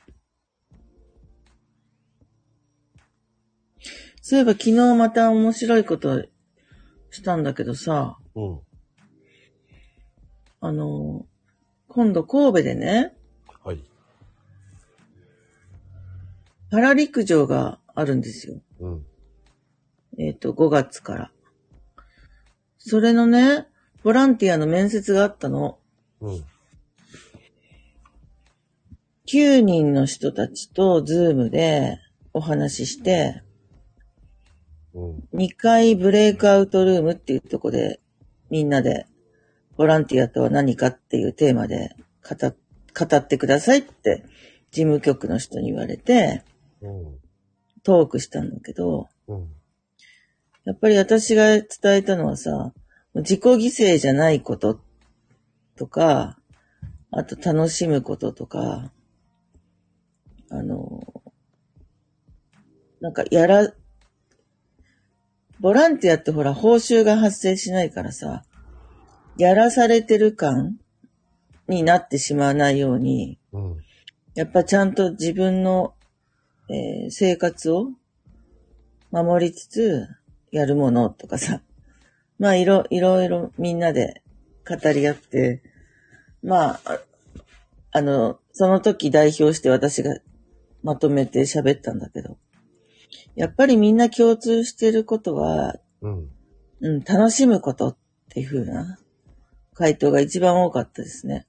Speaker 3: そういえば昨日また面白いことしたんだけどさ、
Speaker 2: うん。
Speaker 3: あの、今度神戸でね、
Speaker 2: はい。
Speaker 3: パラ陸上があるんですよ。
Speaker 2: うん。
Speaker 3: えっ、と、5月から。それのね、ボランティアの面接があったの。
Speaker 2: うん。
Speaker 3: 9人の人たちとズームでお話しして、
Speaker 2: うん。
Speaker 3: 2階ブレイクアウトルームっていうとこで、みんなで、ボランティアとは何かっていうテーマで語っ、語ってくださいって、事務局の人に言われて、
Speaker 2: うん。
Speaker 3: トークしたんだけど、
Speaker 2: うん。
Speaker 3: やっぱり私が伝えたのはさ、自己犠牲じゃないこととか、あと楽しむこととか、あの、なんかやら、ボランティアってほら報酬が発生しないからさ、やらされてる感になってしまわないように、
Speaker 2: うん。
Speaker 3: やっぱちゃんと自分の、えー生活を守りつつやるものとかさ。 まあいろ、いろいろみんなで語り合って、まあ、ああの、その時代表して私がまとめて喋ったんだけど、やっぱりみんな共通してることは、
Speaker 2: うん。
Speaker 3: うん、楽しむことっていう風な回答が一番多かったですね。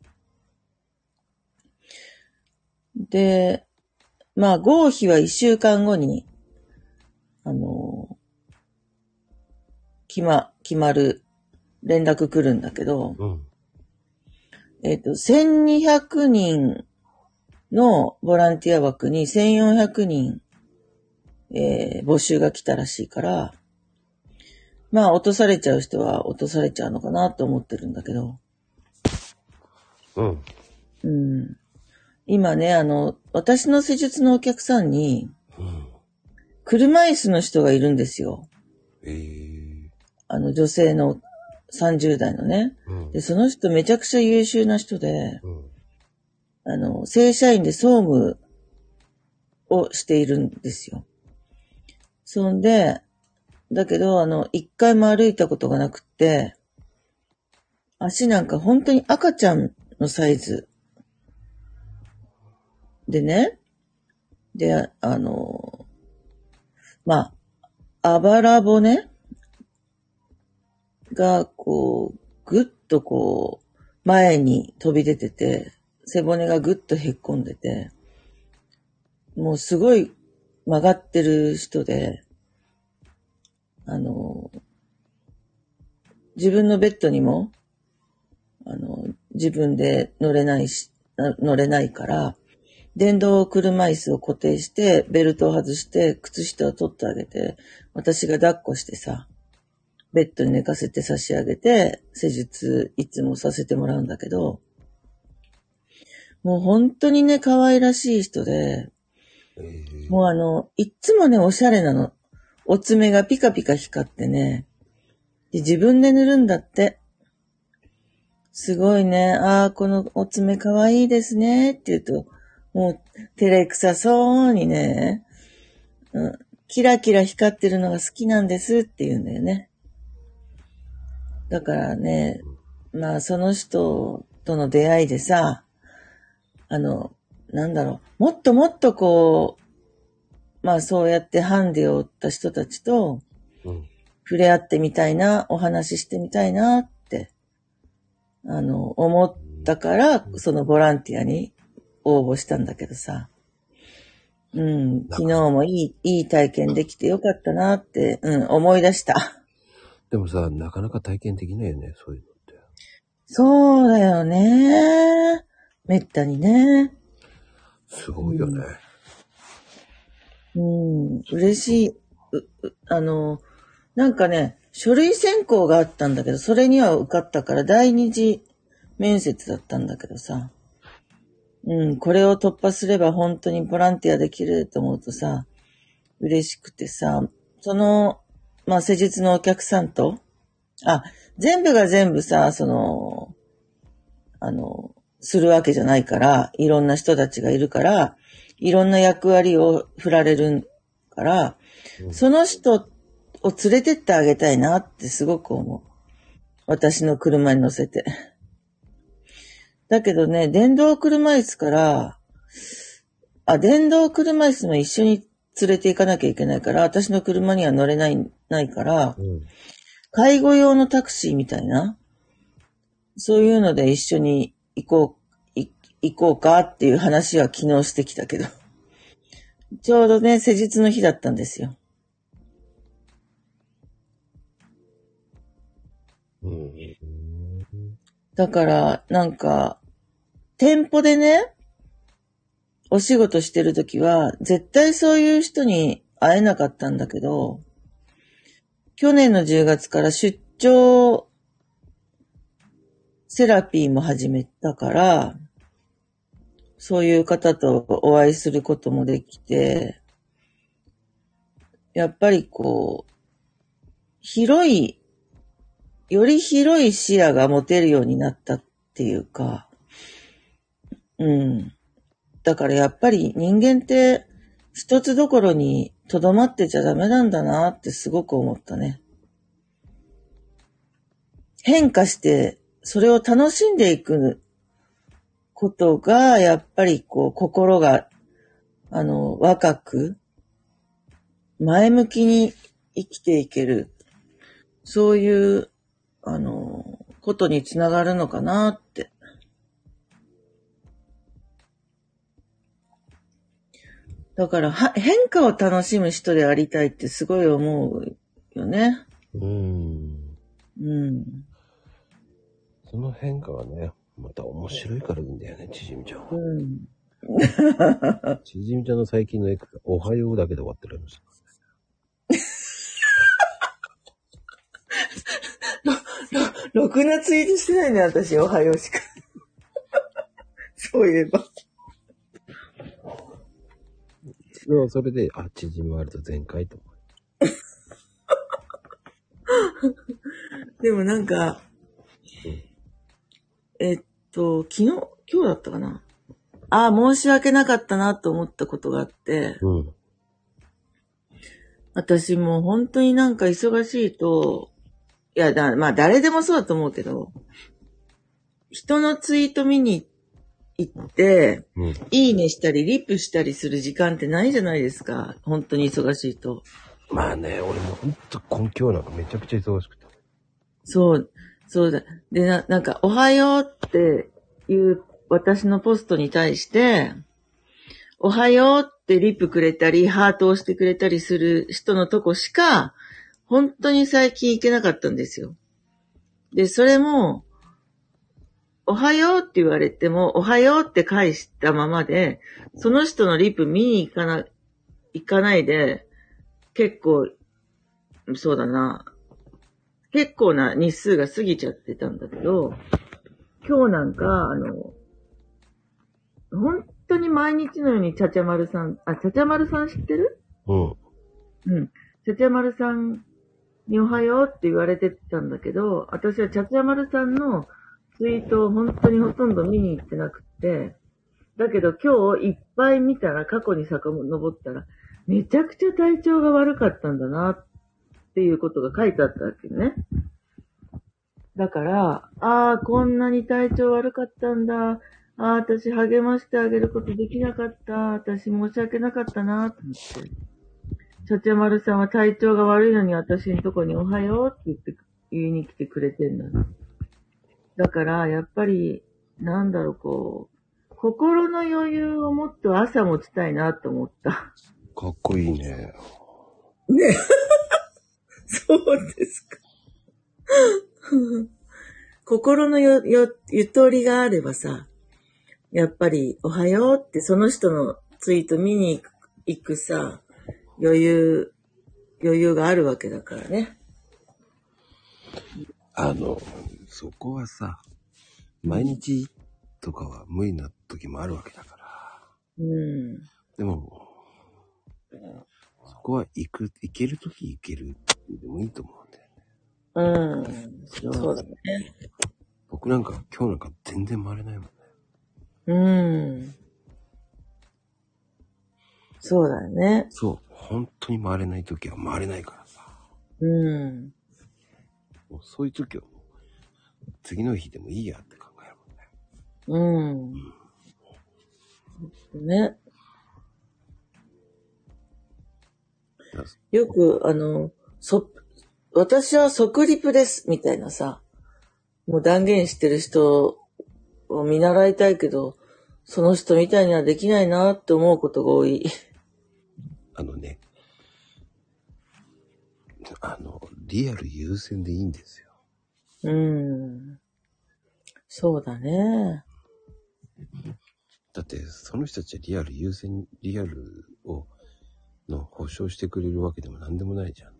Speaker 3: で、まあ、合否は一週間後に、あの、決ま、決まる連絡来るんだけど、
Speaker 2: うん。
Speaker 3: えっ、と、1200人のボランティア枠に1400人、えー募集が来たらしいから、まあ、落とされちゃう人は落とされちゃうのかなと思ってるんだけど、
Speaker 2: うん。
Speaker 3: うん。今ね、あの、私の施術のお客さんに、
Speaker 2: うん。
Speaker 3: 車椅子の人がいるんですよ。
Speaker 2: ええ
Speaker 3: あの、女性の30代のね。
Speaker 2: うん
Speaker 3: で、。その人めちゃくちゃ優秀な人で、
Speaker 2: うん。
Speaker 3: あの、正社員で総務をしているんですよ。そんで、だけど、あの、一回も歩いたことがなくって、足なんか本当に赤ちゃんのサイズ。でね、で、あの、まあ、あばら骨が、こう、ぐっとこう、前に飛び出てて、背骨がぐっとへっこんでて、もうすごい曲がってる人で、あの、自分のベッドにも、あの、自分で乗れないし、な乗れないから、電動車椅子を固定して、ベルトを外して、靴下を取ってあげて、私が抱っこしてさ、ベッドに寝かせて差し上げて、施術いつもさせてもらうんだけど、もう本当にね、可愛らしい人で、
Speaker 2: ええ
Speaker 3: もうあの、いっつもね、おしゃれなの。お爪がピカピカ光ってね。で、自分で塗るんだって。すごいね。ああ、このお爪可愛いですね。って言うと、もう、照れくさそうにね、うん、キラキラ光ってるのが好きなんですって言うんだよね。だからね、まあ、その人との出会いでさ、あの、なんだろう、もっともっとこう、まあそうやってハンデを負った人たちと
Speaker 2: うん。
Speaker 3: 触れ合ってみたいな、お話ししてみたいなって、あの、思ったから、そのボランティアに応募したんだけどさ。うん、昨日もいい、いい体験できてよかったなって、うん、思い出した。
Speaker 2: でもさ、なかなか体験できないよね、そういうのって。
Speaker 3: そうだよね。めったにね。
Speaker 2: すごいよね。
Speaker 3: うん、嬉しい。ううあの、なんかね、書類選考があったんだけど、それには受かったから第二次面接だったんだけどさ。うん、これを突破すれば本当にボランティアできると思うとさ、嬉しくてさ、その、まあ、施術のお客さんと、あ、全部が全部さ、その、あの、するわけじゃないから、いろんな人たちがいるから、いろんな役割を振られるから、
Speaker 2: うん
Speaker 3: その人を連れてってあげたいなってすごく思う。私の車に乗せて。だけどね、電動車椅子から、あ、電動車椅子も一緒に連れて行かなきゃいけないから、私の車には乗れない、ないから、
Speaker 2: うん。
Speaker 3: 介護用のタクシーみたいな、そういうので一緒に行こう、い行こうかっていう話は昨日してきたけど。ちょうどね、施術の日だったんですよ。
Speaker 2: うん。
Speaker 3: だから、なんか、店舗でね、お仕事してるときは、絶対そういう人に会えなかったんだけど、去年の10月から出張セラピーも始めたから、そういう方とお会いすることもできて、やっぱりこう、広いより広い視野が持てるようになったっていうか、うん。だからやっぱり人間って一つどころにとどまってちゃダメなんだなってすごく思ったね。変化して、それを楽しんでいくことが、やっぱりこう、心が、あの、若く、前向きに生きていける。そういうあの、ことにつながるのかなって。だからは、変化を楽しむ人でありたいってすごい思うよね。
Speaker 2: うん。
Speaker 3: うん。
Speaker 2: その変化がね、また面白いからいいんだよね、ちじみちゃん。
Speaker 3: うん。
Speaker 2: ちじみちゃんの最近のエクサ、おはようだけで終わってるんですよ。
Speaker 3: ろくなツイートしてないね、 私。おはようしか。そういえば。
Speaker 2: それはそれで、あ、縮まると全開と思う。
Speaker 3: でもなんか、えっと、昨日、今日だったかな。ああ、申し訳なかったなと思ったことがあって、
Speaker 2: うん。
Speaker 3: 私もう本当になんか忙しいと、いや、だ、まあ誰でもそうだと思うけど、人のツイート見に行って、
Speaker 2: うん。
Speaker 3: いいねしたり、リップしたりする時間ってないじゃないですか。本当に忙しいと。
Speaker 2: まあね、俺もほんと今日なんかめちゃくちゃ忙しくて。
Speaker 3: そう、そうだ。で、な、なんか、おはようっていう私のポストに対して、おはようってリップくれたり、ハートをしてくれたりする人のとこしか、本当に最近行けなかったんですよ。で、それも、おはようって言われても、おはようって返したままで、その人のリップ見に行かな、行かないで、結構、そうだな、結構な日数が過ぎちゃってたんだけど、今日なんか、あの、本当に毎日のようにちゃちゃまるさん、あ、ちゃちゃまるさん知ってる
Speaker 2: うん。
Speaker 3: うん。ちゃちゃまるさんにおはようって言われてたんだけど、私はちゃちゃまるさんのツイートを本当にほとんど見に行ってなくて、だけど今日いっぱい見たら、過去に遡ったら、めちゃくちゃ体調が悪かったんだなっていうことが書いてあったわけね。だから、ああ、こんなに体調悪かったんだ。ああ、私励ましてあげることできなかった。私申し訳なかったなと思って。ちゃちゃまるさんは体調が悪いのに私のとこにおはようって言って、言いに来てくれてんだ。だから、やっぱり、なんだろう、こう、心の余裕をもっと朝持ちたいなと思った。
Speaker 2: かっこいいね。
Speaker 3: そうですか。 心のよ、よ、ゆとりがあればさ、やっぱり、おはようってその人のツイート見に行く行くさ、余裕、余裕があるわけだからね。
Speaker 2: あの、そこはさ、毎日とかは無理な時もあるわけだから。
Speaker 3: うん。
Speaker 2: でも、そこは行く、行ける時行けるでもいいと思うんだよね。
Speaker 3: うん。そうだね。
Speaker 2: 僕なんか今日なんか全然回れないもんね。
Speaker 3: うん。そうだよね。
Speaker 2: そう、本当に回れない時は回れないからさ。
Speaker 3: うん。
Speaker 2: もうそういう時はもう、次の日でもいいやって考えるもんね。
Speaker 3: うん。ね。
Speaker 2: だから
Speaker 3: よく、あの、そ、私は即リプです、みたいなさ、もう断言してる人を見習いたいけど、その人みたいにはできないなって思うことが多い。
Speaker 2: あのね、あの、リアル優先でいいんですよ。
Speaker 3: うん。そうだね。
Speaker 2: だって、その人たちはリアル優先、リアルを、の保証してくれるわけでも何でもないじゃん。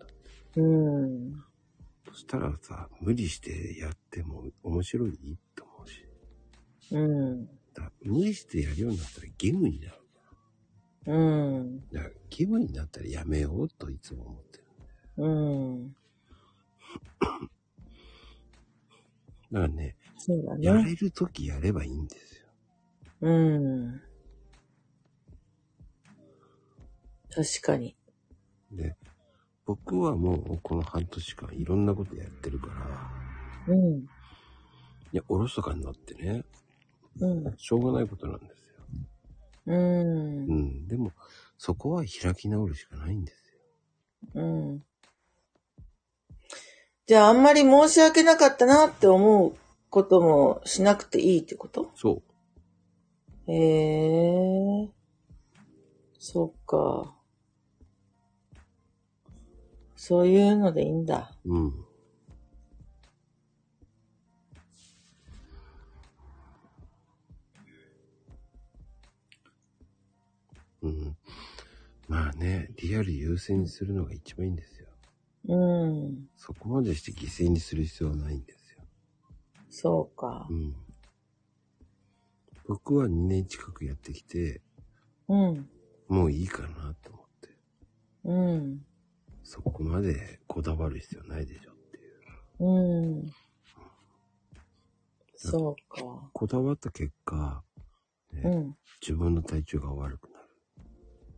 Speaker 3: うん。
Speaker 2: そしたらさ、無理してやっても面白いと思うし。
Speaker 3: うん。
Speaker 2: だから無理してやるようになったら義務になる。
Speaker 3: うん。
Speaker 2: だから義務になったらやめようといつも思ってる。
Speaker 3: うん。
Speaker 2: だからね、
Speaker 3: そうだ
Speaker 2: や
Speaker 3: ね。
Speaker 2: れるときやればいいんですよ。
Speaker 3: うん。確かに。
Speaker 2: で、僕はもうこの半年間いろんなことやってるから、
Speaker 3: うん。
Speaker 2: いや、おろそかになってね、
Speaker 3: うん。
Speaker 2: しょうがないことなんですよ。
Speaker 3: う。
Speaker 2: うんん。でも、そこは開き直るしかないんですよ。
Speaker 3: うん。じゃあ、あんまり申し訳なかったなって思うこともしなくていいってこと
Speaker 2: そ
Speaker 3: へえ。そっか。そういうのでいいんだ。
Speaker 2: う。うん。うん。まあね、リアル優先にするのが一番いいんですよ。
Speaker 3: うん。
Speaker 2: そこまでして犠牲にする必要はないんですよ。
Speaker 3: そうか
Speaker 2: う。ん。僕は2年近くやってきて、
Speaker 3: うん。
Speaker 2: もういいかなと思って。
Speaker 3: うん。
Speaker 2: そこまでこだわる必要ないでしょっていう。
Speaker 3: うん。そうか。
Speaker 2: こだわった結果、ね
Speaker 3: うん。
Speaker 2: 自分の体調が悪くなる。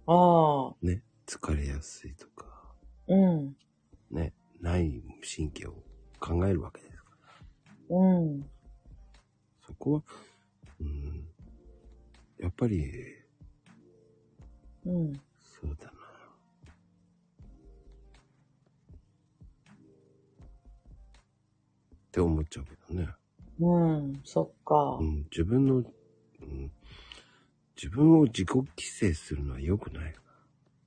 Speaker 3: ああ。
Speaker 2: ね。疲れやすいとか、
Speaker 3: うん。
Speaker 2: ね。ない神経を考えるわけですから。
Speaker 3: うん。
Speaker 2: そこは、うん。やっぱり、
Speaker 3: うん。
Speaker 2: そうだな。って思っちゃうけどね。
Speaker 3: うん。そっか
Speaker 2: う。ん、自分の、うん、自分を自己規制するのは良くない。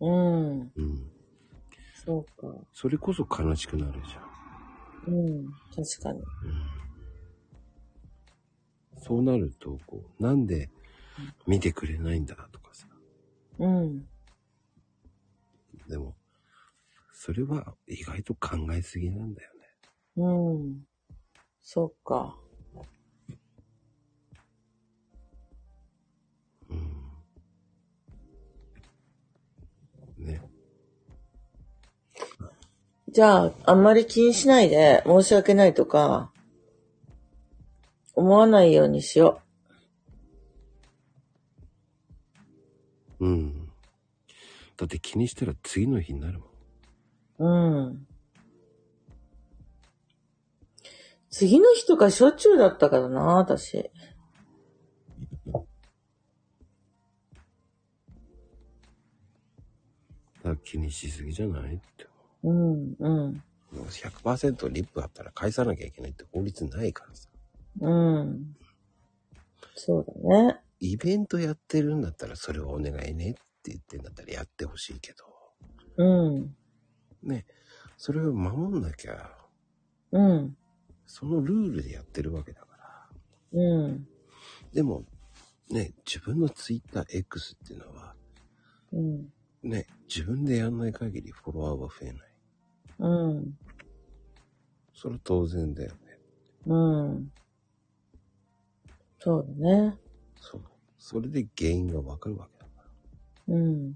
Speaker 3: うん。
Speaker 2: うん。
Speaker 3: そうか。
Speaker 2: それこそ悲しくなるじゃん。
Speaker 3: うん。確かに。
Speaker 2: うん。そうなると、こう、なんで見てくれないんだとかさ。
Speaker 3: うん。
Speaker 2: でも、それは意外と考えすぎなんだよね。
Speaker 3: うん。そっか。
Speaker 2: うん。ね。
Speaker 3: じゃあ、あんまり気にしないで、申し訳ないとか、思わないようにしよ
Speaker 2: うん。だって気にしたら次の日になるもん。
Speaker 3: う。うん。次の日とかしょっちゅうだったからな、私。
Speaker 2: だから気にしすぎじゃないって。
Speaker 3: うん、うん、
Speaker 2: もう100%リップあったら返さなきゃいけないって法律ないからさ。
Speaker 3: うん。そうだね。
Speaker 2: イベントやってるんだったらそれをお願いねって言ってんだったらやってほしいけど。
Speaker 3: うん、
Speaker 2: ね。それを守んなきゃ、
Speaker 3: うん、
Speaker 2: そのルールでやってるわけだから。
Speaker 3: うん、
Speaker 2: でも、ね、自分の TwitterX っていうのは、
Speaker 3: うん、
Speaker 2: ね、自分でやんない限りフォロワーは増えない。
Speaker 3: うん、
Speaker 2: それは当然だよね。
Speaker 3: うん。そうだね。
Speaker 2: そう。それで原因がわかるわけだから。
Speaker 3: うん、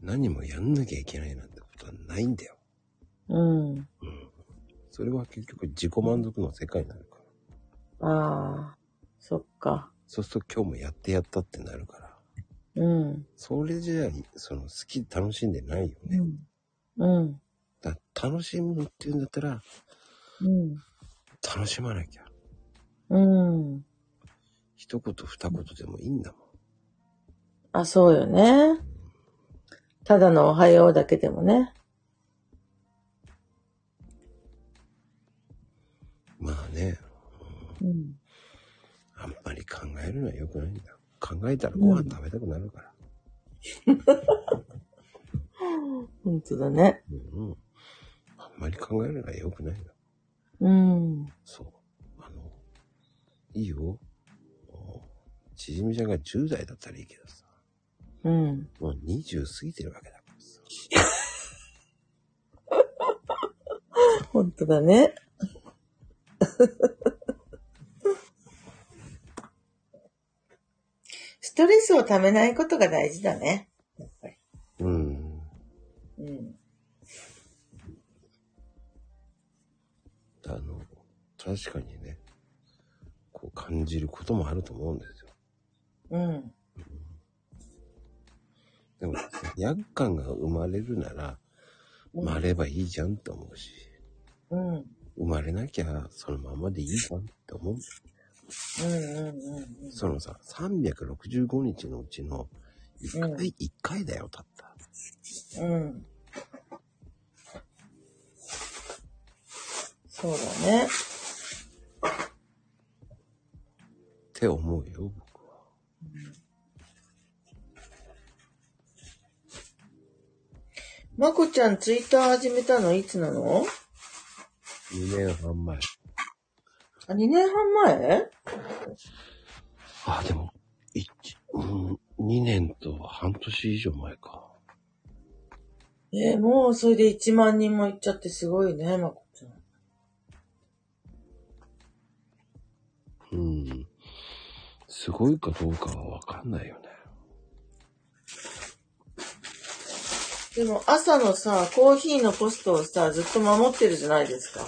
Speaker 2: 何もやんなきゃいけないなんてことはないんだよ。
Speaker 3: うん。
Speaker 2: それは結局自己満足の世界になるから。
Speaker 3: ああ、そっか。
Speaker 2: そうすると今日もやってやったってなるから。
Speaker 3: うん、
Speaker 2: それじゃあ、その好き、楽しんでないよ
Speaker 3: う
Speaker 2: ね。
Speaker 3: ん、うん、
Speaker 2: だ楽しむっていうんだったら、
Speaker 3: うん。
Speaker 2: 楽しまなきゃ。
Speaker 3: うん。
Speaker 2: 一言二言でもいいんだもん。
Speaker 3: あ、そうよね。ただのおはようだけでもね。
Speaker 2: まあね、
Speaker 3: うん。
Speaker 2: あんまり考えるのは良くないんだ。考えたらご飯食べたくなるから。
Speaker 3: 本当だね。
Speaker 2: うん。うん、あんまり考えるのは良くないんだ。
Speaker 3: うん。
Speaker 2: そう。あの、いいよ。おちじみちゃんが10代だったらいいけどさ。
Speaker 3: うん。
Speaker 2: もう20過ぎてるわけだからさ。
Speaker 3: 本当だね。ストレスをためないことが大事だね。やっぱり。
Speaker 2: うん。
Speaker 3: うん。
Speaker 2: あの、確かにね、こう感じることもあると思うんですよ。
Speaker 3: うん。
Speaker 2: でも、厄感が生まれるなら、生まればいいじゃんって思うし、
Speaker 3: うん。うん
Speaker 2: 生まれなきゃそのままでいいじゃんって思う。
Speaker 3: うんうんうん。
Speaker 2: そのさ、365日のうちの1
Speaker 3: うん
Speaker 2: 回、一回だよ、たった。
Speaker 3: うん。そうだ
Speaker 2: っ
Speaker 3: ね。
Speaker 2: て思うよ、僕は。
Speaker 3: まこちゃん、ツイッター始めたのいつなの
Speaker 2: 2年半前。
Speaker 3: あ、2年半前
Speaker 2: あ、でも、一、うん、2年と半年以上前か。
Speaker 3: えーもうそれで1万人もいっちゃってすごいね、まこちゃ
Speaker 2: う
Speaker 3: ん。
Speaker 2: ん。すごいかどうかはわかんないよね。
Speaker 3: でも朝のさ、コーヒーのコストをさ、ずっと守ってるじゃないですか。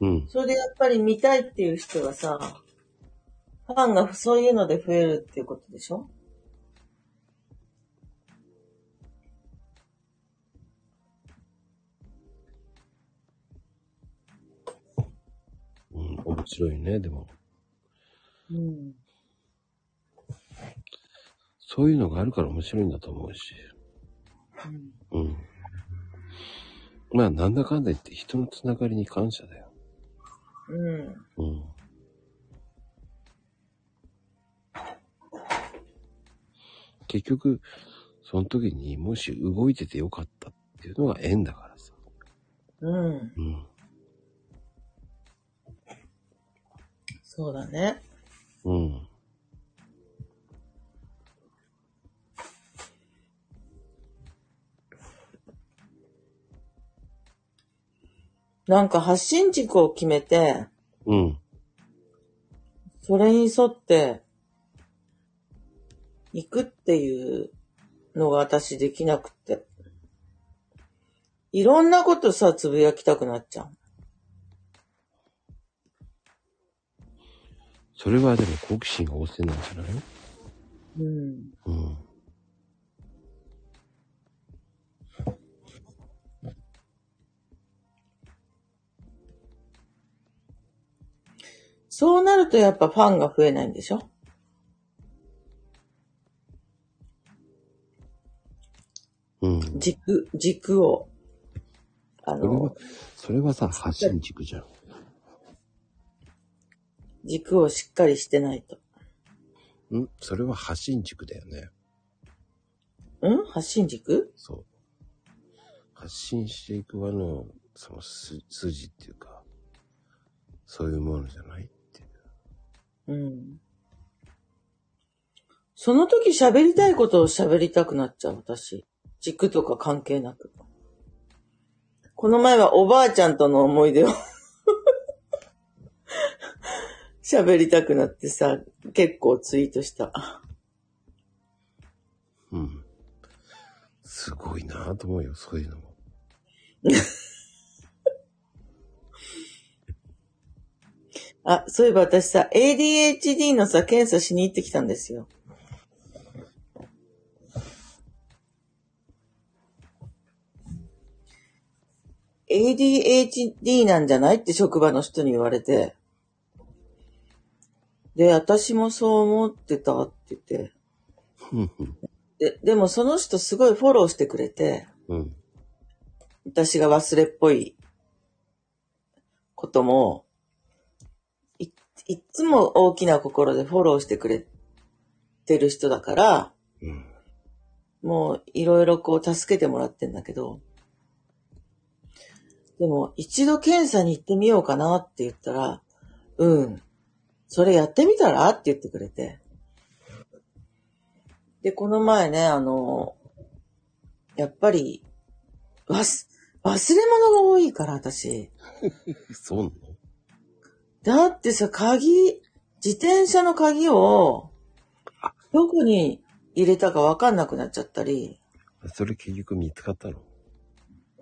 Speaker 2: うん。
Speaker 3: それでやっぱり見たいっていう人がさ、ファンがそういうので増えるっていうことでしょ
Speaker 2: うん、面白いね、でも。
Speaker 3: うん。
Speaker 2: そういうのがあるから面白いんだと思うし。うん。まあ、なんだかんだ言って人のつながりに感謝だよ。
Speaker 3: うん。
Speaker 2: うん。結局、その時にもし動いててよかったっていうのが縁だからさ。
Speaker 3: うん。
Speaker 2: うん。
Speaker 3: そうだね。
Speaker 2: うん。
Speaker 3: なんか発信軸を決めて、
Speaker 2: うん。
Speaker 3: それに沿って、行くっていうのが私できなくて。いろんなことさ、つぶやきたくなっちゃう。
Speaker 2: それはでも好奇心が旺盛なんじゃない
Speaker 3: うん。
Speaker 2: うん。
Speaker 3: そうなるとやっぱファンが増えないんでしょ
Speaker 2: うん。
Speaker 3: 軸、軸を。あ
Speaker 2: それは
Speaker 3: の、、
Speaker 2: それはさ、発信軸じゃん。
Speaker 3: 軸をしっかりしてないと。
Speaker 2: うんそれは発信軸だよね。
Speaker 3: ん発信軸
Speaker 2: そう。発信していく輪の、そのす筋っていうか、そういうものじゃないっていう。
Speaker 3: うん。その時喋りたいことを喋りたくなっちゃう、私。軸とか関係なく。この前はおばあちゃんとの思い出を 喋りたくなってさ、結構ツイートした。
Speaker 2: うん。すごいなぁと思うよ、そういうのも。
Speaker 3: あ、そういえば私さ、ADHD のさ、検査しに行ってきたんですよ。ADHD なんじゃないって職場の人に言われて。で、私もそう思ってたって言って。
Speaker 2: うんうん
Speaker 3: で、でもその人すごいフォローしてくれて、
Speaker 2: うん。
Speaker 3: 私が忘れっぽいことも、い、いっつも大きな心でフォローしてくれてる人だから、
Speaker 2: うん。
Speaker 3: もういろいろこう助けてもらってんだけど、でも一度検査に行ってみようかなって言ったら、うん、それやってみたらって言ってくれて。で、この前ね、あの、やっぱり、忘、忘れ物が多いから私。
Speaker 2: そうなの
Speaker 3: だってさ、鍵、自転車の鍵を、どこに入れたかわかんなくなっちゃったり、
Speaker 2: それ結局見つかったの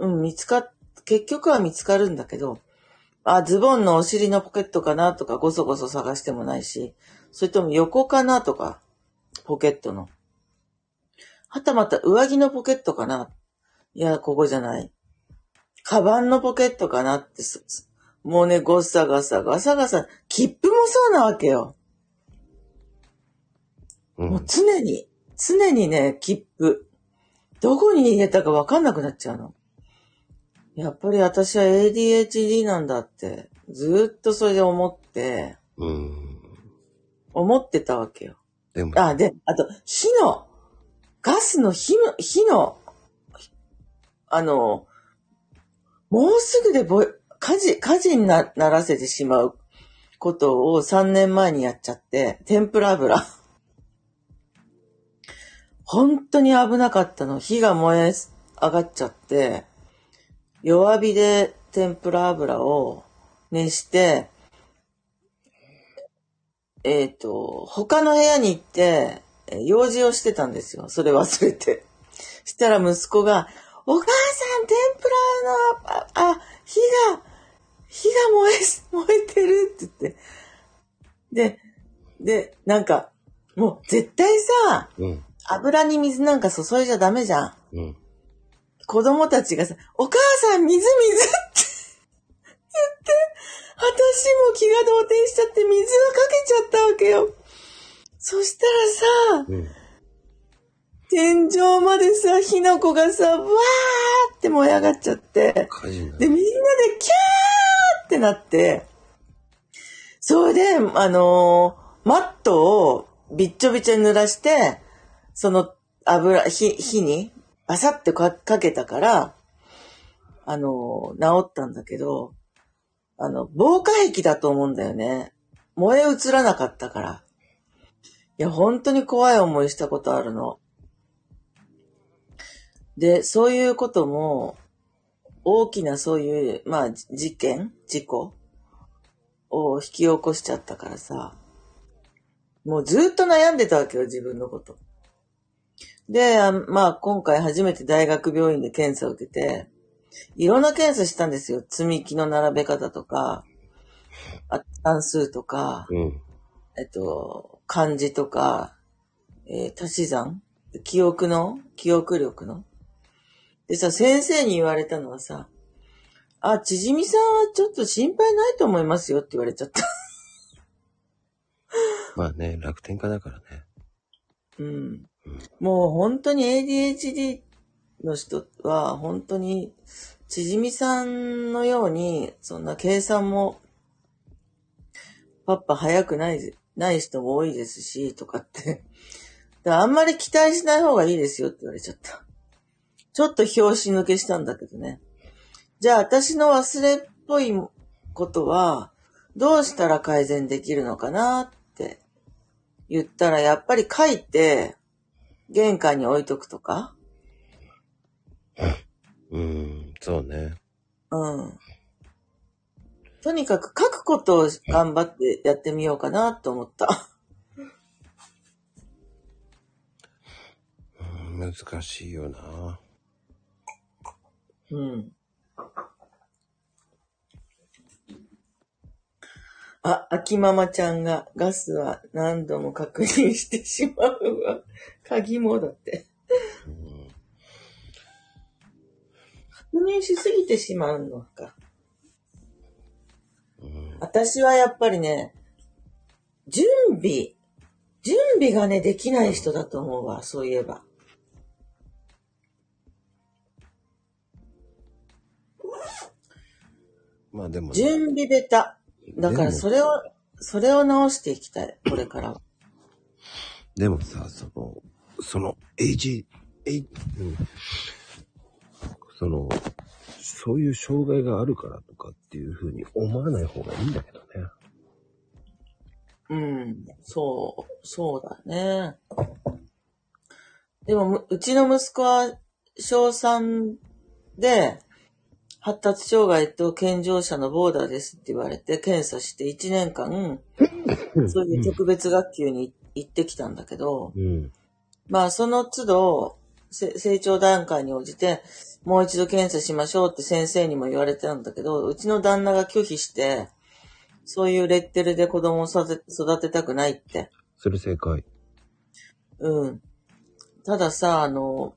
Speaker 3: うん、見つかっ、結局は見つかるんだけど、あ、ズボンのお尻のポケットかなとか、ごそごそ探してもないし、それとも横かなとか、ポケットの。はたまた上着のポケットかないや、ここじゃない。カバンのポケットかなってす、すもうね、ごさがさ、ガサガサ、切符もそうなわけよ。
Speaker 2: う。
Speaker 3: もうん常に、常にね、切符。どこに入れたかわかんなくなっちゃうの。やっぱり私は ADHD なんだって、ずーっとそれで思って、
Speaker 2: うん。
Speaker 3: 思ってたわけよ。
Speaker 2: でも、
Speaker 3: あ、で、あと、火の、ガスの火の、火の、あの、もうすぐでぼ、火事、火事になならせてしまうことを3年前にやっちゃって、天ぷら油。本当に危なかったの。火が燃え上がっちゃって、弱火で天ぷら油を熱して、えっ、と、他の部屋に行って、えー用事をしてたんですよ。それ忘れて。 したら息子が、お母さん、天ぷらの、あ、あ火が、火が燃えす、燃えてるって言って。で、で、なんか、もう絶対さ、
Speaker 2: うん。
Speaker 3: 油に水なんか注いじゃダメじゃん。
Speaker 2: うん。
Speaker 3: 子供たちがさ、お母さん、水水って 言って、私も気が動転しちゃって水をかけちゃったわけよ。そしたらさ、
Speaker 2: うん。
Speaker 3: 天井までさ、火の粉がさ、わーって燃え上がっちゃって、
Speaker 2: 火事にな
Speaker 3: で、
Speaker 2: る。
Speaker 3: みんなでキャーってなって、それで、あのーマットをびっちょびちょに濡らして、その油、火、火にバサってかかけたから、あのー治ったんだけど、あの、防火壁だと思うんだよね。燃え移らなかったから。いや、本当に怖い思いしたことあるの。で、そういうことも、大きなそういう、まあ、じ事件事故を引き起こしちゃったからさ、もうずっと悩んでたわけよ、自分のこと。で、あまあ、今回初めて大学病院で検査を受けて、いろんな検査したんですよ。積み木の並べ方とか、あ算数とか、
Speaker 2: うん。
Speaker 3: えっと、漢字とか、えー足し算記憶の記憶力のでさ、先生に言われたのはさ、あ、ちじみさんはちょっと心配ないと思いますよって言われちゃった。
Speaker 2: まあね、楽天家だからね。
Speaker 3: うん。もう本当に ADHD の人は本当に、ちじみさんのように、そんな計算も、パッパ早くない、ない人も多いですし、とかって。だからあんまり期待しない方がいいですよって言われちゃった。ちょっと表紙抜けしたんだけどね。じゃあ私の忘れっぽいことは、どうしたら改善できるのかなって言ったら、やっぱり書いて、玄関に置いとくとか、
Speaker 2: うん、そうね。
Speaker 3: うん。とにかく書くことを頑張ってやってみようかなと思った。
Speaker 2: うん難しいよな。
Speaker 3: うん。あ、秋ママちゃんがガスは何度も確認してしまうわ。 鍵もだって。
Speaker 2: うん
Speaker 3: 確認しすぎてしまうのか。
Speaker 2: うん
Speaker 3: 私はやっぱりね、準備、準備がね、できない人だと思うわ、そういえば。
Speaker 2: まあでもね、
Speaker 3: 準備ベタ。だからそれを、それを直していきたい、これからは。
Speaker 2: でもさ、その、その、AG、A、うん、その、そういう障害があるからとかっていうふうに思わない方がいいんだけどね。
Speaker 3: うん、そう、そうだね。でも、むうちの息子は、小3で、発達障害と健常者のボーダーですって言われて、検査して1年間、そういう特別学級に行ってきたんだけど、
Speaker 2: うん。
Speaker 3: まあ、その都度、せ成長段階に応じて、もう一度検査しましょうって先生にも言われてたんだけど、うちの旦那が拒否して、そういうレッテルで子供を育て育てたくないって。
Speaker 2: それ正解。
Speaker 3: うん。たださ、あの、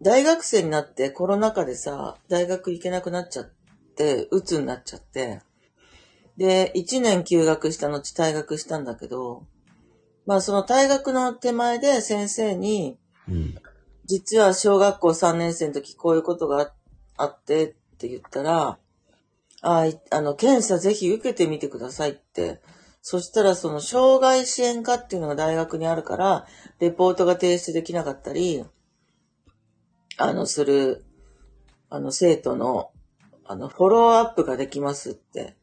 Speaker 3: 大学生になってコロナ禍でさ、大学行けなくなっちゃって、鬱になっちゃって、で、1年休学した後退学したんだけど、まあその退学の手前で先生に、
Speaker 2: うん。
Speaker 3: 実は小学校3年生の時こういうことがああってって言ったら、あいあの、検査ぜひ受けてみてくださいって。そしたらその障害支援課っていうのが大学にあるから、レポートが提出できなかったり、あの、する、あの、生徒の、あの、フォローアップができますって。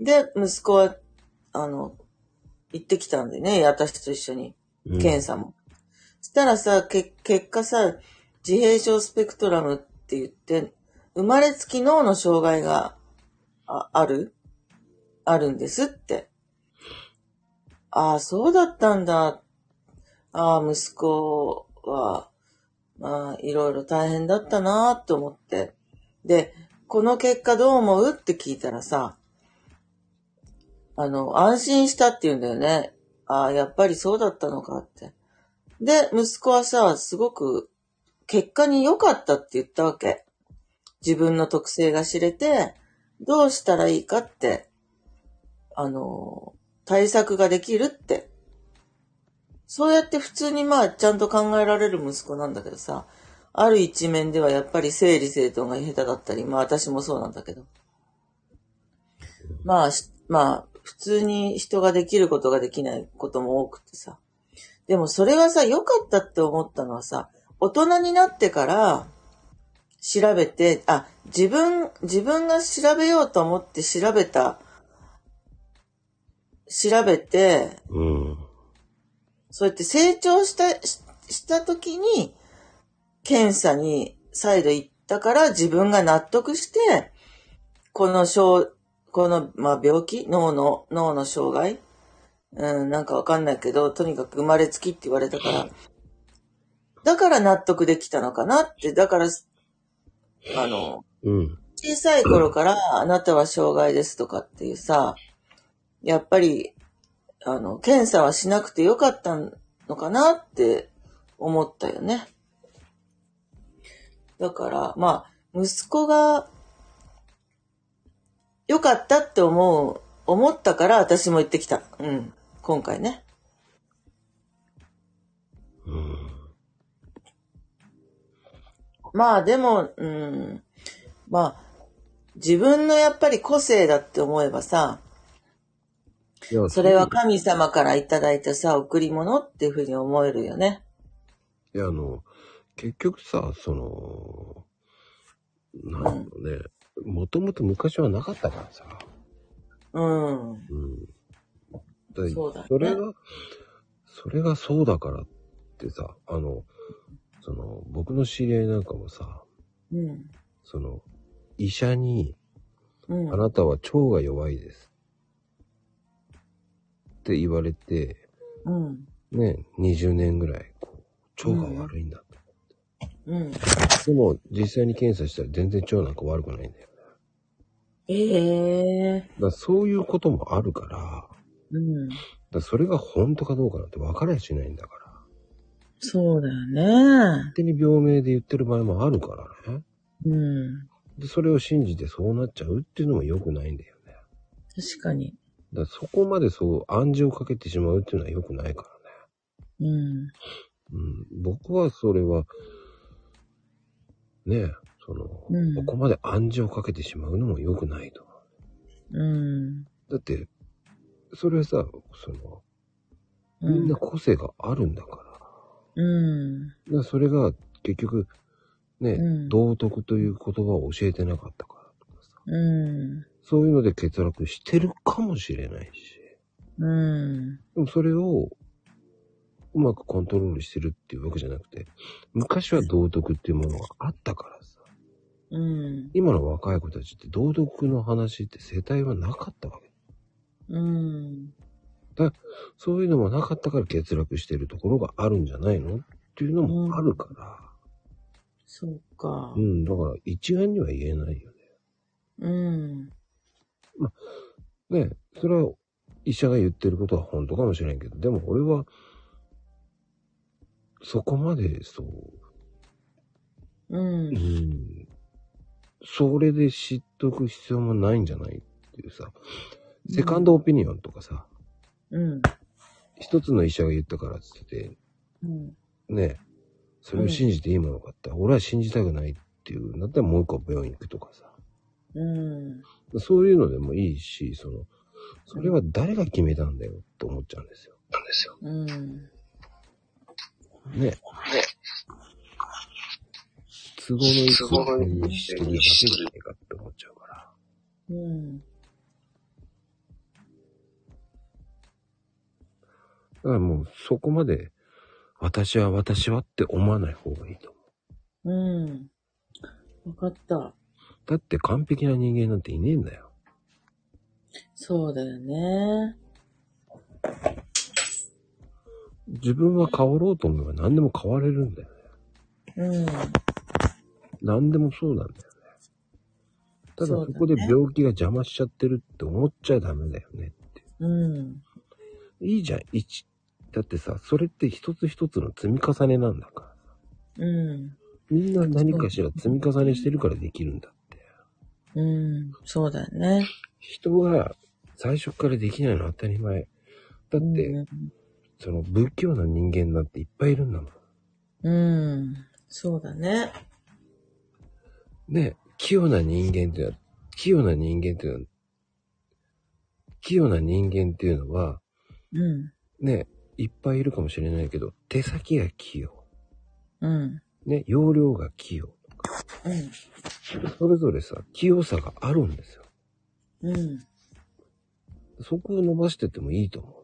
Speaker 3: で、息子は、あの、行ってきたんでね、私と一緒に。
Speaker 2: うん
Speaker 3: 検査も。したらさ、け結果さ、自閉症スペクトラムって言って、生まれつき脳の障害がああるあるんですって。ああ、そうだったんだ。ああ、息子は、まあ、いろいろ大変だったなと思って。で、この結果どう思うって聞いたらさ、あの、安心したって言うんだよね。ああ、やっぱりそうだったのかって。で、息子はさ、すごく、結果に良かったって言ったわけ。自分の特性が知れて、どうしたらいいかって、あの、対策ができるって。そうやって普通にまあ、ちゃんと考えられる息子なんだけどさ、ある一面ではやっぱり整理整頓が下手だったり、まあ私もそうなんだけど。まあ、しまあ、普通に人ができることができないことも多くてさ。でもそれがさ、良かったって思ったのはさ、大人になってから調べて、あ、自分、自分が調べようと思って調べた、調べて、
Speaker 2: うん。
Speaker 3: そうやって成長した、しした時に、検査に再度行ったから自分が納得して、この症、この、まあ、病気脳の、脳の障害うん、なんかわかんないけど、とにかく生まれつきって言われたから、だから納得できたのかなって、だから、あの、
Speaker 2: うん。
Speaker 3: 小さい頃から、あなたは障害ですとかっていうさ、やっぱり、あの、検査はしなくてよかったのかなって思ったよね。だから、まあ、息子が、よかったって思う、思ったから私も行ってきた。うん。今回ね。
Speaker 2: うん。
Speaker 3: まあでも、うん、まあ、自分のやっぱり個性だって思えばさ、
Speaker 4: いや、
Speaker 3: それは神様からいただいたさ、贈り物っていうふうに思えるよね。
Speaker 2: いや、あの、結局さ、その、なんだろうね、もともと昔はなかったからさ。
Speaker 3: うん。
Speaker 2: うん。だい
Speaker 3: そうだね
Speaker 2: それが、それがそうだからってさ、あの、その、僕の知り合いなんかもさ、
Speaker 3: うん。
Speaker 2: その、医者に、
Speaker 3: うん
Speaker 2: あ。なたは腸が弱いです。って言われて、
Speaker 3: うん。
Speaker 2: ね、20年ぐらい、こう、腸が悪いんだと。
Speaker 3: うん。
Speaker 2: でも、実際に検査したら全然腸なんか悪くないんだよ。
Speaker 3: ええ
Speaker 2: だからそういうこともあるから、だか
Speaker 3: うん。
Speaker 2: らそれが本当かどうかなんて分からやしないんだから。
Speaker 3: そうだよね。
Speaker 2: 勝手に病名で言ってる場合もあるからね。
Speaker 3: うん。
Speaker 2: で、それを信じてそうなっちゃうっていうのも良くないんだよね。
Speaker 3: 確かに。
Speaker 2: だからそこまでそう暗示をかけてしまうっていうのは良くないからね。
Speaker 3: う
Speaker 2: う
Speaker 3: ん。
Speaker 2: ん、僕はそれは、ねえ、その、
Speaker 3: うん
Speaker 2: ここまで暗示をかけてしまうのも良くないと。
Speaker 3: うん。
Speaker 2: だって、それはさ、その、
Speaker 3: う
Speaker 2: みん
Speaker 3: ん
Speaker 2: な。個性があるんだから。
Speaker 3: うん。
Speaker 2: だからそれが結局、ね、
Speaker 3: うん
Speaker 2: 道徳という言葉を教えてなかったからとかさ、
Speaker 3: うん。
Speaker 2: そういうので欠落してるかもしれないし、
Speaker 3: うん。
Speaker 2: でもそれをうまくコントロールしてるっていうわけじゃなくて、昔は道徳っていうものがあったからさ、
Speaker 3: うん。
Speaker 2: 今の若い子たちって道徳の話って世帯はなかったわけ。
Speaker 3: うん。
Speaker 2: そういうのもなかったから欠落してるところがあるんじゃないのっていうのもあるから、
Speaker 3: そうか
Speaker 2: うん、。だから一概には言えないよ
Speaker 3: うん。
Speaker 2: ね。ね、それは医者が言ってることは本当かもしれんけど、でも俺は、そこまでそう、
Speaker 3: う。
Speaker 2: うんん、それで知っとく必要もないんじゃないっていうさ、セカンドオピニオンとかさ、
Speaker 3: うん。
Speaker 2: 一つの医者が言ったからっつってて、
Speaker 3: うん。
Speaker 2: ね、それを信じていいものかって、俺は信じたくないっていうんだったらもう一個病院行くとかさ。
Speaker 3: うん。
Speaker 2: そういうのでもいいし、その、それは誰が決めたんだよって思っちゃうんですよ。なんですよ。
Speaker 3: うん。
Speaker 2: ね。都合のいい都合のいいしてるだけじゃないかって思っちゃうから。
Speaker 3: うん。
Speaker 2: だからもうそこまで、私は私はって思わない方がいいと思う。
Speaker 3: うん。わかった。
Speaker 2: だって完璧な人間なんていねえんだよ。
Speaker 3: そうだよね。
Speaker 2: 自分は変わろうと思えば何でも変われるんだよね。
Speaker 3: うん。
Speaker 2: 何でもそうなんだよね。ただ
Speaker 3: そう
Speaker 2: そ
Speaker 3: だね
Speaker 2: こで病気が邪魔しちゃってるって思っちゃダメだよねって。
Speaker 3: うん。
Speaker 2: いいじゃん、一。だってさ、それって一つ一つの積み重ねなんだから。
Speaker 3: うん。
Speaker 2: みんな何かしら積み重ねしてるからできるんだって。
Speaker 3: うん。そうだよね。
Speaker 2: 人が最初からできないのは当たり前。だって、
Speaker 3: うん
Speaker 2: その仏教の人間なんていっぱいいるんだもん。
Speaker 3: うん。そうだね。
Speaker 2: ね、器用な人間っていうのは、器用な人間っていうのは、器用な人間っていうのは、
Speaker 3: うん。
Speaker 2: ね、いっぱいいるかもしれないけど、手先が器用。
Speaker 3: うん。
Speaker 2: ね、容量が器用。
Speaker 3: うん。
Speaker 2: それぞれさ、器用さがあるんですよ。
Speaker 3: うん。
Speaker 2: そこを伸ばしてってもいいと思うし。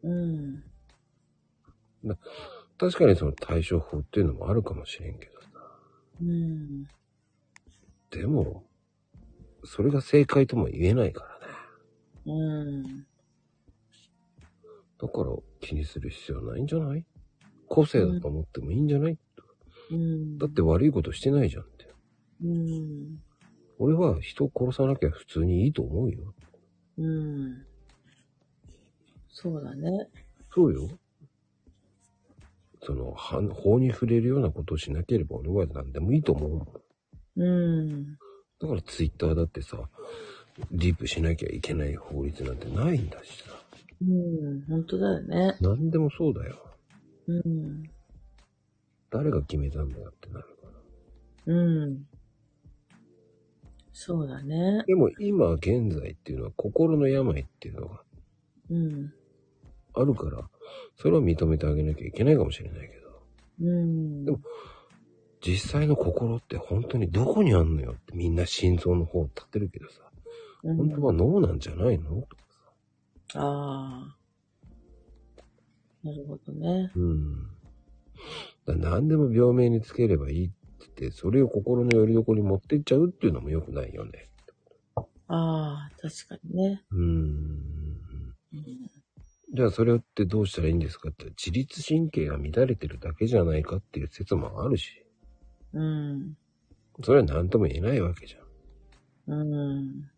Speaker 3: うん。
Speaker 2: 確かにその対処法っていうのもあるかもしれんけどさ。
Speaker 3: うん。
Speaker 2: でも、それが正解とも言えないからね。
Speaker 3: うん。
Speaker 2: だから気にする必要ないんじゃない個性だと思ってもいいんじゃない、
Speaker 3: うん。
Speaker 2: だって悪いことしてないじゃんって。
Speaker 3: うん。
Speaker 2: 俺は人を殺さなきゃ普通にいいと思うよ。
Speaker 3: うん。そうだね。
Speaker 2: そうよ。その、は法に触れるようなことをしなければ俺は何でもいいと思うもん。
Speaker 3: うん。
Speaker 2: だからツイッターだってさ、リープしなきゃいけない法律なんてないんだしさ。
Speaker 3: うん。本当だよね。
Speaker 2: 何でもそうだよ。
Speaker 3: うん。
Speaker 2: 誰が決めたんだよってなるから。
Speaker 3: うん。そうだね。
Speaker 2: でも今現在っていうのは心の病っていうのが
Speaker 3: うん。
Speaker 2: あるから、それは認めてあげなきゃいけないかもしれないけど、
Speaker 3: うん。
Speaker 2: でも実際の心って本当にどこにあんのよってみんな心臓の方を立てるけどさ、
Speaker 3: うん、
Speaker 2: 本当は脳なんじゃないのとかさ。
Speaker 3: ああ。なるほどね。
Speaker 2: うん。だから何でも病名につければいいって言って、それを心の拠り所に持ってっちゃうっていうのも良くないよね。
Speaker 3: ああ、確かにね。
Speaker 2: うん。
Speaker 3: うん
Speaker 2: じゃあそれってどうしたらいいんですかって言ったら自律神経が乱れてるだけじゃないかっていう説もあるし、
Speaker 3: うん。
Speaker 2: それは何とも言えないわけじゃん。
Speaker 3: うん。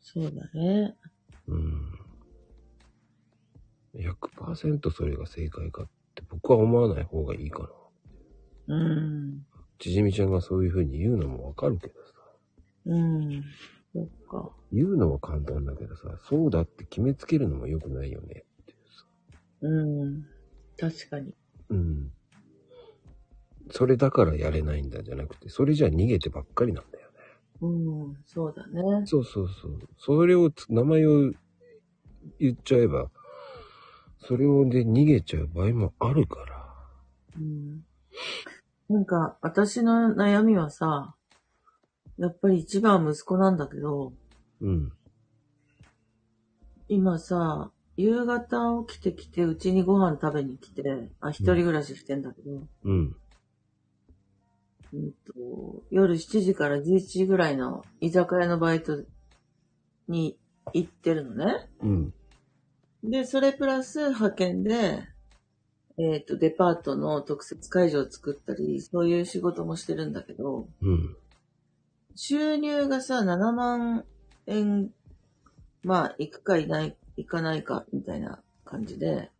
Speaker 3: そうだね。
Speaker 2: うん。100%それが正解かって僕は思わない方がいいかな。
Speaker 3: うん。
Speaker 2: ちじみちゃんがそういう風に言うのもわかるけどさ。
Speaker 3: うん。そっか。
Speaker 2: 言うのは簡単だけどさ、そうだって決めつけるのも良くないよねっていうさ。
Speaker 3: うん。確かに。
Speaker 2: うん。それだからやれないんだじゃなくて、それじゃ逃げてばっかりなんだよね。
Speaker 3: うん。そうだね。
Speaker 2: そうそうそう。それをつ、名前を言っちゃえば、それをで逃げちゃう場合もあるから。
Speaker 3: うん。なんか、私の悩みはさ、やっぱり一番は息子なんだけど、
Speaker 2: うん。
Speaker 3: 今さ、夕方起きてきて、うちにご飯食べに来て、あ、一人暮らししてんだけど、
Speaker 2: うん。
Speaker 3: うんと、夜7時から11時ぐらいの居酒屋のバイトに行ってるのね。
Speaker 2: うん。
Speaker 3: で、それプラス派遣で、えっ、と、デパートの特設会場を作ったり、そういう仕事もしてるんだけど、
Speaker 2: うん。
Speaker 3: 収入がさ、7万円、まあ、行くかいない、行かないか、みたいな感じで、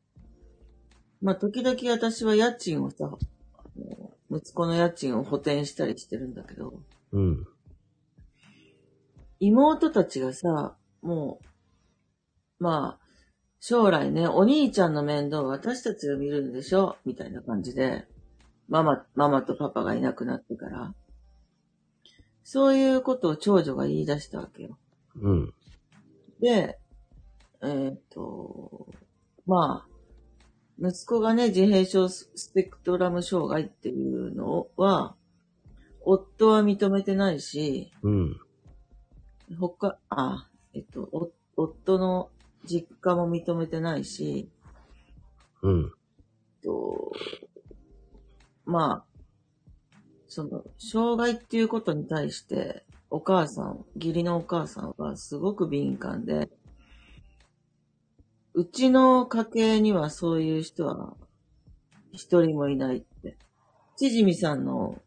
Speaker 3: まあ、時々私は家賃をさ、あの息子の家賃を補填したりしてるんだけど、
Speaker 2: うん。
Speaker 3: 妹たちがさ、もう、まあ、将来ね、お兄ちゃんの面倒を私たちが見るんでしょみたいな感じで、ママ、ママとパパがいなくなってから、そういうことを長女が言い出したわけよ。
Speaker 2: うん。
Speaker 3: で、えーっ、と、まあ、息子がね、自閉症スペクトラム障害っていうのは、夫は認めてないし、
Speaker 2: うん。
Speaker 3: 他、あ、えっと、お夫の実家も認めてないし、
Speaker 2: うん。
Speaker 3: えっと、まあ、その、障害っていうことに対して、お母さん、義理のお母さんはすごく敏感で、うちの家系にはそういう人は一人もいないって。ちじみさんの、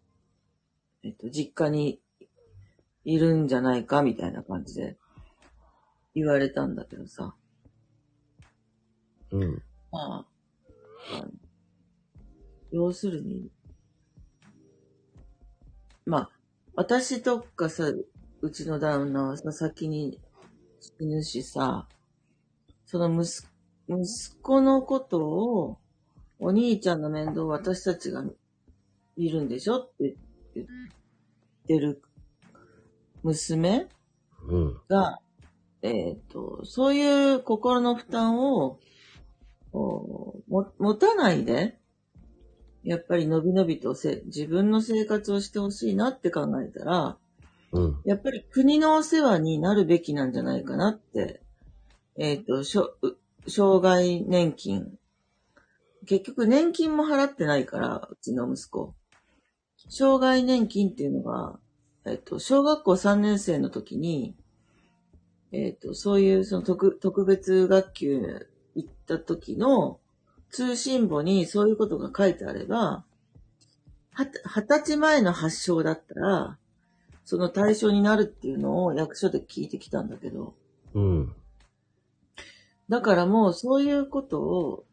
Speaker 3: えっと、実家にいるんじゃないかみたいな感じで言われたんだけどさ。
Speaker 2: うん。
Speaker 3: まあ、あの要するに、まあ、私とかさ、うちの旦那はさ、先に死ぬしさ、その息子、息子のことを、お兄ちゃんの面倒を私たちが見るんでしょって言ってる娘
Speaker 2: うん。
Speaker 3: が、えっ、と、そういう心の負担を、おも持たないで、やっぱりのびのびとせ自分の生活をしてほしいなって考えたら、
Speaker 2: うん。
Speaker 3: やっぱり国のお世話になるべきなんじゃないかなって、えっ、と、しょう障害年金。結局年金も払ってないから、うちの息子。障害年金っていうのが、えっ、と、小学校3年生の時に、えっ、と、そういうその特特別学級行った時の通信簿にそういうことが書いてあれば、はた二十歳前の発症だったら、その対象になるっていうのを役所で聞いてきたんだけど、
Speaker 2: うん。
Speaker 3: だからもうそういうことを、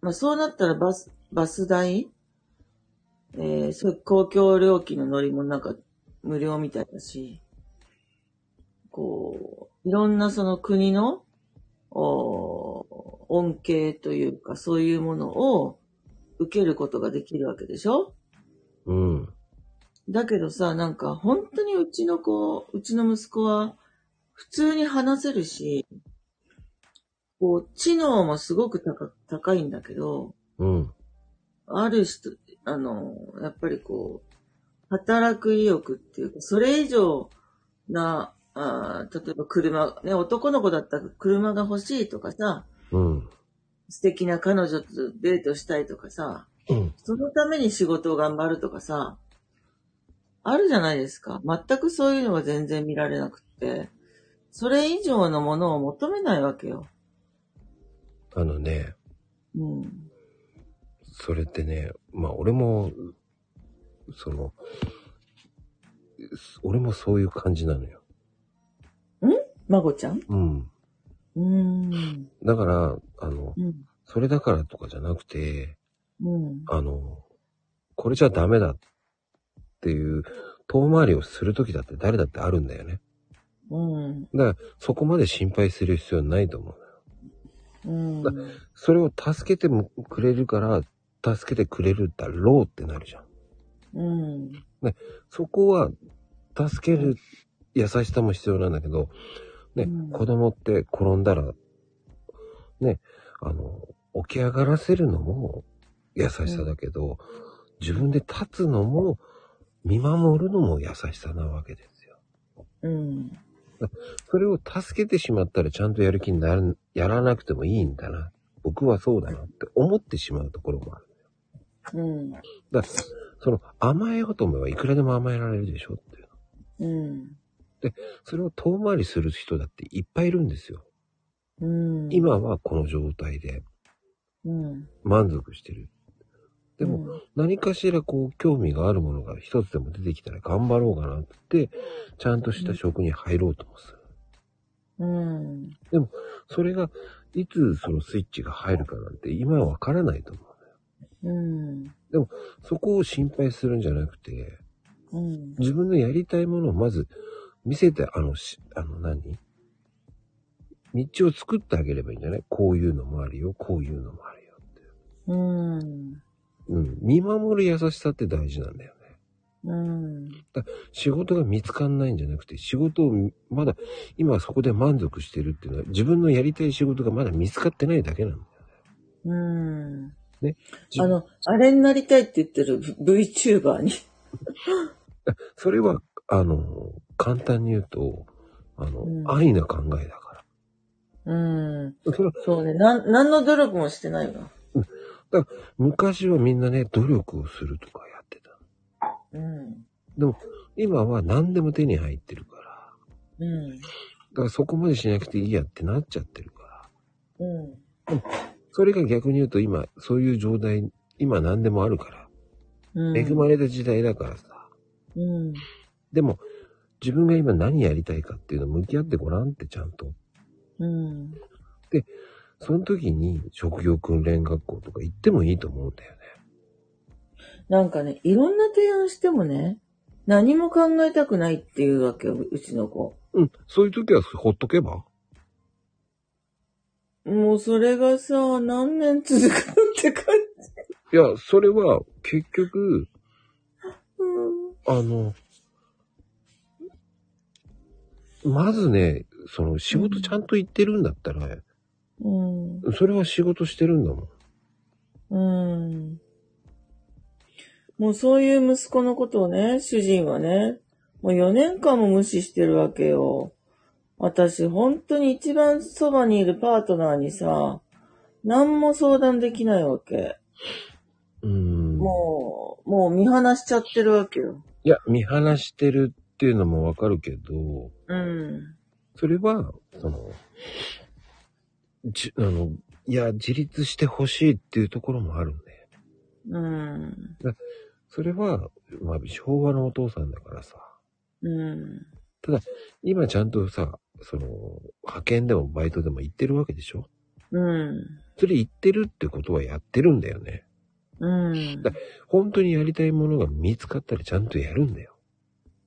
Speaker 3: まあそうなったらバス、バス代、えー、そういう公共料金の乗り物なんか無料みたいだし、こう、いろんなその国の、お恩恵というかそういうものを受けることができるわけでしょ
Speaker 2: うん。
Speaker 3: だけどさ、なんか本当にうちの子、うちの息子は普通に話せるし、こう、知能もすごく高高いんだけど、
Speaker 2: うん。
Speaker 3: ある人、あの、やっぱりこう、働く意欲っていうか、それ以上な、あー例えば車、ね、男の子だったら車が欲しいとかさ、
Speaker 2: うん。
Speaker 3: 素敵な彼女とデートしたいとかさ、
Speaker 2: うん。
Speaker 3: そのために仕事を頑張るとかさ、あるじゃないですか。全くそういうのが全然見られなくって、それ以上のものを求めないわけよ。
Speaker 2: あのね、
Speaker 3: うん。
Speaker 2: それってね、まあ俺も、その、俺もそういう感じなのよ。
Speaker 3: まごちゃん
Speaker 2: うん。
Speaker 3: うーん。
Speaker 2: だから、あの、
Speaker 3: うん。
Speaker 2: それだからとかじゃなくて、
Speaker 3: うん。
Speaker 2: あの、これじゃダメだっていう遠回りをするときだって誰だってあるんだよね。
Speaker 3: うん。
Speaker 2: だからそこまで心配する必要ないと思う。
Speaker 3: うん。
Speaker 2: それを助けてもくれるから、助けてくれるだろうってなるじゃん。
Speaker 3: うん。
Speaker 2: そこは、助ける優しさも必要なんだけど、ね、
Speaker 3: うん
Speaker 2: 子供って転んだら、ね、あの、起き上がらせるのも優しさだけど、自分で立つのも、見守るのも優しさなわけですよ。
Speaker 3: うん。
Speaker 2: それを助けてしまったらちゃんとやる気になる、やらなくてもいいんだな。僕はそうだなって思ってしまうところもある。
Speaker 3: うん。
Speaker 2: だからその甘えようと思えばいくらでも甘えられるでしょっていう。
Speaker 3: うん。
Speaker 2: それを遠回りする人だっていっぱいいるんですよ。
Speaker 3: うん。
Speaker 2: 今はこの状態で
Speaker 3: うん。
Speaker 2: 満足してる。でも
Speaker 3: も、
Speaker 2: 何かしらこう興味があるものが一つでも出てきたら頑張ろうかなって、ちゃんとした職に入ろうともする。
Speaker 3: うん。
Speaker 2: それがいつそのスイッチが入るかなんて今はわからないと思う。
Speaker 3: うん。
Speaker 2: そこを心配するんじゃなくて、
Speaker 3: うん。
Speaker 2: 自分のやりたいものをまず見せて、あの、しあの何道を作ってあげればいいんじゃないこういうのもあるよ、こういうのもあるよって。
Speaker 3: うん。
Speaker 2: うん。見守る優しさって大事なんだよね。
Speaker 3: うん。
Speaker 2: 仕事が見つかんないんじゃなくて、仕事をまだ、今そこで満足してるっていうのは、自分のやりたい仕事がまだ見つかってないだけなんだよ。
Speaker 3: うん。
Speaker 2: 自
Speaker 3: あ
Speaker 2: 分
Speaker 3: の、あれになりたいって言ってる V- VTuber に。
Speaker 2: それは、あの、簡単に言うと、あの、
Speaker 3: うん
Speaker 2: 安易な考えだか
Speaker 3: うん。
Speaker 2: ら。それは
Speaker 3: そうね。なん、何の努力もしてないわ。
Speaker 2: 昔はみんなね、努力をするとかやってた。
Speaker 3: うん。
Speaker 2: でも、今は何でも手に入ってるから。
Speaker 3: うん。
Speaker 2: だからそこまでしなくていいやってなっちゃってるか
Speaker 3: うん。
Speaker 2: それが逆に言うと今、そういう状態、今何でもあるから、
Speaker 3: うん。
Speaker 2: 恵まれた時代だからさ。
Speaker 3: うん。
Speaker 2: でも、自分が今何やりたいかっていうの向き合ってごらんってちゃんと。
Speaker 3: うん。
Speaker 2: その時に職業訓練学校とか行ってもいいと思うんだよね。
Speaker 3: なんかね、いろんな提案してもね、何も考えたくないっていうわけよ、うちの子。
Speaker 2: うん。そういう時はほっとけば
Speaker 3: もうそれがさ、何年続くのって感じ。
Speaker 2: いや、それは結局、
Speaker 3: うん。
Speaker 2: あの、まずね、その仕事ちゃんと行ってるんだったら、
Speaker 3: うん。
Speaker 2: それは仕事してるんだもん。
Speaker 3: うん。もうそういう息子のことをね、主人はね、もう4年間も無視してるわけよ。私、本当に一番そばにいるパートナーにさ、何も相談できないわけ。
Speaker 2: うん。
Speaker 3: もう、もう見放しちゃってるわけよ。
Speaker 2: いや、見放してるっていうのもわかるけど、
Speaker 3: うん。
Speaker 2: それは、その、じ、あの、いや、自立してほしいっていうところもあるんだよね。
Speaker 3: うん。
Speaker 2: それは、まあ、昭和のお父さんだからさ、
Speaker 3: うん。
Speaker 2: 今ちゃんとさ、その、派遣でもバイトでも行ってるわけでしょ
Speaker 3: うん。
Speaker 2: それ行ってるってことはやってるんだよね。
Speaker 3: うん。
Speaker 2: 本当にやりたいものが見つかったらちゃんとやるんだよ。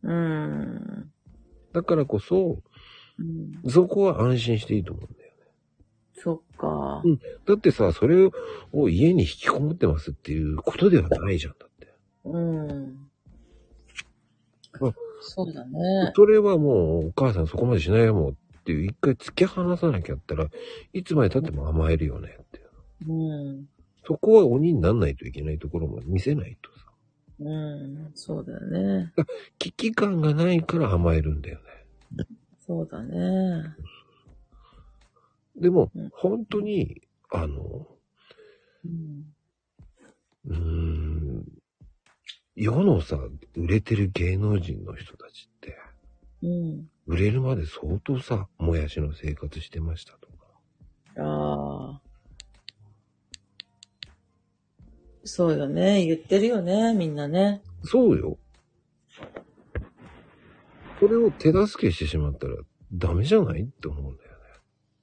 Speaker 3: うん。
Speaker 2: だからこそ、
Speaker 3: うん
Speaker 2: そこは安心していいと思うんだよ。
Speaker 3: そっか。
Speaker 2: だってさ、それを家に引きこもってますっていうことではないじゃん、だって。
Speaker 3: うん。そうだ ね。
Speaker 2: それはもう、お母さんそこまでしないよ、もうっていう、一回突き放さなきゃったら、いつまで経っても甘えるよねっていう。
Speaker 3: うん。
Speaker 2: そこは鬼になんないといけないところも見せないとさ。
Speaker 3: うん。そうだよね。
Speaker 2: 危機感がないから甘えるんだよね。
Speaker 3: そうだね。
Speaker 2: でも
Speaker 3: うん、
Speaker 2: 本当に、あの、
Speaker 3: うん。
Speaker 2: うーん、世のさ、売れてる芸能人の人たちって、
Speaker 3: うん。
Speaker 2: 売れるまで相当さ、もやしの生活してましたとか。
Speaker 3: ああ。そうよね。言ってるよね。みんなね。
Speaker 2: そうよ。それを手助けしてしまったらダメじゃないって思うんだよ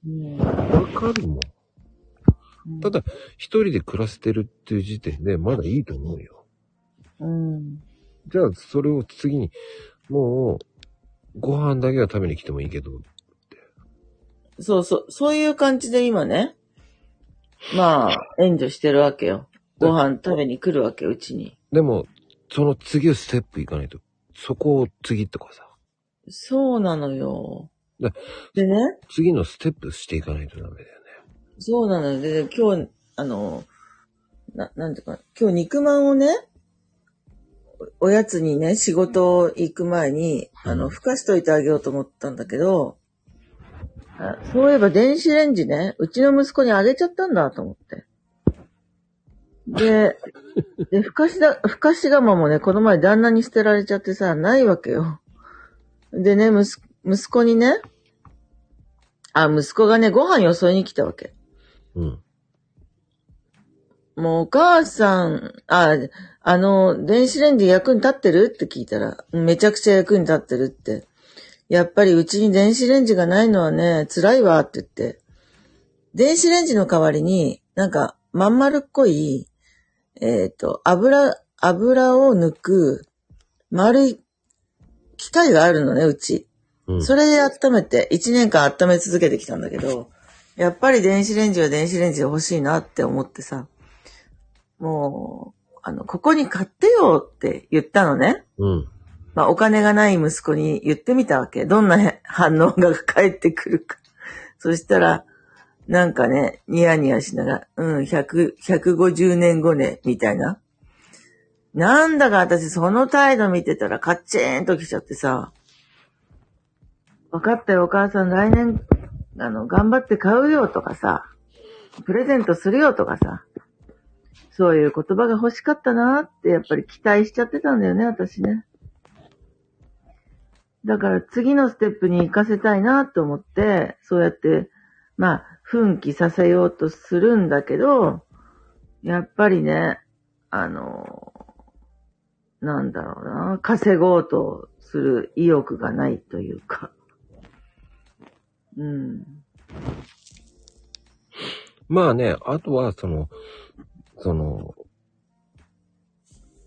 Speaker 3: うん。
Speaker 2: ね。わかるもん。ただ、一人で暮らしてるっていう時点でまだいいと思うよ。
Speaker 3: うん。
Speaker 2: じゃあ、それを次に、もう、ご飯だけは食べに来てもいいけど、
Speaker 3: そうそう。そういう感じで今ね。まあ、援助してるわけよ。ご飯食べに来るわけよ、うちに。
Speaker 2: でも、その次をステップいかないと、そこを次とかさ、
Speaker 3: そうなのよ
Speaker 2: だ。
Speaker 3: でね。
Speaker 2: 次のステップしていかないとダメだよね。
Speaker 3: そうなので、今日、あの、な、なんていうか、今日肉まんをね、おおやつにね、仕事行く前に、あ
Speaker 2: う
Speaker 3: の、
Speaker 2: ん
Speaker 3: ふかしといてあげようと思ったんだけど、あそういえば電子レンジね、うちの息子にあげちゃったんだと思って。で、で、ふかしだ、ふかし釜もね、この前旦那に捨てられちゃってさ、ないわけよ。でね、息子息子にね、あ、息子がね、ご飯よそいに来たわけ。
Speaker 2: うん。
Speaker 3: もうお母さん、あ、あの、電子レンジ役に立ってるって聞いたら、めちゃくちゃ役に立ってるって。やっぱりうちに電子レンジがないのはね、辛いわって言って。電子レンジの代わりに、なんか、まん丸っこい、えっ、と、油、油を抜く、丸い、機械があるのね、うち。
Speaker 2: うん。
Speaker 3: それで温めて、1年間温め続けてきたんだけど、やっぱり電子レンジは電子レンジで欲しいなって思ってさ、もう、あの、ここに買ってよって言ったのね。
Speaker 2: うん。
Speaker 3: まあ、お金がない息子に言ってみたわけ。どんなへ反応が返ってくるか。 そしたら、なんかね、ニヤニヤしながら、うん、100、150年後ね、みたいな。なんだか私その態度見てたらカッチーンと来ちゃってさ、わかったよお母さん来年、あの、頑張って買うよとかさ、プレゼントするよとかさ、そういう言葉が欲しかったなってやっぱり期待しちゃってたんだよね、私ね。だから次のステップに行かせたいなと思って、そうやって、まあ、奮起させようとするんだけど、やっぱりね、あの、なんだろうな、稼ごうとする意欲がないというか。うん。
Speaker 2: まあね、あとは、その、その、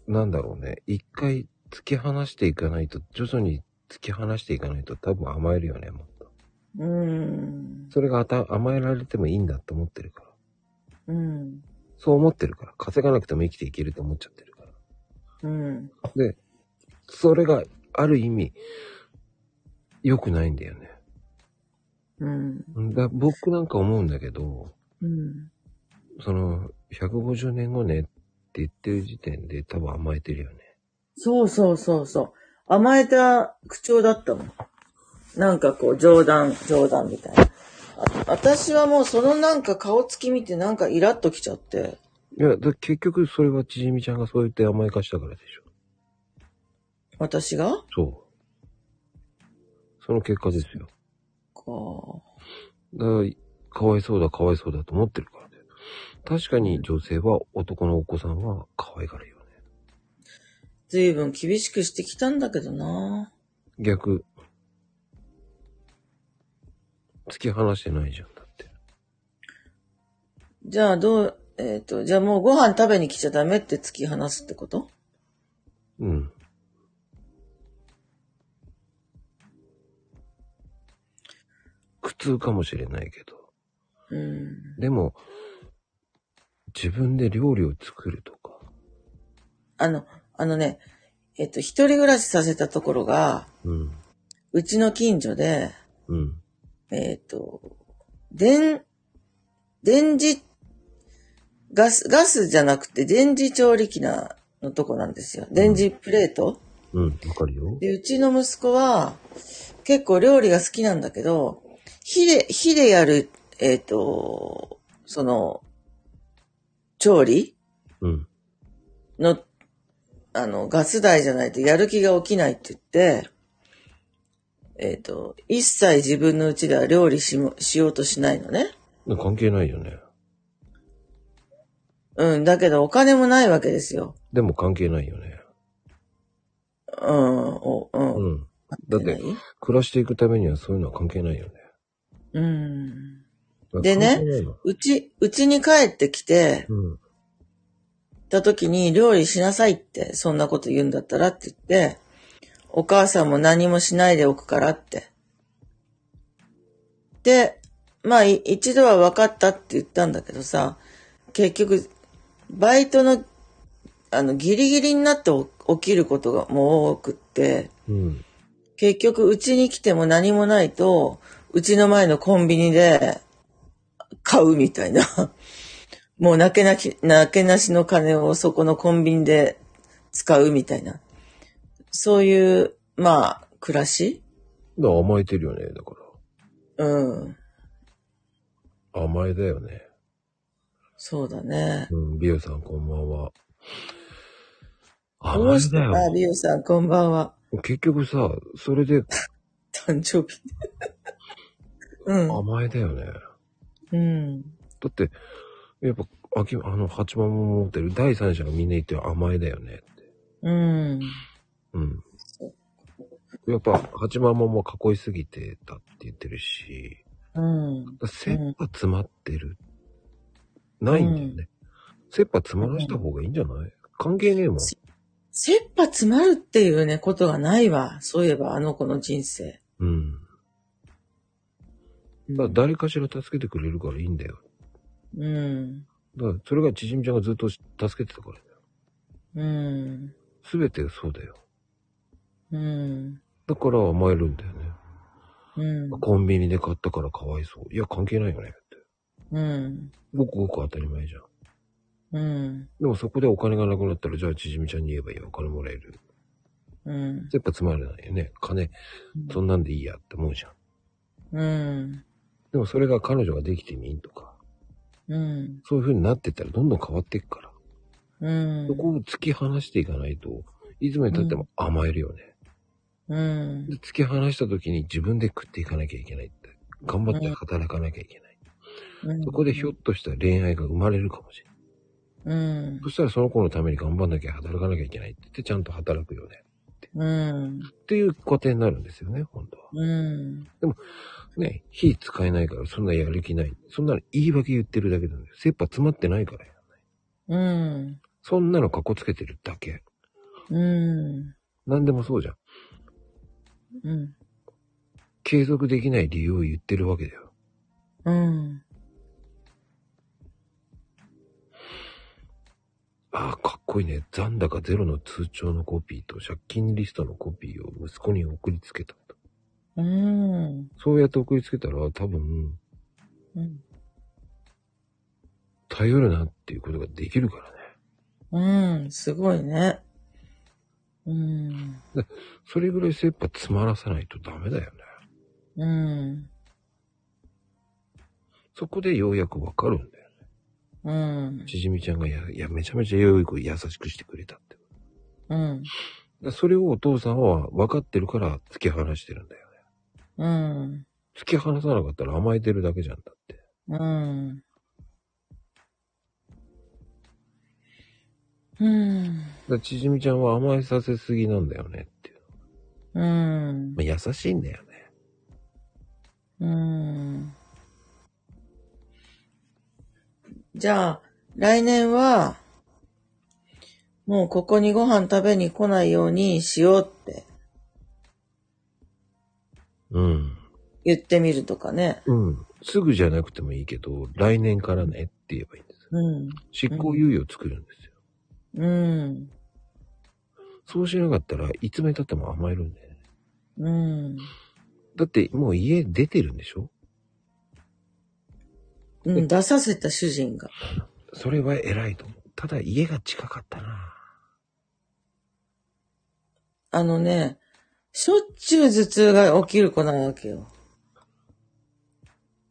Speaker 2: なんだろうね、一回突き放していかないと、徐々に突き放していかないと多分甘えるよね、もっと。
Speaker 3: うん。
Speaker 2: それがあた甘えられてもいいんだって思ってるから。
Speaker 3: うん。
Speaker 2: そう思ってるから。稼がなくても生きていけると思っちゃってるから。
Speaker 3: うん。
Speaker 2: で、それがある意味、良くないんだよね。
Speaker 3: うん。
Speaker 2: だ僕なんか思うんだけど、
Speaker 3: うん。
Speaker 2: その、150年後ねって言ってる時点で多分甘えてるよね。
Speaker 3: そうそうそうそう。甘えた口調だったもん。なんかこう、冗談、冗談みたいな。あ私はもうそのなんか顔つき見てなんかイラッときちゃって。
Speaker 2: いや、だ結局それはちじみちゃんがそう言って甘やかしたからでしょ。
Speaker 3: 私が
Speaker 2: そう。その結果ですよ。
Speaker 3: こ
Speaker 2: だから、かわいそうだ、かわいそうだと思ってるからね。確かに女性は男のお子さんは可愛がるよね。
Speaker 3: う、随分厳しくしてきたんだけどな。
Speaker 2: 逆。突き放してないじゃん、だって。
Speaker 3: じゃあどう、えっ、と、じゃあもうご飯食べに来ちゃダメって突き放すってこと
Speaker 2: うん。苦痛かもしれないけど。
Speaker 3: うん。
Speaker 2: でも、自分で料理を作るとか。
Speaker 3: あの、あのね、えっ、と、一人暮らしさせたところが、
Speaker 2: うん。
Speaker 3: うちの近所で、
Speaker 2: うん。
Speaker 3: えっ、と、電、電磁、ガス、ガスじゃなくて電磁調理器な、のとこなんですよ。電磁プレート、
Speaker 2: うん。わかるよ。
Speaker 3: で、うちの息子は、結構料理が好きなんだけど、火で、火でやる、えっ、と、その、調理
Speaker 2: うん。
Speaker 3: の、あの、ガス台じゃないとやる気が起きないって言って、えっ、と、一切自分のうちでは料理しも、しようとしないのね。
Speaker 2: 関係ないよね。
Speaker 3: うん、だけどお金もないわけですよ。
Speaker 2: でも関係ないよね。
Speaker 3: うん、おうん。
Speaker 2: うん。だって、暮らしていくためにはそういうのは関係ないよね。
Speaker 3: うん。で
Speaker 2: 関
Speaker 3: ね
Speaker 2: 係ないの。
Speaker 3: うち、うちに帰ってきて、
Speaker 2: うん。
Speaker 3: 行った時に料理しなさいって、そんなこと言うんだったらって言って、お母さんも何もしないでおくからって。で、まあい一度は分かったって言ったんだけどさ、結局、バイトの、あの、ギリギリになってお起きることがもう多くって、
Speaker 2: うん。
Speaker 3: 結局うちに来ても何もないと、うちの前のコンビニで買うみたいな。 もう泣けなき、泣けなしの金をそこのコンビニで使うみたいな。そういう、まあ、暮らし
Speaker 2: だから甘えてるよね。だか
Speaker 3: うん。
Speaker 2: ら。甘えだよね。
Speaker 3: そうだね。
Speaker 2: うん。ビオさんこんばんは。
Speaker 3: ど
Speaker 2: 甘
Speaker 3: う
Speaker 2: え
Speaker 3: して
Speaker 2: だ
Speaker 3: あ、
Speaker 2: よ。
Speaker 3: リオさん、こんばんは。
Speaker 2: 結局さ、それで
Speaker 3: 誕生日。 うん。
Speaker 2: 甘えだよね。
Speaker 3: うん。
Speaker 2: だって、やっぱ、あき、あの、八番も持ってる第三者がみんな言ってる甘えだよねって。
Speaker 3: うん。
Speaker 2: うん。やっぱ、八番ももう囲いすぎてたって言ってるし、
Speaker 3: うん。
Speaker 2: 切羽詰まってる。ないんだよね。切羽詰まらした方がいいんじゃない関係ねえもん。
Speaker 3: 切羽詰まるっていうね、ことがないわ。そういえば、あの子の人生。
Speaker 2: うん。だから誰かしら助けてくれるからいいんだよ。
Speaker 3: うん。
Speaker 2: だから、それがちじみちゃんがずっと助けてたからだよ。
Speaker 3: うん。
Speaker 2: すべてそうだよ。
Speaker 3: うん。
Speaker 2: だから甘えるんだよね。
Speaker 3: うん。
Speaker 2: コンビニで買ったからかわいそう。いや、関係ないよね。って。
Speaker 3: うん。
Speaker 2: ごくごく当たり前じゃん。
Speaker 3: うん。
Speaker 2: でもそこでお金がなくなったら、じゃあ、ちじみちゃんに言えばいいよ。お金もらえる。
Speaker 3: うん。
Speaker 2: やっぱつまらないよね。金、そんなんでいいやって思うじゃん。
Speaker 3: うん。
Speaker 2: でもそれが彼女ができてみんとか、
Speaker 3: うん。
Speaker 2: そういう風になってったらどんどん変わっていくから。
Speaker 3: うん
Speaker 2: そこを突き放していかないと、いつまで経っても甘えるよね。
Speaker 3: うん。
Speaker 2: で、突き放した時に自分で食っていかなきゃいけないって。頑張って働かなきゃいけない。
Speaker 3: うん
Speaker 2: そこでひょっとしたら恋愛が生まれるかもしれない。
Speaker 3: うん。
Speaker 2: そしたらその子のために頑張んなきゃ働かなきゃいけないって言ってちゃんと働くよね。
Speaker 3: うん。
Speaker 2: っていう固定になるんですよね、本当は。
Speaker 3: うん。
Speaker 2: ね、火使えないからそんなやる気ない。そんなの言い訳言ってるだけなんだよ。切羽詰まってないからやんない。
Speaker 3: うん。
Speaker 2: そんなのかっこつけてるだけ。
Speaker 3: うん。
Speaker 2: 何でもそうじゃん。
Speaker 3: うん。
Speaker 2: 継続できない理由を言ってるわけだよ。
Speaker 3: うん。
Speaker 2: ああ、かっこいいね。残高ゼロの通帳のコピーと借金リストのコピーを息子に送りつけたと。
Speaker 3: うん。
Speaker 2: そうやって送りつけたら多分、
Speaker 3: うん。
Speaker 2: 頼るなっていうことができるからね。
Speaker 3: うん。すごいね。うん。
Speaker 2: それぐらい切羽詰まらさないとダメだよね。
Speaker 3: うん。
Speaker 2: そこでようやくわかるんだよ。
Speaker 3: うん。
Speaker 2: ちじみちゃんがや、いや、めちゃめちゃよい子優しくしてくれたって。だか
Speaker 3: うん。
Speaker 2: らそれをお父さんは分かってるから突き放してるんだよね。
Speaker 3: うん。
Speaker 2: 突き放さなかったら甘えてるだけじゃんだって。
Speaker 3: うん。うん。
Speaker 2: だからちじみちゃんは甘えさせすぎなんだよねっていう。
Speaker 3: うん
Speaker 2: ま。あ、優しいんだよね。
Speaker 3: うん。じゃあ、来年は、もうここにご飯食べに来ないようにしようって
Speaker 2: うん。
Speaker 3: 言ってみるとかね。
Speaker 2: うん。すぐじゃなくてもいいけど、来年からねって言えばいいんですよ。
Speaker 3: うん。
Speaker 2: 執行猶予を作るんですよ。
Speaker 3: うん。
Speaker 2: そうしなかったらいつまで経っても甘えるんだよね。
Speaker 3: うん。
Speaker 2: だってもう家出てるんでしょ
Speaker 3: うん、出させた主人が。
Speaker 2: それは偉いと思う。ただ家が近かったな。
Speaker 3: あのね、しょっちゅう頭痛が起きる子なわけよ。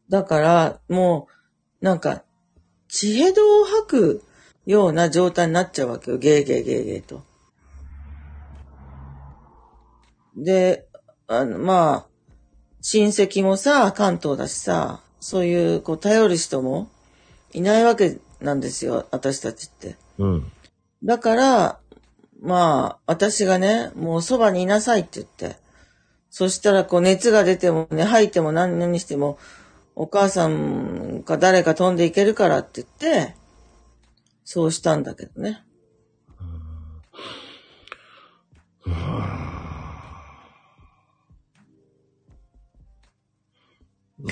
Speaker 3: だから、もう、なんか、血へどを吐くような状態になっちゃうわけよ。ゲーゲーゲーゲーと。で、あの、まあ、親戚もさ、関東だしさ、そういう、こう、頼る人もいないわけなんですよ。私たちって。
Speaker 2: うん。
Speaker 3: だから、まあ、私がね、もうそばにいなさいって言って。そしたら、こう、熱が出てもね、吐いても何々しても、お母さんか誰か飛んでいけるからって言って、そうしたんだけどね。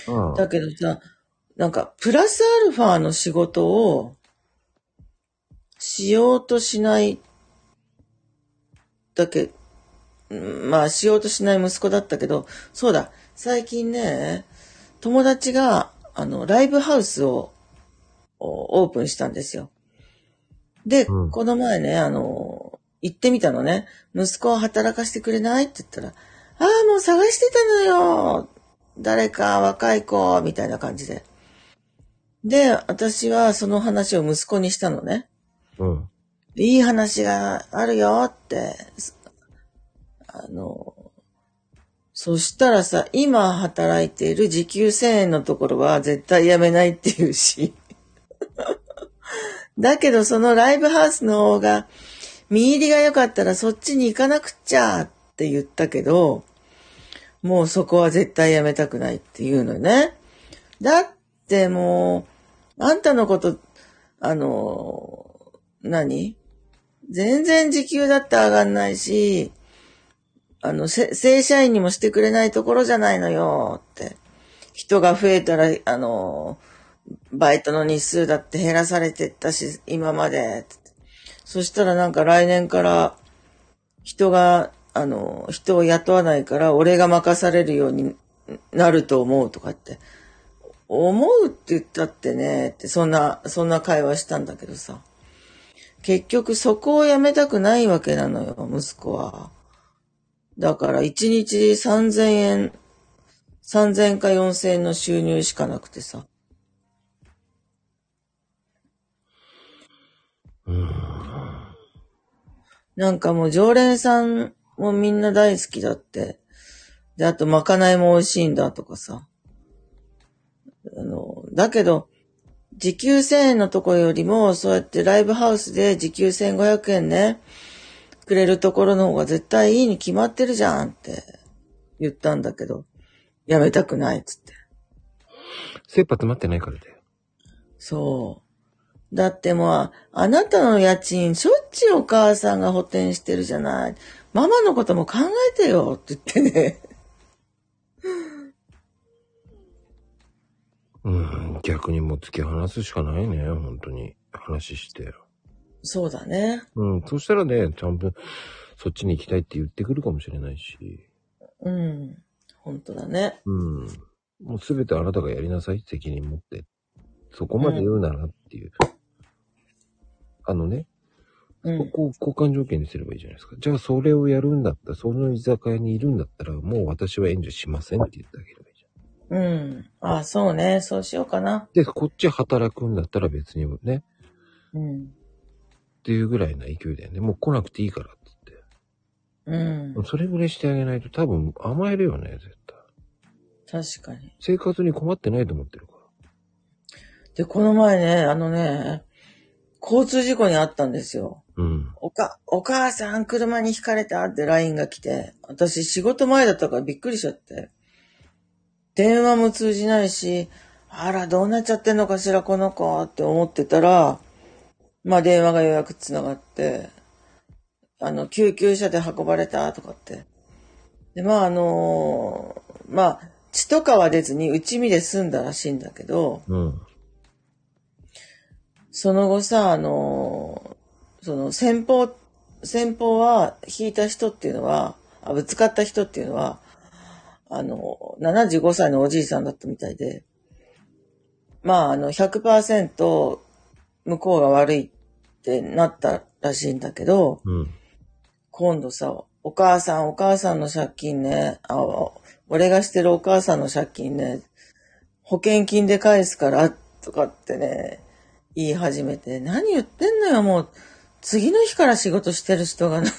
Speaker 2: まあ、
Speaker 3: だけどさ、なんか、プラスアルファの仕事を、しようとしない、だけ、うんまあ、しようとしない息子だったけど、そうだ、最近ね、友達が、あの、ライブハウスを、おオープンしたんですよ。で、
Speaker 2: うん
Speaker 3: この前ね、あの、行ってみたのね、息子を働かせてくれないって言ったら、ああ、もう探してたのよ誰か若い子、みたいな感じで。で、私はその話を息子にしたのね。
Speaker 2: うん。
Speaker 3: いい話があるよって、すあの、そしたらさ、今働いている時給1000円のところは絶対やめないっていうし。 だけどそのライブハウスの方が、見入りが良かったらそっちに行かなくちゃって言ったけど、もうそこは絶対やめたくないっていうのね。だってもう、あんたのこと、あの、何全然時給だって上がんないし、あの、せ正社員にもしてくれないところじゃないのよって。人が増えたら、あの、バイトの日数だって減らされてったし、今まで。そしたらなんか来年から人が、あの、人を雇わないから俺が任されるようになると思うとかって。思うって言ったってね、って、そんな、そんな会話したんだけどさ。結局そこをやめたくないわけなのよ、息子は。だから一日3000円、3000円か4000円の収入しかなくてさ。なんかもう常連さんもみんな大好きだって。で、あとまかないも美味しいんだとかさ。あの、だけど、時給1000円のところよりも、そうやってライブハウスで時給1500円ね、くれるところの方が絶対いいに決まってるじゃんって言ったんだけど、やめたくないっつって。
Speaker 2: 切羽詰まってないからだよ。
Speaker 3: そう。だってもう、あなたの家賃、しょっちゅうお母さんが補填してるじゃない。ママのことも考えてよって言ってね。
Speaker 2: うん、逆にもう突き放すしかないね、本当に。話して。
Speaker 3: そうだね。
Speaker 2: うん、そしたらね、ちゃんと、そっちに行きたいって言ってくるかもしれないし。
Speaker 3: うん。本当だね。
Speaker 2: うん。もうすべてあなたがやりなさい、責任持って。そこまで言うならっていう。あのね、
Speaker 3: う
Speaker 2: こ
Speaker 3: ん。
Speaker 2: こを交換条件にすればいいじゃないですか。じゃあそれをやるんだったら、その居酒屋にいるんだったら、もう私は援助しませんって言ってあげればいいじゃん。
Speaker 3: うん。あ、そうね。そうしようかな。
Speaker 2: で、こっち働くんだったら別にね、
Speaker 3: うん。
Speaker 2: っていうぐらいな勢いだよね。もう来なくていいからって言って。
Speaker 3: うん。
Speaker 2: それぐらいしてあげないと多分甘えるよね、絶対。
Speaker 3: 確かに。
Speaker 2: 生活に困ってないと思ってるから。
Speaker 3: で、この前ね、あのね、交通事故にあったんですよ。
Speaker 2: うん。
Speaker 3: おか、お母さん車にひかれたって LINE が来て、私仕事前だったからびっくりしちゃって。電話も通じないし、あら、どうなっちゃってんのかしら、この子って思ってたら、まあ電話がようやくつながって、あの、救急車で運ばれたとかって。で、まああのまあ、血とかは出ずに内身で済んだらしいんだけど、
Speaker 2: うん。
Speaker 3: その後さ、あの、その先方、先方は、引いた人っていうのは、あぶつかった人っていうのは、あの、75歳のおじいさんだったみたいで、まあ、あの、100%向こうが悪いってなったらしいんだけど、
Speaker 2: うん。
Speaker 3: 今度さ、お母さん、お母さんの借金ね、あ、俺がしてるお母さんの借金ね、保険金で返すから、とかってね、言い始めて、何言ってんのよ、もう、次の日から仕事してる人がなんて、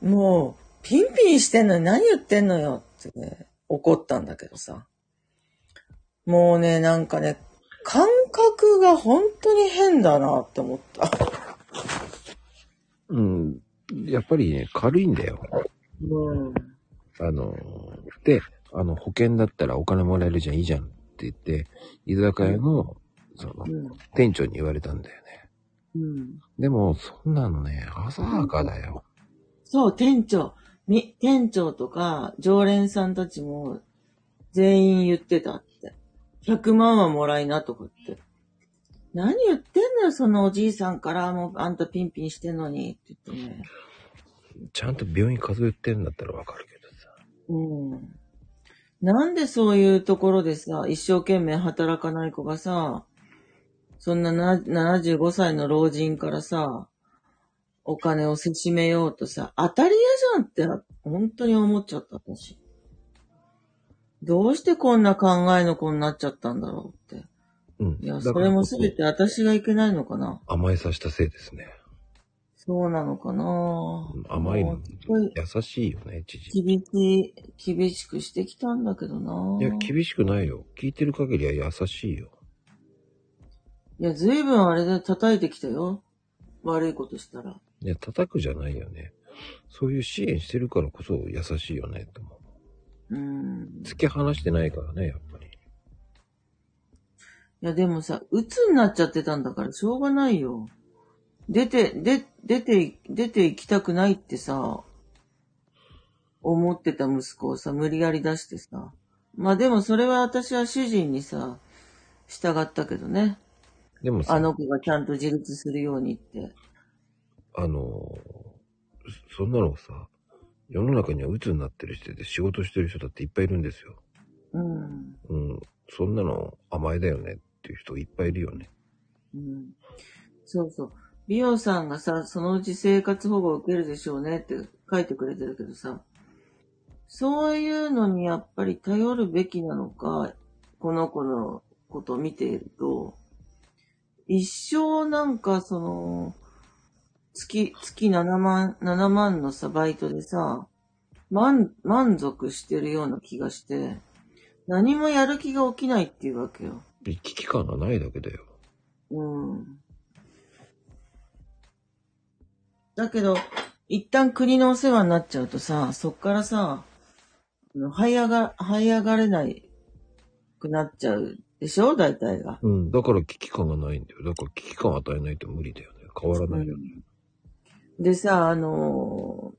Speaker 3: たもう、ピンピンしてんのに何言ってんのよってね、怒ったんだけどさ。もうね、なんかね、感覚が本当に変だなって思った。
Speaker 2: うん。やっぱりね、軽いんだよ。
Speaker 3: うん。
Speaker 2: あの、で、あの、保険だったらお金もらえるじゃん、いいじゃんって言って、居酒屋の、その、店長に言われたんだよね。
Speaker 3: うん。
Speaker 2: でも、そんなのね、浅はかだよ。
Speaker 3: そう、店長。み、店長とか、常連さんたちも、全員言ってたって。100万はもらいなとかって。何言ってんのよ、そのおじいさんから、もう、あんたピンピンしてんのに、って言ってね。
Speaker 2: ちゃんと病院数えてるんだったらわかるけどさ。
Speaker 3: うん。なんでそういうところでさ、一生懸命働かない子がさ、そんなな75歳の老人からさ、お金をせしめようとさ、当たり屋じゃんって、本当に思っちゃった、私。どうしてこんな考えの子になっちゃったんだろうって。
Speaker 2: うん。
Speaker 3: いや、
Speaker 2: だ
Speaker 3: そ
Speaker 2: から
Speaker 3: れもすべて私がいけないのかな。
Speaker 2: 甘えさせたせいですね。
Speaker 3: そうなのかな
Speaker 2: うん甘い
Speaker 3: も
Speaker 2: の
Speaker 3: うすごい、
Speaker 2: 優しいよね、知事。
Speaker 3: 厳しい、厳しくしてきたんだけどない
Speaker 2: や、厳しくないよ。聞いてる限りは優しいよ。
Speaker 3: いや、ずいぶんあれで叩いてきたよ。悪いことしたら。
Speaker 2: いや、叩くじゃないよね。そういう支援してるからこそ優しいよね、と思
Speaker 3: うん
Speaker 2: う。。突き放してないからね、やっぱり。
Speaker 3: いや、でもさ、鬱になっちゃってたんだからしょうがないよ。出て、で、出て、出て行きたくないってさ、思ってた息子をさ、無理やり出してさ。まあでもそれは私は主人にさ、従ったけどね。
Speaker 2: でもさ、
Speaker 3: あの子がちゃんと自立するようにって。
Speaker 2: あのー、そそんなのさ、世の中には鬱になってる人で仕事してる人だっていっぱいいるんですよ。
Speaker 3: うん。
Speaker 2: うん。そんなの甘えだよねっていう人いっぱいいるよね。
Speaker 3: うんそうそう。美容さんがさ、そのうち生活保護を受けるでしょうねって書いてくれてるけどさ、そういうのにやっぱり頼るべきなのか、この子のことを見ていると、一生なんかその、月、月7万、7万のさ、バイトでさ、満、満足してるような気がして、何もやる気が起きないっていうわけよ。
Speaker 2: 危機感がないだけだよ。
Speaker 3: うん。だけど、一旦国のお世話になっちゃうとさ、そっからさ、あの這い上が、這い上がれないくなっちゃうでしょ大体が。
Speaker 2: うん。だから危機感がないんだよ。だから危機感与えないと無理だよね。変わらないよね。
Speaker 3: でさ、あのー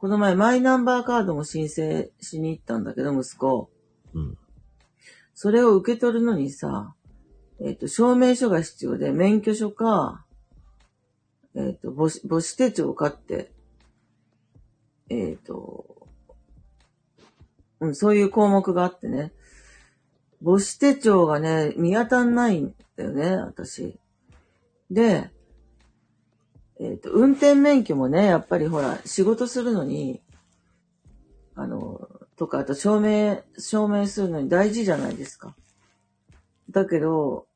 Speaker 3: この前マイナンバーカードも申請しに行ったんだけど、息子。
Speaker 2: うん。
Speaker 3: それを受け取るのにさ、えっ、と、証明書が必要で、免許証か、えっ、と、母子母子手帳かって、えっ、と、うん、そういう項目があってね。母子手帳がね、見当たんないんだよね、私。で、えっ、と、運転免許もね、やっぱりほら、仕事するのに、あの、とか、あと証明、証明するのに大事じゃないですか。だけど、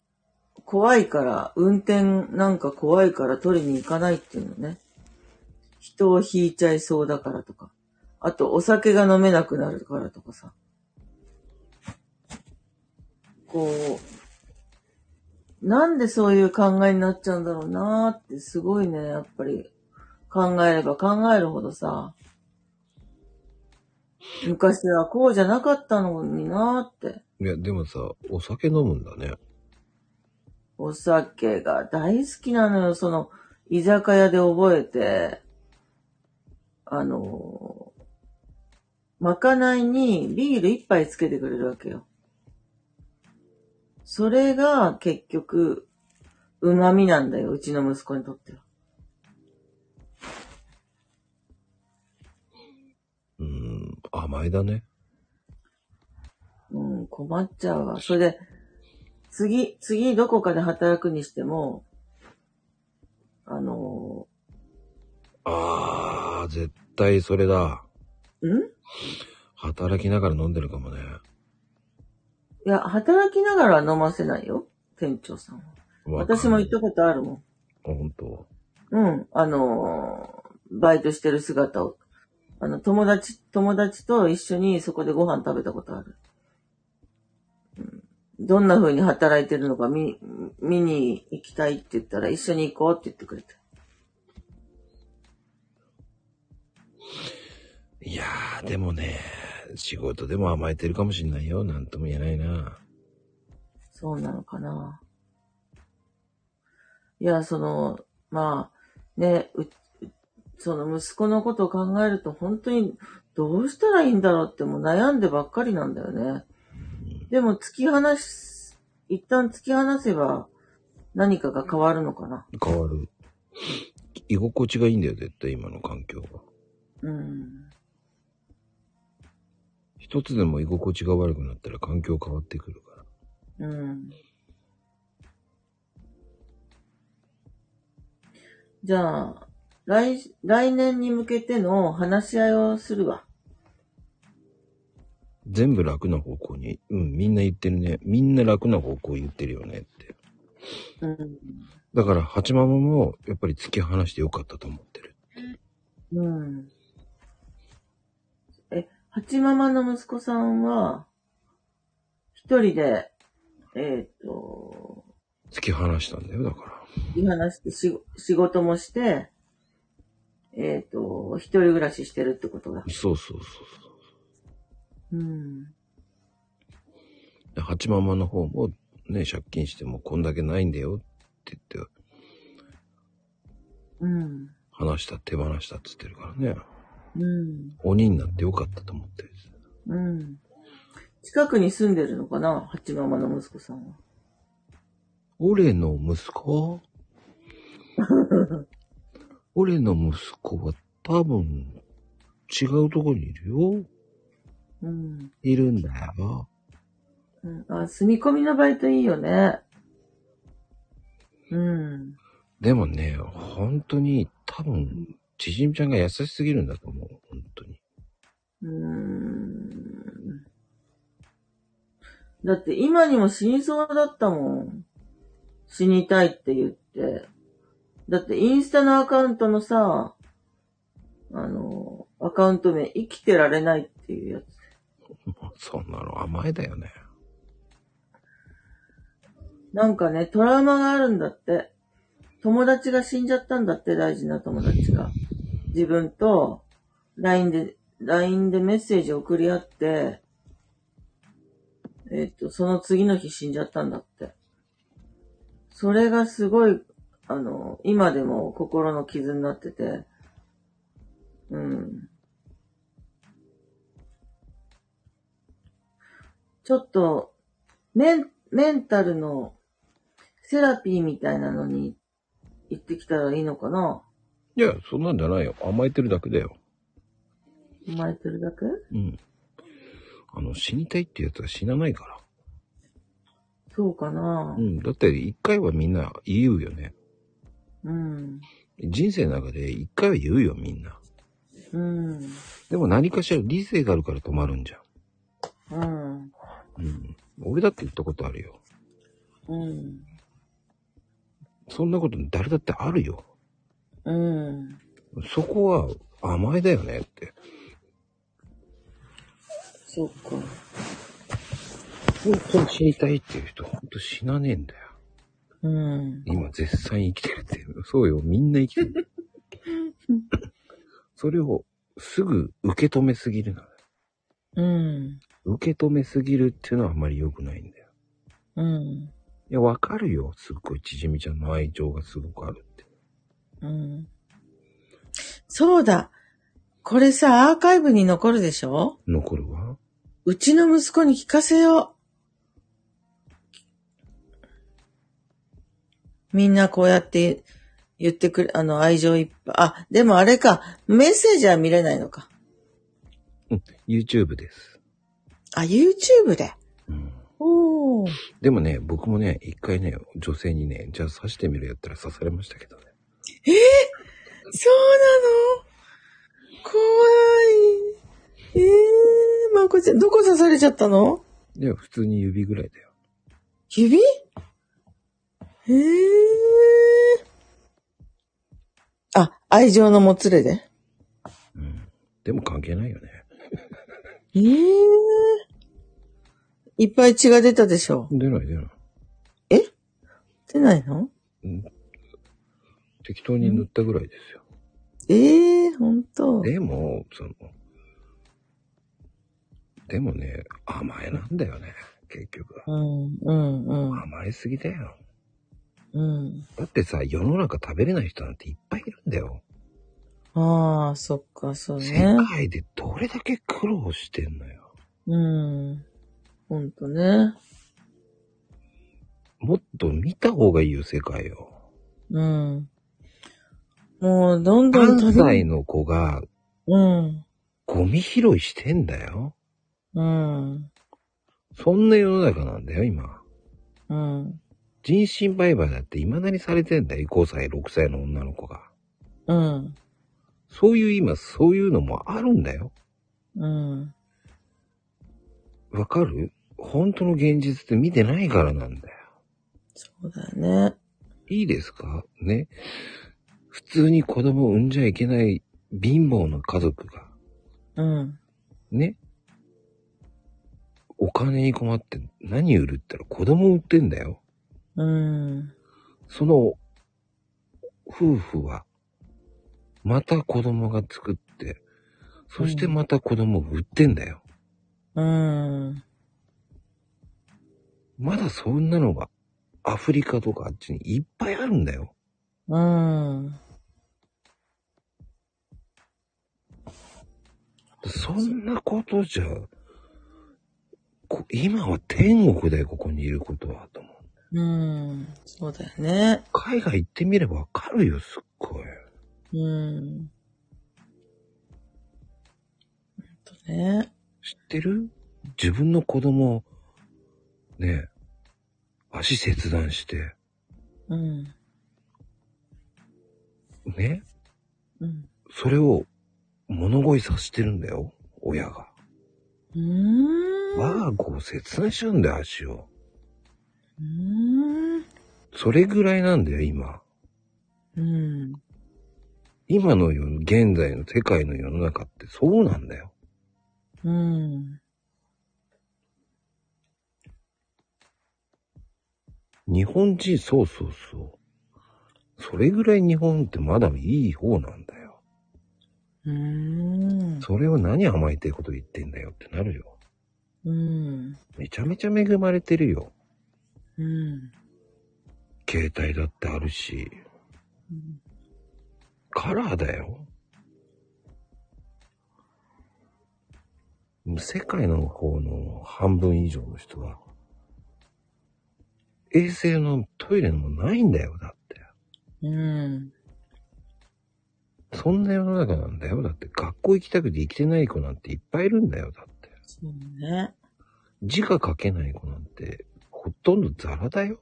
Speaker 3: 怖いから、運転なんか怖いから取りに行かないっていうのね。人を引いちゃいそうだからとか。あと、お酒が飲めなくなるからとかさ。こう、なんでそういう考えになっちゃうんだろうなーって、すごいね、やっぱり、考えれば考えるほどさ、昔はこうじゃなかったのになーって。
Speaker 2: いや、でもさ、お酒飲むんだね。
Speaker 3: お酒が大好きなのよ。その、居酒屋で覚えて、あの、まかないにビール一杯つけてくれるわけよ。それが結局、旨味なんだよ。うちの息子にとっては。
Speaker 2: うん。甘えだね。
Speaker 3: うん、困っちゃうわ。それで、次、次どこかで働くにしても、あの、
Speaker 2: あー、絶対それだ。
Speaker 3: ん
Speaker 2: 働きながら飲んでるかもね。
Speaker 3: いや、働きながらは飲ませないよ。店長さんは。
Speaker 2: わかん
Speaker 3: 私も行ったことあるもん。
Speaker 2: あ本当。
Speaker 3: うん。あのーバイトしてる姿を。あの、友達、友達と一緒にそこでご飯食べたことある。うん、どんな風に働いてるのか見、見に行きたいって言ったら一緒に行こうって言ってくれた。
Speaker 2: いやー、でもね、仕事でも甘えてるかもしんないよ。なんとも言えないな。
Speaker 3: そうなのかな。いや、その、まあ、ね、う、うその息子のことを考えると本当にどうしたらいいんだろうってもう悩んでばっかりなんだよね。でも突き放し、一旦突き放せば何かが変わるのかな。
Speaker 2: 変わる。居心地がいいんだよ、絶対今の環境が。
Speaker 3: うん。
Speaker 2: 一つでも居心地が悪くなったら環境変わってくるから。
Speaker 3: うん。じゃあ、来、来年に向けての話し合いをするわ。
Speaker 2: 全部楽な方向に。うん、みんな言ってるね。みんな楽な方向言ってるよねって。
Speaker 3: うん。
Speaker 2: だから、八ママも、やっぱり突き放してよかったと思ってる。
Speaker 3: うん。え、八ママの息子さんは、一人で、えっ、と、
Speaker 2: 突き放したんだよ、だから。
Speaker 3: いい話してし仕事もして、えっ、と、一人暮らししてるってことだ。
Speaker 2: そうそうそうそう
Speaker 3: うん。
Speaker 2: で。八ママの方も、ね、借金してもこんだけないんだよって言って、
Speaker 3: うん。
Speaker 2: 話した、手放したって言ってるからね。
Speaker 3: うん。
Speaker 2: 鬼になってよかったと思ってる。
Speaker 3: うん。近くに住んでるのかな八ママの息子さんは。
Speaker 2: 俺の息子俺の息子は多分違うとこにいるよ。
Speaker 3: うん。
Speaker 2: いるんだよ。
Speaker 3: うん、あ、住み込みのバイトいいよね。うん。
Speaker 2: でもね、本当に多分、ちじみちゃんが優しすぎるんだと思う。本当に。
Speaker 3: うーんだって今にも死にそうだったもん。死にたいって言って。だってインスタのアカウントのさ、あの、アカウント名、生きてられないっていうやつ。
Speaker 2: そんなの甘えだよね。
Speaker 3: なんかね、トラウマがあるんだって。友達が死んじゃったんだって、大事な友達が。自分と、LINE で、LINE でメッセージを送り合って、えっ、と、その次の日死んじゃったんだって。それがすごい、あの、今でも心の傷になってて、うん。ちょっと、メン、メンタルのセラピーみたいなのに行ってきたらいいのかない
Speaker 2: や、そんなんじゃないよ。甘えてるだけだよ。
Speaker 3: 生まれてるだけ
Speaker 2: うん。あの、死にたいってやつは死なないから。
Speaker 3: そうかな
Speaker 2: うん。だって、一回はみんな言うよね。
Speaker 3: うん。
Speaker 2: 人生の中で一回は言うよ、みんな。
Speaker 3: うん。
Speaker 2: でも何かしら理性があるから止まるんじゃん。
Speaker 3: うん。
Speaker 2: うん。俺だって言ったことあるよ。
Speaker 3: うん。
Speaker 2: そんなこと誰だってあるよ。
Speaker 3: うん。
Speaker 2: そこは甘えだよねって。
Speaker 3: そっか。
Speaker 2: 本当に死にたいっていう人、本当死なねえんだよ。
Speaker 3: うん。
Speaker 2: 今絶賛生きてるっていう。そうよ、みんな生きてる。それをすぐ受け止めすぎるのね。
Speaker 3: うん。
Speaker 2: 受け止めすぎるっていうのはあまり良くないんだよ。
Speaker 3: うん。
Speaker 2: いや、わかるよ。すっごいちじみちゃんの愛情がすごくあるって。
Speaker 3: うん。そうだ。これさ、アーカイブに残るでしょ
Speaker 2: 残るわ。
Speaker 3: うちの息子に聞かせよう。みんなこうやって言ってくれ、あの、愛情いっぱい。あ、でもあれか、メッセージは見れないのか。
Speaker 2: うん、YouTube です。
Speaker 3: あ、YouTube で。
Speaker 2: うん。
Speaker 3: おー。
Speaker 2: でもね、僕もね、一回ね、女性にね、じゃあ刺してみるやったら刺されましたけどね。
Speaker 3: そうなの怖い。えー、まこちゃん、どこ刺されちゃったの
Speaker 2: いや、普通に指ぐらいだよ。
Speaker 3: 指えー。あ、愛情のもつれで。
Speaker 2: うん。でも関係ないよね。
Speaker 3: ええいっぱい血が出たでしょ
Speaker 2: 出ない出ない。
Speaker 3: 出ないの
Speaker 2: うん適当に塗ったぐらいですよ。
Speaker 3: ええー、ほんと。
Speaker 2: でも、その、でもね、甘えなんだよね、結局は。
Speaker 3: うん、うん、うん、
Speaker 2: 甘えすぎだよ。
Speaker 3: うん。
Speaker 2: だってさ、世の中食べれない人なんていっぱいいるんだよ。
Speaker 3: ああ、そっか、そうね
Speaker 2: 世。界でどれだけ苦労してんのよ。
Speaker 3: うん。ほんとね。
Speaker 2: もっと見た方がいいよ、世界を。
Speaker 3: うん。もう、どんどん
Speaker 2: 関
Speaker 3: べ
Speaker 2: 西の子が
Speaker 3: うん、
Speaker 2: ゴミ拾いしてんだよ。
Speaker 3: うん、
Speaker 2: そんな世の中なんだよ、今。
Speaker 3: うん、
Speaker 2: 人身売買だって未だにされてんだよ、5歳、6歳の女の子が。
Speaker 3: うん、
Speaker 2: そういう今、そういうのもあるんだよ。
Speaker 3: うん。
Speaker 2: わかる本当の現実って見てないからなんだよ。
Speaker 3: そうだよね。
Speaker 2: いいですかね。普通に子供を産んじゃいけない貧乏な家族が、
Speaker 3: うん、
Speaker 2: ね。お金に困って何売るって言ったら子供を売ってんだよ。
Speaker 3: うん、
Speaker 2: その、夫婦は、また子供が作って、そしてまた子供を売ってんだよ。
Speaker 3: うん、
Speaker 2: まだそんなのが、アフリカとかあっちにいっぱいあるんだよ。
Speaker 3: うん。
Speaker 2: そんなことじゃ、こ今は天国だよ、ここにいることは、と思う。
Speaker 3: うん、そうだよね。
Speaker 2: 海外行ってみればわかるよ、すっごい。
Speaker 3: うん。ほんとね。
Speaker 2: 知ってる自分の子供、ねえ、足切断して、
Speaker 3: うん。
Speaker 2: ね、
Speaker 3: うん。
Speaker 2: それを物乞いさせてるんだよ、親が。
Speaker 3: うーん。
Speaker 2: 我が子を切断しちゃうんだよ、足を。
Speaker 3: うーん。
Speaker 2: それぐらいなんだよ、今。
Speaker 3: うん。
Speaker 2: 今の世の現在の世界の世の中ってそうなんだよ。
Speaker 3: うん。
Speaker 2: 日本人、そうそうそう。それぐらい日本ってまだいい方なんだよ。
Speaker 3: うん。
Speaker 2: それを何甘えてること言ってんだよってなるよ。
Speaker 3: うん。
Speaker 2: めちゃめちゃ恵まれてるよ。
Speaker 3: うん。
Speaker 2: 携帯だってあるし、カラーだよ。もう世界の方の半分以上の人は、衛生のトイレもないんだよ、だっ
Speaker 3: うん。
Speaker 2: て。そんな世の中なんだよ、だって。学校行きたくて行きてない子なんていっぱいいるんだよ、だって。
Speaker 3: そうね。
Speaker 2: 字が書けない子なんて、ほとんどザラだよ。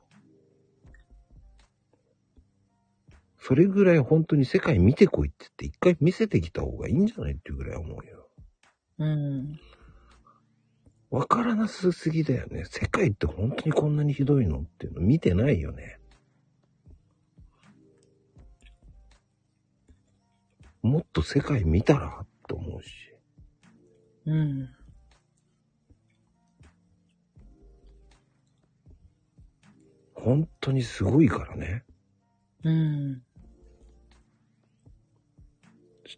Speaker 2: それぐらい本当に世界見てこいって言って、一回見せてきた方がいいんじゃないっていうぐらい思うよ。
Speaker 3: うん。
Speaker 2: わからなすぎだよね。世界って本当にこんなにひどいのっていうの見てないよね。もっと世界見たらと思うし。
Speaker 3: うん。
Speaker 2: 本当にすごいからね。
Speaker 3: うん。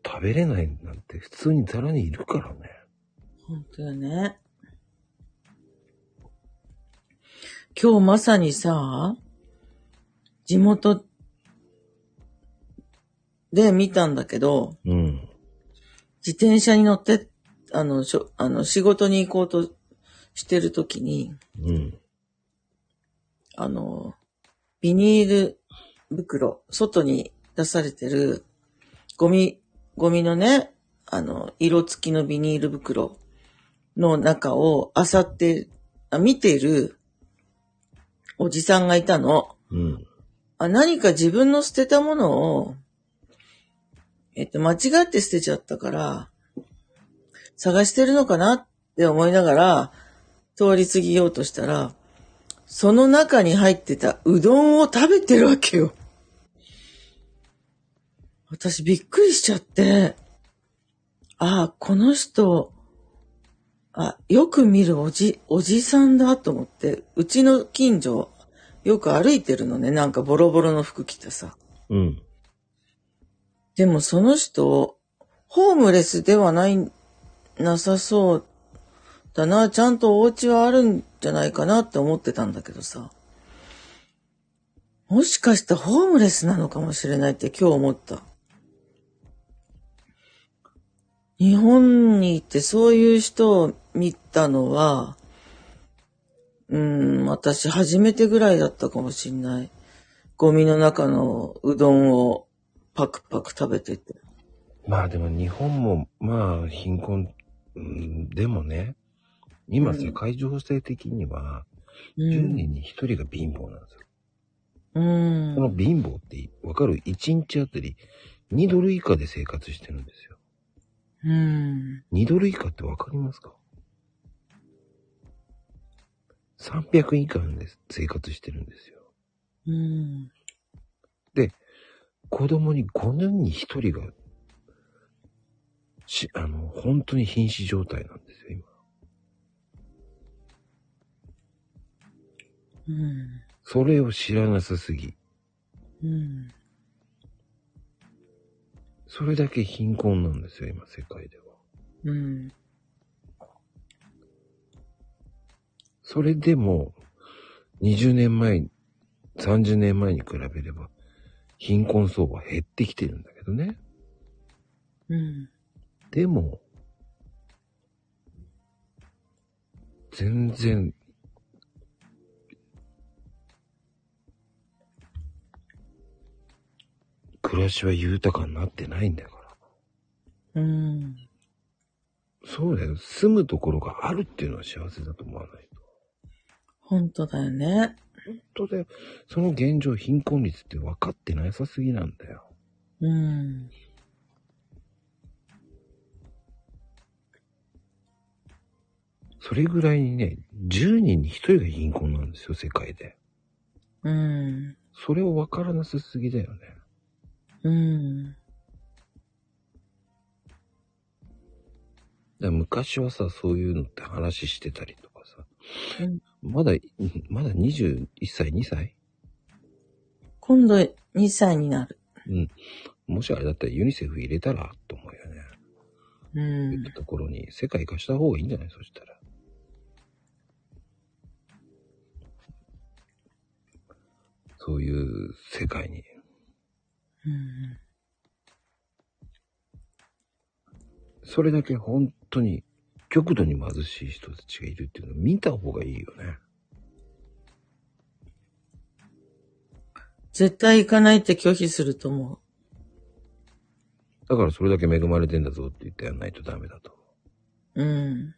Speaker 2: 食べれないなんて普通にザラにいるからね。
Speaker 3: 本当よね。今日まさにさ、地元で見たんだけど、
Speaker 2: うん。
Speaker 3: 自転車に乗って、あの、しょあの仕事に行こうとしてるときに、
Speaker 2: うん。
Speaker 3: あの、ビニール袋、外に出されてる、ゴミ、ゴミのね、あの、色付きのビニール袋の中を漁って、あ見ているおじさんがいたの。
Speaker 2: うん。
Speaker 3: あ何か自分の捨てたものを、えっと、間違って捨てちゃったから、探してるのかなって思いながら、通り過ぎようとしたら、その中に入ってたうどんを食べてるわけよ。私びっくりしちゃって、ああ、この人、あ、よく見るおじ、おじさんだと思って、うちの近所、よく歩いてるのね、なんかボロボロの服着たさ。
Speaker 2: うん。
Speaker 3: でもその人、ホームレスではない、なさそうだな、ちゃんとお家はあるんじゃないかなって思ってたんだけどさ。もしかしたらホームレスなのかもしれないって今日思った。日本に行ってそういう人を見たのは、うーん、私初めてぐらいだったかもしれない。ゴミの中のうどんをパクパク食べてて。
Speaker 2: まあでも日本も、まあ貧困、うん、でもね、今
Speaker 3: うん
Speaker 2: 世界情勢的には、
Speaker 3: う
Speaker 2: 10
Speaker 3: ん。
Speaker 2: 人に1人が貧乏なんですよ。
Speaker 3: うん
Speaker 2: この貧乏ってわかる ?1 日あたり2ドル以下で生活してるんですよ。
Speaker 3: うん。
Speaker 2: 2ドル以下ってわかりますか ?300 以下で生活してるんですよ。
Speaker 3: うん。
Speaker 2: 子供に5人に1人が、し、あの、本当に瀕死状態なんですよ、今。
Speaker 3: うん。
Speaker 2: それを知らなさすぎ。
Speaker 3: うん。
Speaker 2: それだけ貧困なんですよ、今、世界では。
Speaker 3: うん。
Speaker 2: それでも、20年前、30年前に比べれば、貧困層は減ってきてるんだけどね。
Speaker 3: うん。
Speaker 2: でも、全然、暮らしは豊かになってないんだから。
Speaker 3: うん。
Speaker 2: そうだよ。住むところがあるっていうのは幸せだと思わないと。
Speaker 3: 本当だよね。
Speaker 2: 本当だよ。その現状貧困率って分かってなさすぎなんだよ。
Speaker 3: うん。
Speaker 2: それぐらいにね、10人に1人が貧困なんですよ、世界で。
Speaker 3: うん。
Speaker 2: それを分からなさすぎだよね。
Speaker 3: うん。
Speaker 2: だから昔はさ、そういうのって話してたりとかさ、
Speaker 3: うん
Speaker 2: まだ、まだ21歳、2歳
Speaker 3: 今度2歳になる。
Speaker 2: うん。もしあれだったらユニセフ入れたらと思うよね。
Speaker 3: う
Speaker 2: 言っ
Speaker 3: ん
Speaker 2: た。ところに世界貸した方がいいんじゃないそしたら。そういう世界に。
Speaker 3: うん
Speaker 2: それだけ本当に極度に貧しい人たちがいるっていうのを見た方がいいよね。
Speaker 3: 絶対行かないって拒否すると思う。
Speaker 2: だからそれだけ恵まれてんだぞって言ってやんないとダメだと。
Speaker 3: うん。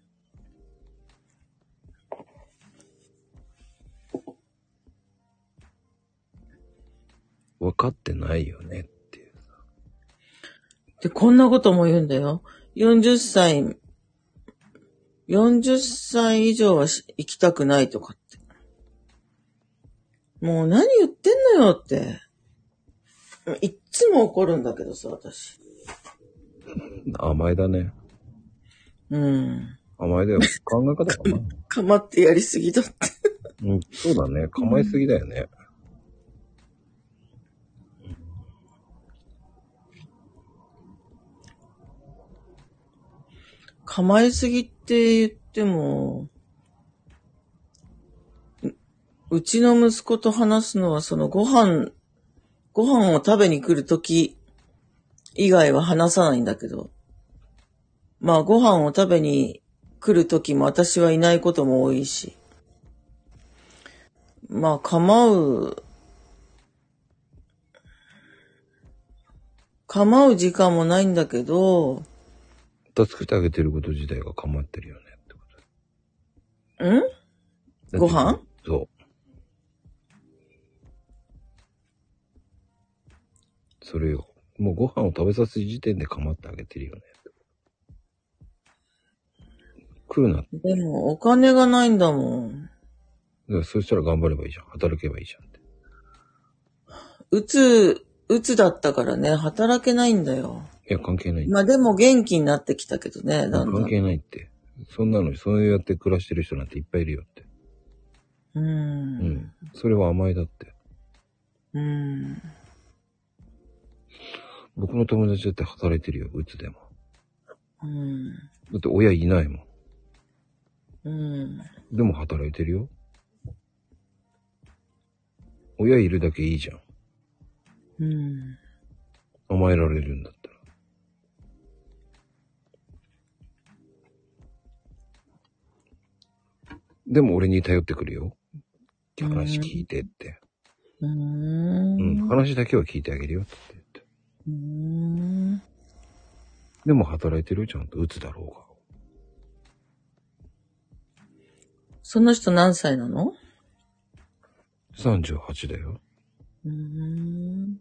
Speaker 2: 分かってないよねっていう。
Speaker 3: で、こんなことも言うんだよ。40歳、40歳以上はし行きたくないとかって。もう何言ってんのよって。いっつも怒るんだけどさ、私。
Speaker 2: 甘えだね。
Speaker 3: うん。
Speaker 2: 甘えだよ。考え方が甘い。
Speaker 3: 構ってやりすぎだって。
Speaker 2: うん、そうだね。構えすぎだよね。
Speaker 3: 構えすぎって言っても、ううちの息子と話すのはそのご飯、ご飯を食べに来るとき以外は話さないんだけど。まあご飯を食べに来るときも私はいないことも多いし。まあ構う、構う時間もないんだけど、
Speaker 2: 助けてあげてること自体が構ってるよねってこ
Speaker 3: ん
Speaker 2: と。
Speaker 3: ご飯
Speaker 2: そう。それよ。もうご飯を食べさせる時点で構ってあげてるよね。来るな。だか
Speaker 3: でも、お金がないんだもん。
Speaker 2: らそしたら頑張ればいいじゃん。働けばいいじゃんって。
Speaker 3: うつ、うつだったからね、働けないんだよ。
Speaker 2: いや、関係ない。
Speaker 3: まあでも元気になってきたけどね、だんだ
Speaker 2: 関
Speaker 3: ん。
Speaker 2: 係ないって。そんなのに、そうやって暮らしてる人なんていっぱいいるよって。う
Speaker 3: う
Speaker 2: んん。。それは甘えだって。
Speaker 3: うん。
Speaker 2: 僕の友達だって働いてるよ、うつでも。
Speaker 3: うん。
Speaker 2: だって親いないもん。
Speaker 3: うん。
Speaker 2: でも働いてるよ。親いるだけいいじゃん。
Speaker 3: うん。
Speaker 2: 甘えられるんだったら。でも俺に頼ってくるよ。話聞いてって。
Speaker 3: う。
Speaker 2: うんん、話だけは聞いてあげるよって言って。
Speaker 3: うん。
Speaker 2: でも働いてるよ、ちゃんと。打つだろ
Speaker 3: その人何歳なの
Speaker 2: うが。38だよ。
Speaker 3: うん。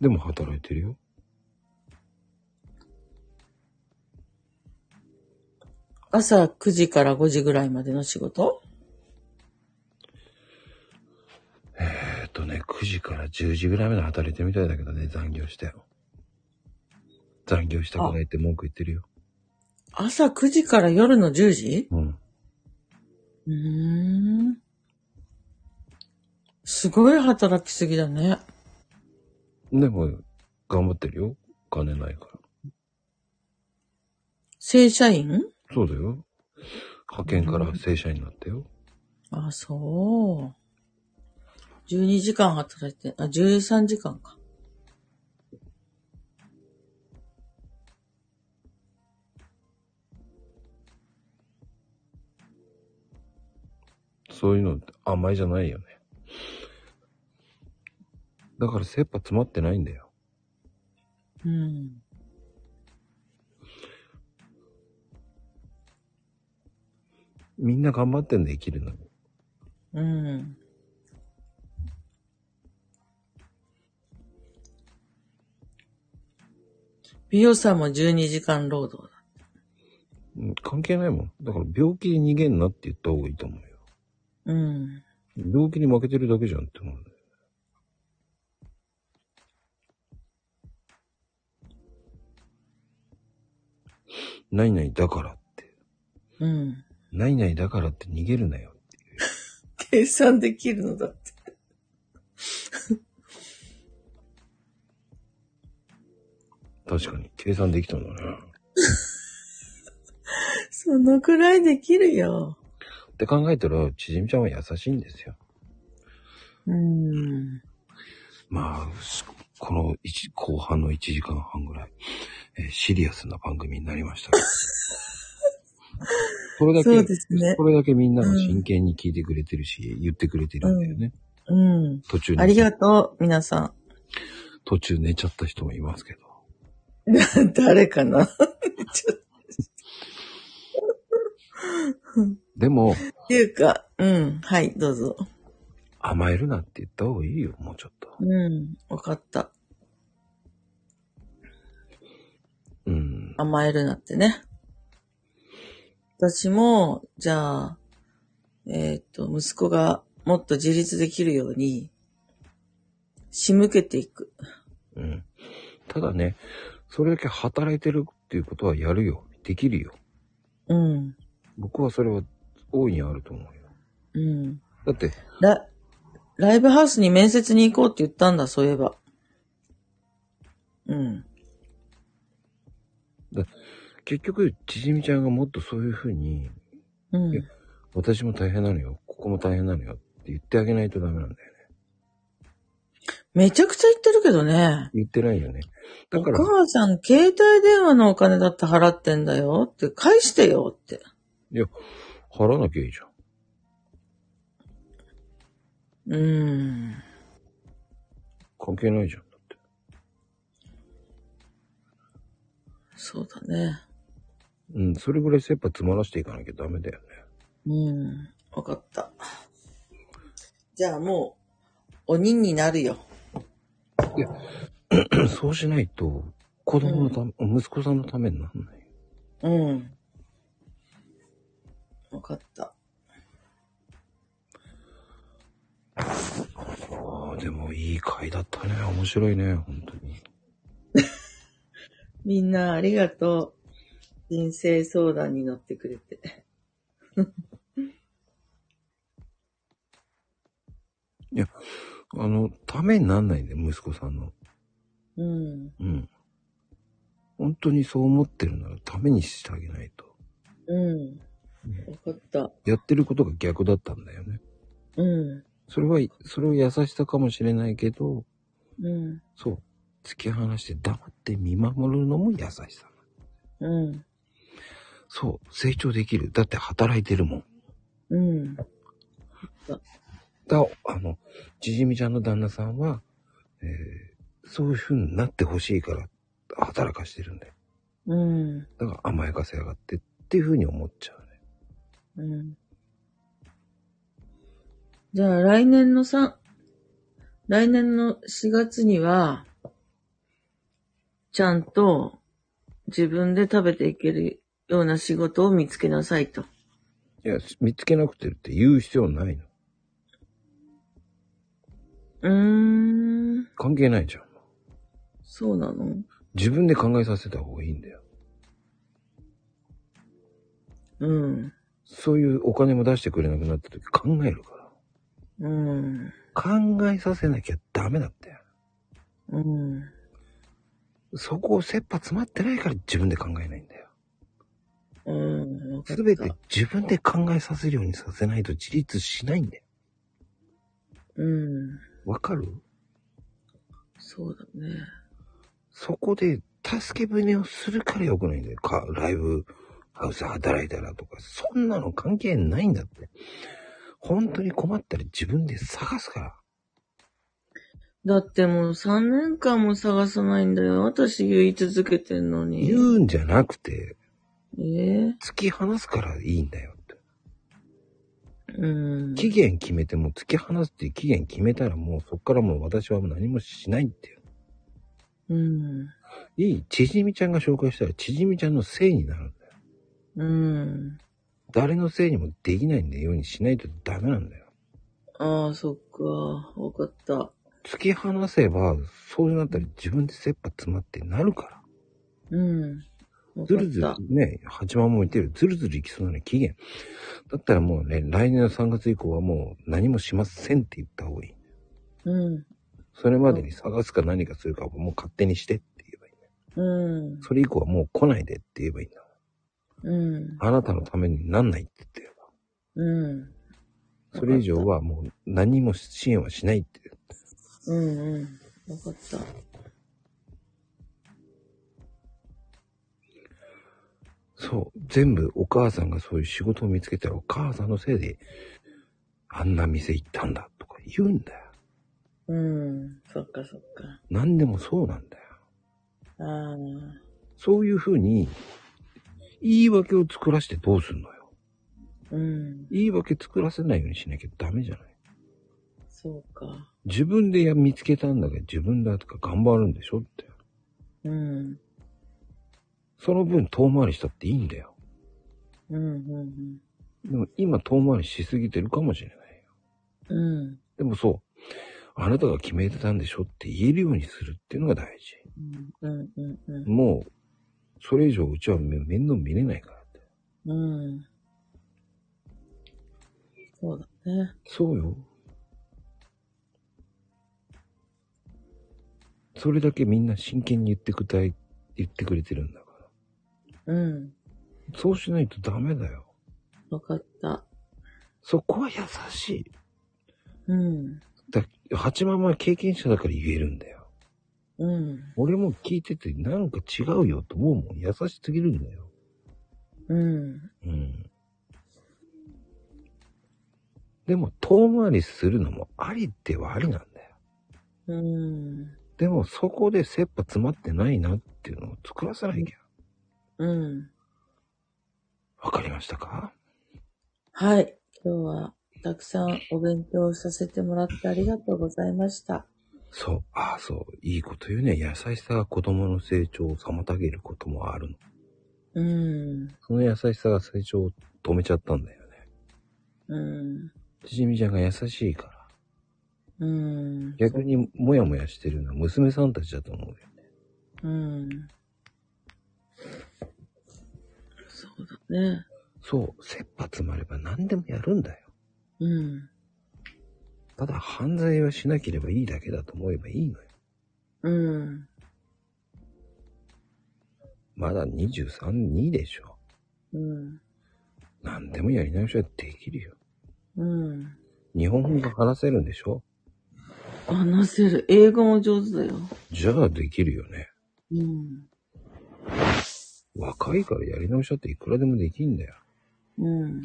Speaker 2: でも働いてるよ。
Speaker 3: 朝9時から5時ぐらいまでの仕事
Speaker 2: えっとね、9時から10時ぐらいまで働いてるみたいだけどね、残業したよ。残業したくないって文句言ってるよ。
Speaker 3: 朝9時から夜の10時
Speaker 2: うん。
Speaker 3: うん。すごい働きすぎだね。
Speaker 2: でも、頑張ってるよ。お金ないから。
Speaker 3: 正社員
Speaker 2: そうだよ。派遣から正社員になったよ。
Speaker 3: あ、そう。12時間働いて、あ、13時間か。
Speaker 2: そういうのって甘いじゃないよね。だから、切羽詰まってないんだよ。
Speaker 3: うん。
Speaker 2: みんな頑張ってんだ、生きるのに。
Speaker 3: うん。美容さんも12時間労働だ。
Speaker 2: うん関係ないもん。だから、病気で逃げんなって言った方がいいと思うよ。
Speaker 3: うん。
Speaker 2: 病気に負けてるだけじゃんって思うんだよ。ないないだからって。
Speaker 3: うん。
Speaker 2: ないないだからって逃げるなよ。
Speaker 3: 計算できるのだって。
Speaker 2: 確かに、計算できたんだね。
Speaker 3: そのくらいできるよ。
Speaker 2: って考えたら、ちじみちゃんは優しいんですよ。
Speaker 3: うん。
Speaker 2: まあ、すこの一後半の1時間半ぐらい、えーシリアスな番組になりま したが。それだ
Speaker 3: そう
Speaker 2: け、
Speaker 3: ですね。
Speaker 2: それだけみんなが真剣に聞いてくれてるし、言ってくれてるんだよね。
Speaker 3: うん。
Speaker 2: 途中
Speaker 3: あり
Speaker 2: に、
Speaker 3: がとう、皆さ
Speaker 2: 途中寝ちゃった人もいますけど。
Speaker 3: ん。 誰かなちょっと
Speaker 2: でも、
Speaker 3: っていうか、うん。はい、どうぞ。
Speaker 2: 甘えるなって言った方がいいよ、もうちょっと。
Speaker 3: うん。わかった。
Speaker 2: うん。
Speaker 3: 甘えるなってね。私も、じゃあ、えーっ、と、息子がもっと自立できるように、仕向けていく。
Speaker 2: うん。ただね、それだけ働いてるっていうことはやるよ。できるよ。
Speaker 3: うん。
Speaker 2: 僕はそれは大いにあると思うよ。
Speaker 3: うん。
Speaker 2: だって、
Speaker 3: ラ、ライブハウスに面接に行こうって言ったんだ、そういえば。うん。
Speaker 2: 結局、ちじみちゃんがもっとそういうふうに、
Speaker 3: うん。
Speaker 2: 私も大変なのよ、ここも大変なのよって言ってあげないとダメなんだよね。
Speaker 3: めちゃくちゃ言ってるけどね。
Speaker 2: 言ってないよね。だか
Speaker 3: お
Speaker 2: ら、い
Speaker 3: 母さん、携帯電話のお金だって払ってんだよって、返してよって。
Speaker 2: や、払わなきゃいいじゃん。
Speaker 3: うん。
Speaker 2: 関係ないじゃん。だって。
Speaker 3: そうだね。
Speaker 2: うん、それぐらい切羽詰まらしていかなきゃダメだよね。
Speaker 3: うん。わかった。じゃあもう、鬼になるよ。
Speaker 2: そうしないと、子供のため、息子さんのためになんないよ。
Speaker 3: うん。わかった。
Speaker 2: ああ、でもいい回だったね。面白いね、本当に。
Speaker 3: みんなありがとう。人生相談に乗ってくれて。
Speaker 2: あの、ためになんないんだよ、息子さんの。
Speaker 3: うん。
Speaker 2: うん。本当にそう思ってるなら、ためにしてあげないと。
Speaker 3: うん。わかった。
Speaker 2: やってることが逆だったんだよね。
Speaker 3: うん。
Speaker 2: それは、それを優しさかもしれないけど、
Speaker 3: うん。
Speaker 2: そう。突き放して黙って見守るのも優しさ。
Speaker 3: うん。
Speaker 2: そう。成長できる。だって働いてるもん。
Speaker 3: うん。
Speaker 2: だ、あの、ちじみちゃんの旦那さんは、えーそういう風になってほしいから働かしてるんだよ。
Speaker 3: うん。
Speaker 2: だから甘やかせやがってっていう風に思っちゃうね。
Speaker 3: うん。じゃあ来年の3、来年の4月には、ちゃんと自分で食べていけるような仕事を見つけなさいと。
Speaker 2: いや、見つけなくてるって言う必要ないの。
Speaker 3: うーん、
Speaker 2: 関係ないじゃん。
Speaker 3: そうなの
Speaker 2: 自分で考えさせた方がいいんだよ。
Speaker 3: うん、
Speaker 2: そういうお金も出してくれなくなった時考えるから。
Speaker 3: うん、
Speaker 2: 考えさせなきゃダメなんだよ。
Speaker 3: うん、
Speaker 2: そこを切羽詰まってないから自分で考えないんだよ。
Speaker 3: うん、わかっ
Speaker 2: すべ
Speaker 3: た
Speaker 2: て自分で考えさせるようにさせないと自立しないんだよ。
Speaker 3: うん、
Speaker 2: わかる
Speaker 3: そうだね。
Speaker 2: そこで助け舟をするからよくないんだよ。か、ライブハウス働いたらとか、そんなの関係ないんだって。本当に困ったら自分で探すから。
Speaker 3: だってもう3年間も探さないんだよ。私言い続けてんのに。
Speaker 2: 言うんじゃなくて、
Speaker 3: ええ
Speaker 2: 突き放すからいいんだよって。
Speaker 3: うん。
Speaker 2: 期限決めても突き放すっていう期限決めたらもうそっからもう私は何もしないっていう。
Speaker 3: うん。
Speaker 2: いい、ちじみちゃんが紹介したらちじみちゃんのせいになるんだよ。
Speaker 3: うん。
Speaker 2: 誰のせいにもできないんだようにしないとダメなんだよ。
Speaker 3: ああ、そっか。わかった。
Speaker 2: 突き放せば、そうなったら自分で切羽詰まってなるから。
Speaker 3: うん。わか
Speaker 2: ず
Speaker 3: っ
Speaker 2: るずる
Speaker 3: た。
Speaker 2: ね、八万も言ってる。ずるずるいきそうなの期限。だったらもうね、来年の3月以降はもう何もしませんって言った方がいい。
Speaker 3: うん。
Speaker 2: それまでに探すか何かするかはもう勝手にしてって言えばいい。
Speaker 3: うん。
Speaker 2: それ以降はもう来ないでって言えばいいんだ。
Speaker 3: うん。
Speaker 2: あなたのためになんないって言ってれば。
Speaker 3: うん。
Speaker 2: それ以上はもう何も支援はしないって。
Speaker 3: うんうん。よかった。
Speaker 2: そう。全部お母さんがそういう仕事を見つけたらお母さんのせいで、あんな店行ったんだとか言うんだよ。
Speaker 3: うん。そっかそっか。
Speaker 2: 何でもそうなんだよ。
Speaker 3: ああ。
Speaker 2: そういうふうに、言い訳を作らせてどうすんのよ。
Speaker 3: うん。
Speaker 2: 言い訳作らせないようにしなきゃダメじゃない。
Speaker 3: そうか。
Speaker 2: 自分でや見つけたんだから自分だとか頑張るんでしょって。
Speaker 3: うん。
Speaker 2: その分遠回りしたっていいんだよ。
Speaker 3: うんうん
Speaker 2: でも今遠回りしすぎてるかもしれないよ。
Speaker 3: うん。うん。
Speaker 2: でもそう。あなたが決めてたんでしょって言えるようにするっていうのが大事。
Speaker 3: うんうんうん。
Speaker 2: もう、それ以上うちはめ面倒見れないからって。
Speaker 3: うん。そうだね。
Speaker 2: そうよ。それだけみんな真剣に言ってくたい、言ってくれてるんだか
Speaker 3: うん。
Speaker 2: ら。そうしないとダメだよ。
Speaker 3: わかった。
Speaker 2: そこは優しい。
Speaker 3: うん。
Speaker 2: だ八万は経験者だから言えるんだよ。
Speaker 3: うん。
Speaker 2: 俺も聞いててなんか違うよと思うもん。優しすぎるんだよ。
Speaker 3: うん。
Speaker 2: うん。でも遠回りするのもありってはありなんだよ。
Speaker 3: うん。
Speaker 2: でもそこで切羽詰まってないなっていうのを作らせなきゃ。
Speaker 3: うん。
Speaker 2: わかりましたか
Speaker 3: はい。今日はたくさんお勉強させてもらってありがとうございました。
Speaker 2: そう。ああ、そう。いいこと言うね。優しさが子供の成長を妨げることもあるの。
Speaker 3: うん。
Speaker 2: その優しさが成長を止めちゃったんだよね。
Speaker 3: うん。
Speaker 2: ちじみちゃんが優しいから。
Speaker 3: うん。
Speaker 2: 逆にもやもやしてるのは娘さんたちだと思うよ。
Speaker 3: うん。そうだね。
Speaker 2: そう、切羽詰まれば何でもやるんだよ。
Speaker 3: うん。
Speaker 2: ただ犯罪はしなければいいだけだと思えばいいのよ。
Speaker 3: うん。
Speaker 2: まだ23、2でしょ。
Speaker 3: うん。
Speaker 2: 何でもやり直しはできるよ。
Speaker 3: うん。
Speaker 2: 日本語が話せるんでしょ
Speaker 3: 話せる。英語も上手だよ。
Speaker 2: じゃあできるよね。
Speaker 3: うん。
Speaker 2: 若いからやり直しだっていくらでもできんだよ。
Speaker 3: うん。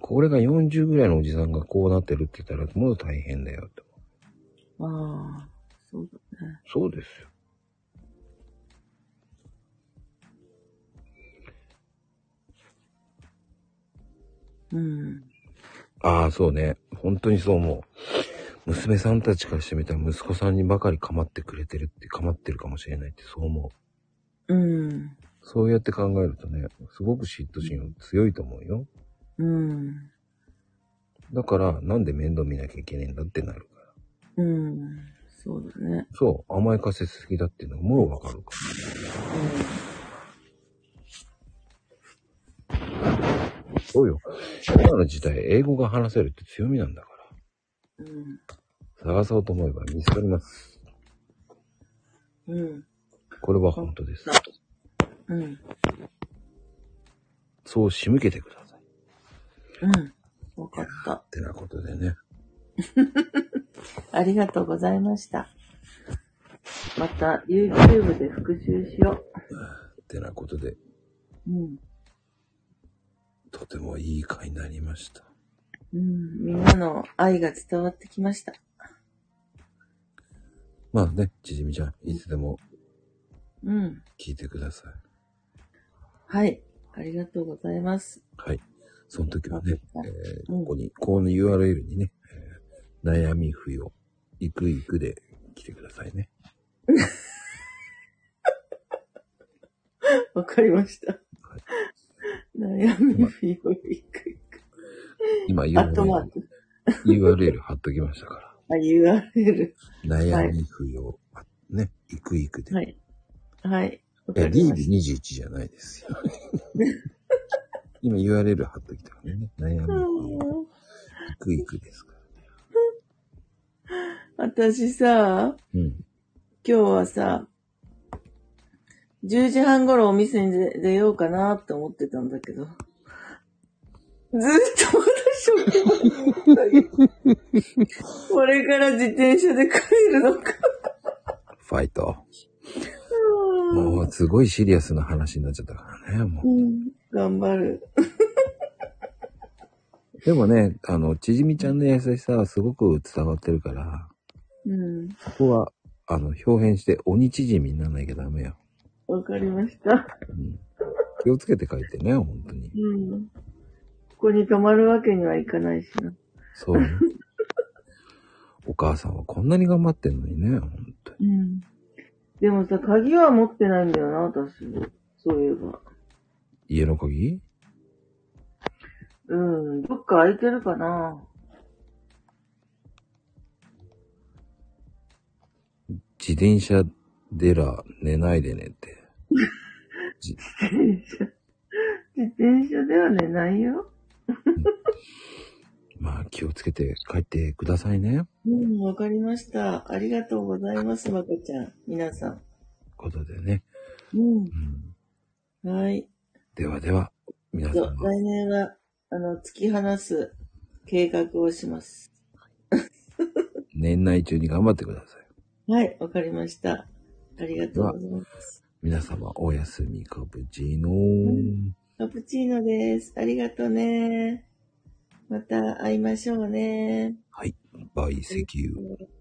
Speaker 2: これが40ぐらいのおじさんがこうなってるって言ったらもう大変だよと。
Speaker 3: ああ、そうだね。
Speaker 2: そうですよ。
Speaker 3: うん。
Speaker 2: ああ、そうね。本当にそう思う。娘さんたちからしてみたら息子さんにばかり構ってくれてるって、構ってるかもしれないってそう思う。
Speaker 3: うん。
Speaker 2: そうやって考えるとね、すごく嫉妬心強いと思うよ。
Speaker 3: うん。
Speaker 2: だから、なんで面倒見なきゃいけないんだってなるから。
Speaker 3: うん。そうだね。
Speaker 2: そう、甘やかせすぎだっていうのがもうわかるから。そうよ。今の時代、英語が話せるって強みなんだか
Speaker 3: うん。
Speaker 2: ら。探そうと思えば見つかります。
Speaker 3: うん。
Speaker 2: これは本当です。
Speaker 3: うん。うん。
Speaker 2: そう仕向けてください。っ
Speaker 3: うん。わかった。
Speaker 2: てなことでね。
Speaker 3: ありがとうございました。また、YouTube で復習しよ
Speaker 2: ってなことで、
Speaker 3: う。うん。
Speaker 2: とてもいい回になりました。
Speaker 3: うん。みんなの愛が伝わってきました。
Speaker 2: まあね、ちじみちゃん、いつでも
Speaker 3: うん。
Speaker 2: 聞いてください。
Speaker 3: はい。ありがとうございます。
Speaker 2: はい。その時はね、えー
Speaker 3: うん
Speaker 2: ここに、この URL にね、えー悩み不要、行く行くで来てくださいね。
Speaker 3: わかりました。悩み不要いくいく。
Speaker 2: 今
Speaker 3: あと
Speaker 2: URL,
Speaker 3: は、
Speaker 2: URL 貼っときましたか
Speaker 3: あ URL。
Speaker 2: ら。悩み不要、あね、行く行くで。、
Speaker 3: はいい。はい。わか
Speaker 2: や、
Speaker 3: り
Speaker 2: リ
Speaker 3: ま
Speaker 2: ー
Speaker 3: し
Speaker 2: ビ21じゃないです よ。今 URL 貼っときたからね。悩み
Speaker 3: た。
Speaker 2: 不要、行く行くですから。
Speaker 3: 私さ、
Speaker 2: うん。
Speaker 3: 今日はさ、 10時半頃お店に出出ようかなと思ってたんだけど。ずーっとまだ職場にいるんだけど。これから自転車で帰るのか。
Speaker 2: ファイト。もうすごいシリアスな話になっちゃったからね。もう
Speaker 3: 頑張る。
Speaker 2: でもね、あの、ちじみちゃんの優しさはすごく伝わってるから、
Speaker 3: うん。
Speaker 2: ここは、あの、表現して鬼ちじみにならなきゃダメよ。
Speaker 3: わかりました。
Speaker 2: うん、気をつけて書いてね、本当に。
Speaker 3: うん。ここに泊まるわけにはいかないしな。
Speaker 2: そうね。お母さんはこんなに頑張ってんのにね、本当に。
Speaker 3: うん。でもさ、鍵は持ってないんだよな、私。そういえば。
Speaker 2: 家の鍵
Speaker 3: うん。どっか空いてるかな。
Speaker 2: 自転車でら寝ないでねって。
Speaker 3: 自転車。自転車では寝ないよ。
Speaker 2: まあ気をつけて帰ってくださいね。
Speaker 3: うん、わかりました。ありがとうございます、まこちゃん。皆さん。
Speaker 2: ことでね。
Speaker 3: うん
Speaker 2: うん、。
Speaker 3: はい。
Speaker 2: ではでは、皆
Speaker 3: そう
Speaker 2: 様、
Speaker 3: 来年は、あの、突き放す計画をします。
Speaker 2: 年内中に頑張ってください。
Speaker 3: はい、わかりました。ありがとうございます。
Speaker 2: 皆様、おやすみかぶちの
Speaker 3: カプチーノです。ありがとうね。また会いましょうね。
Speaker 2: はい、バイセキュー。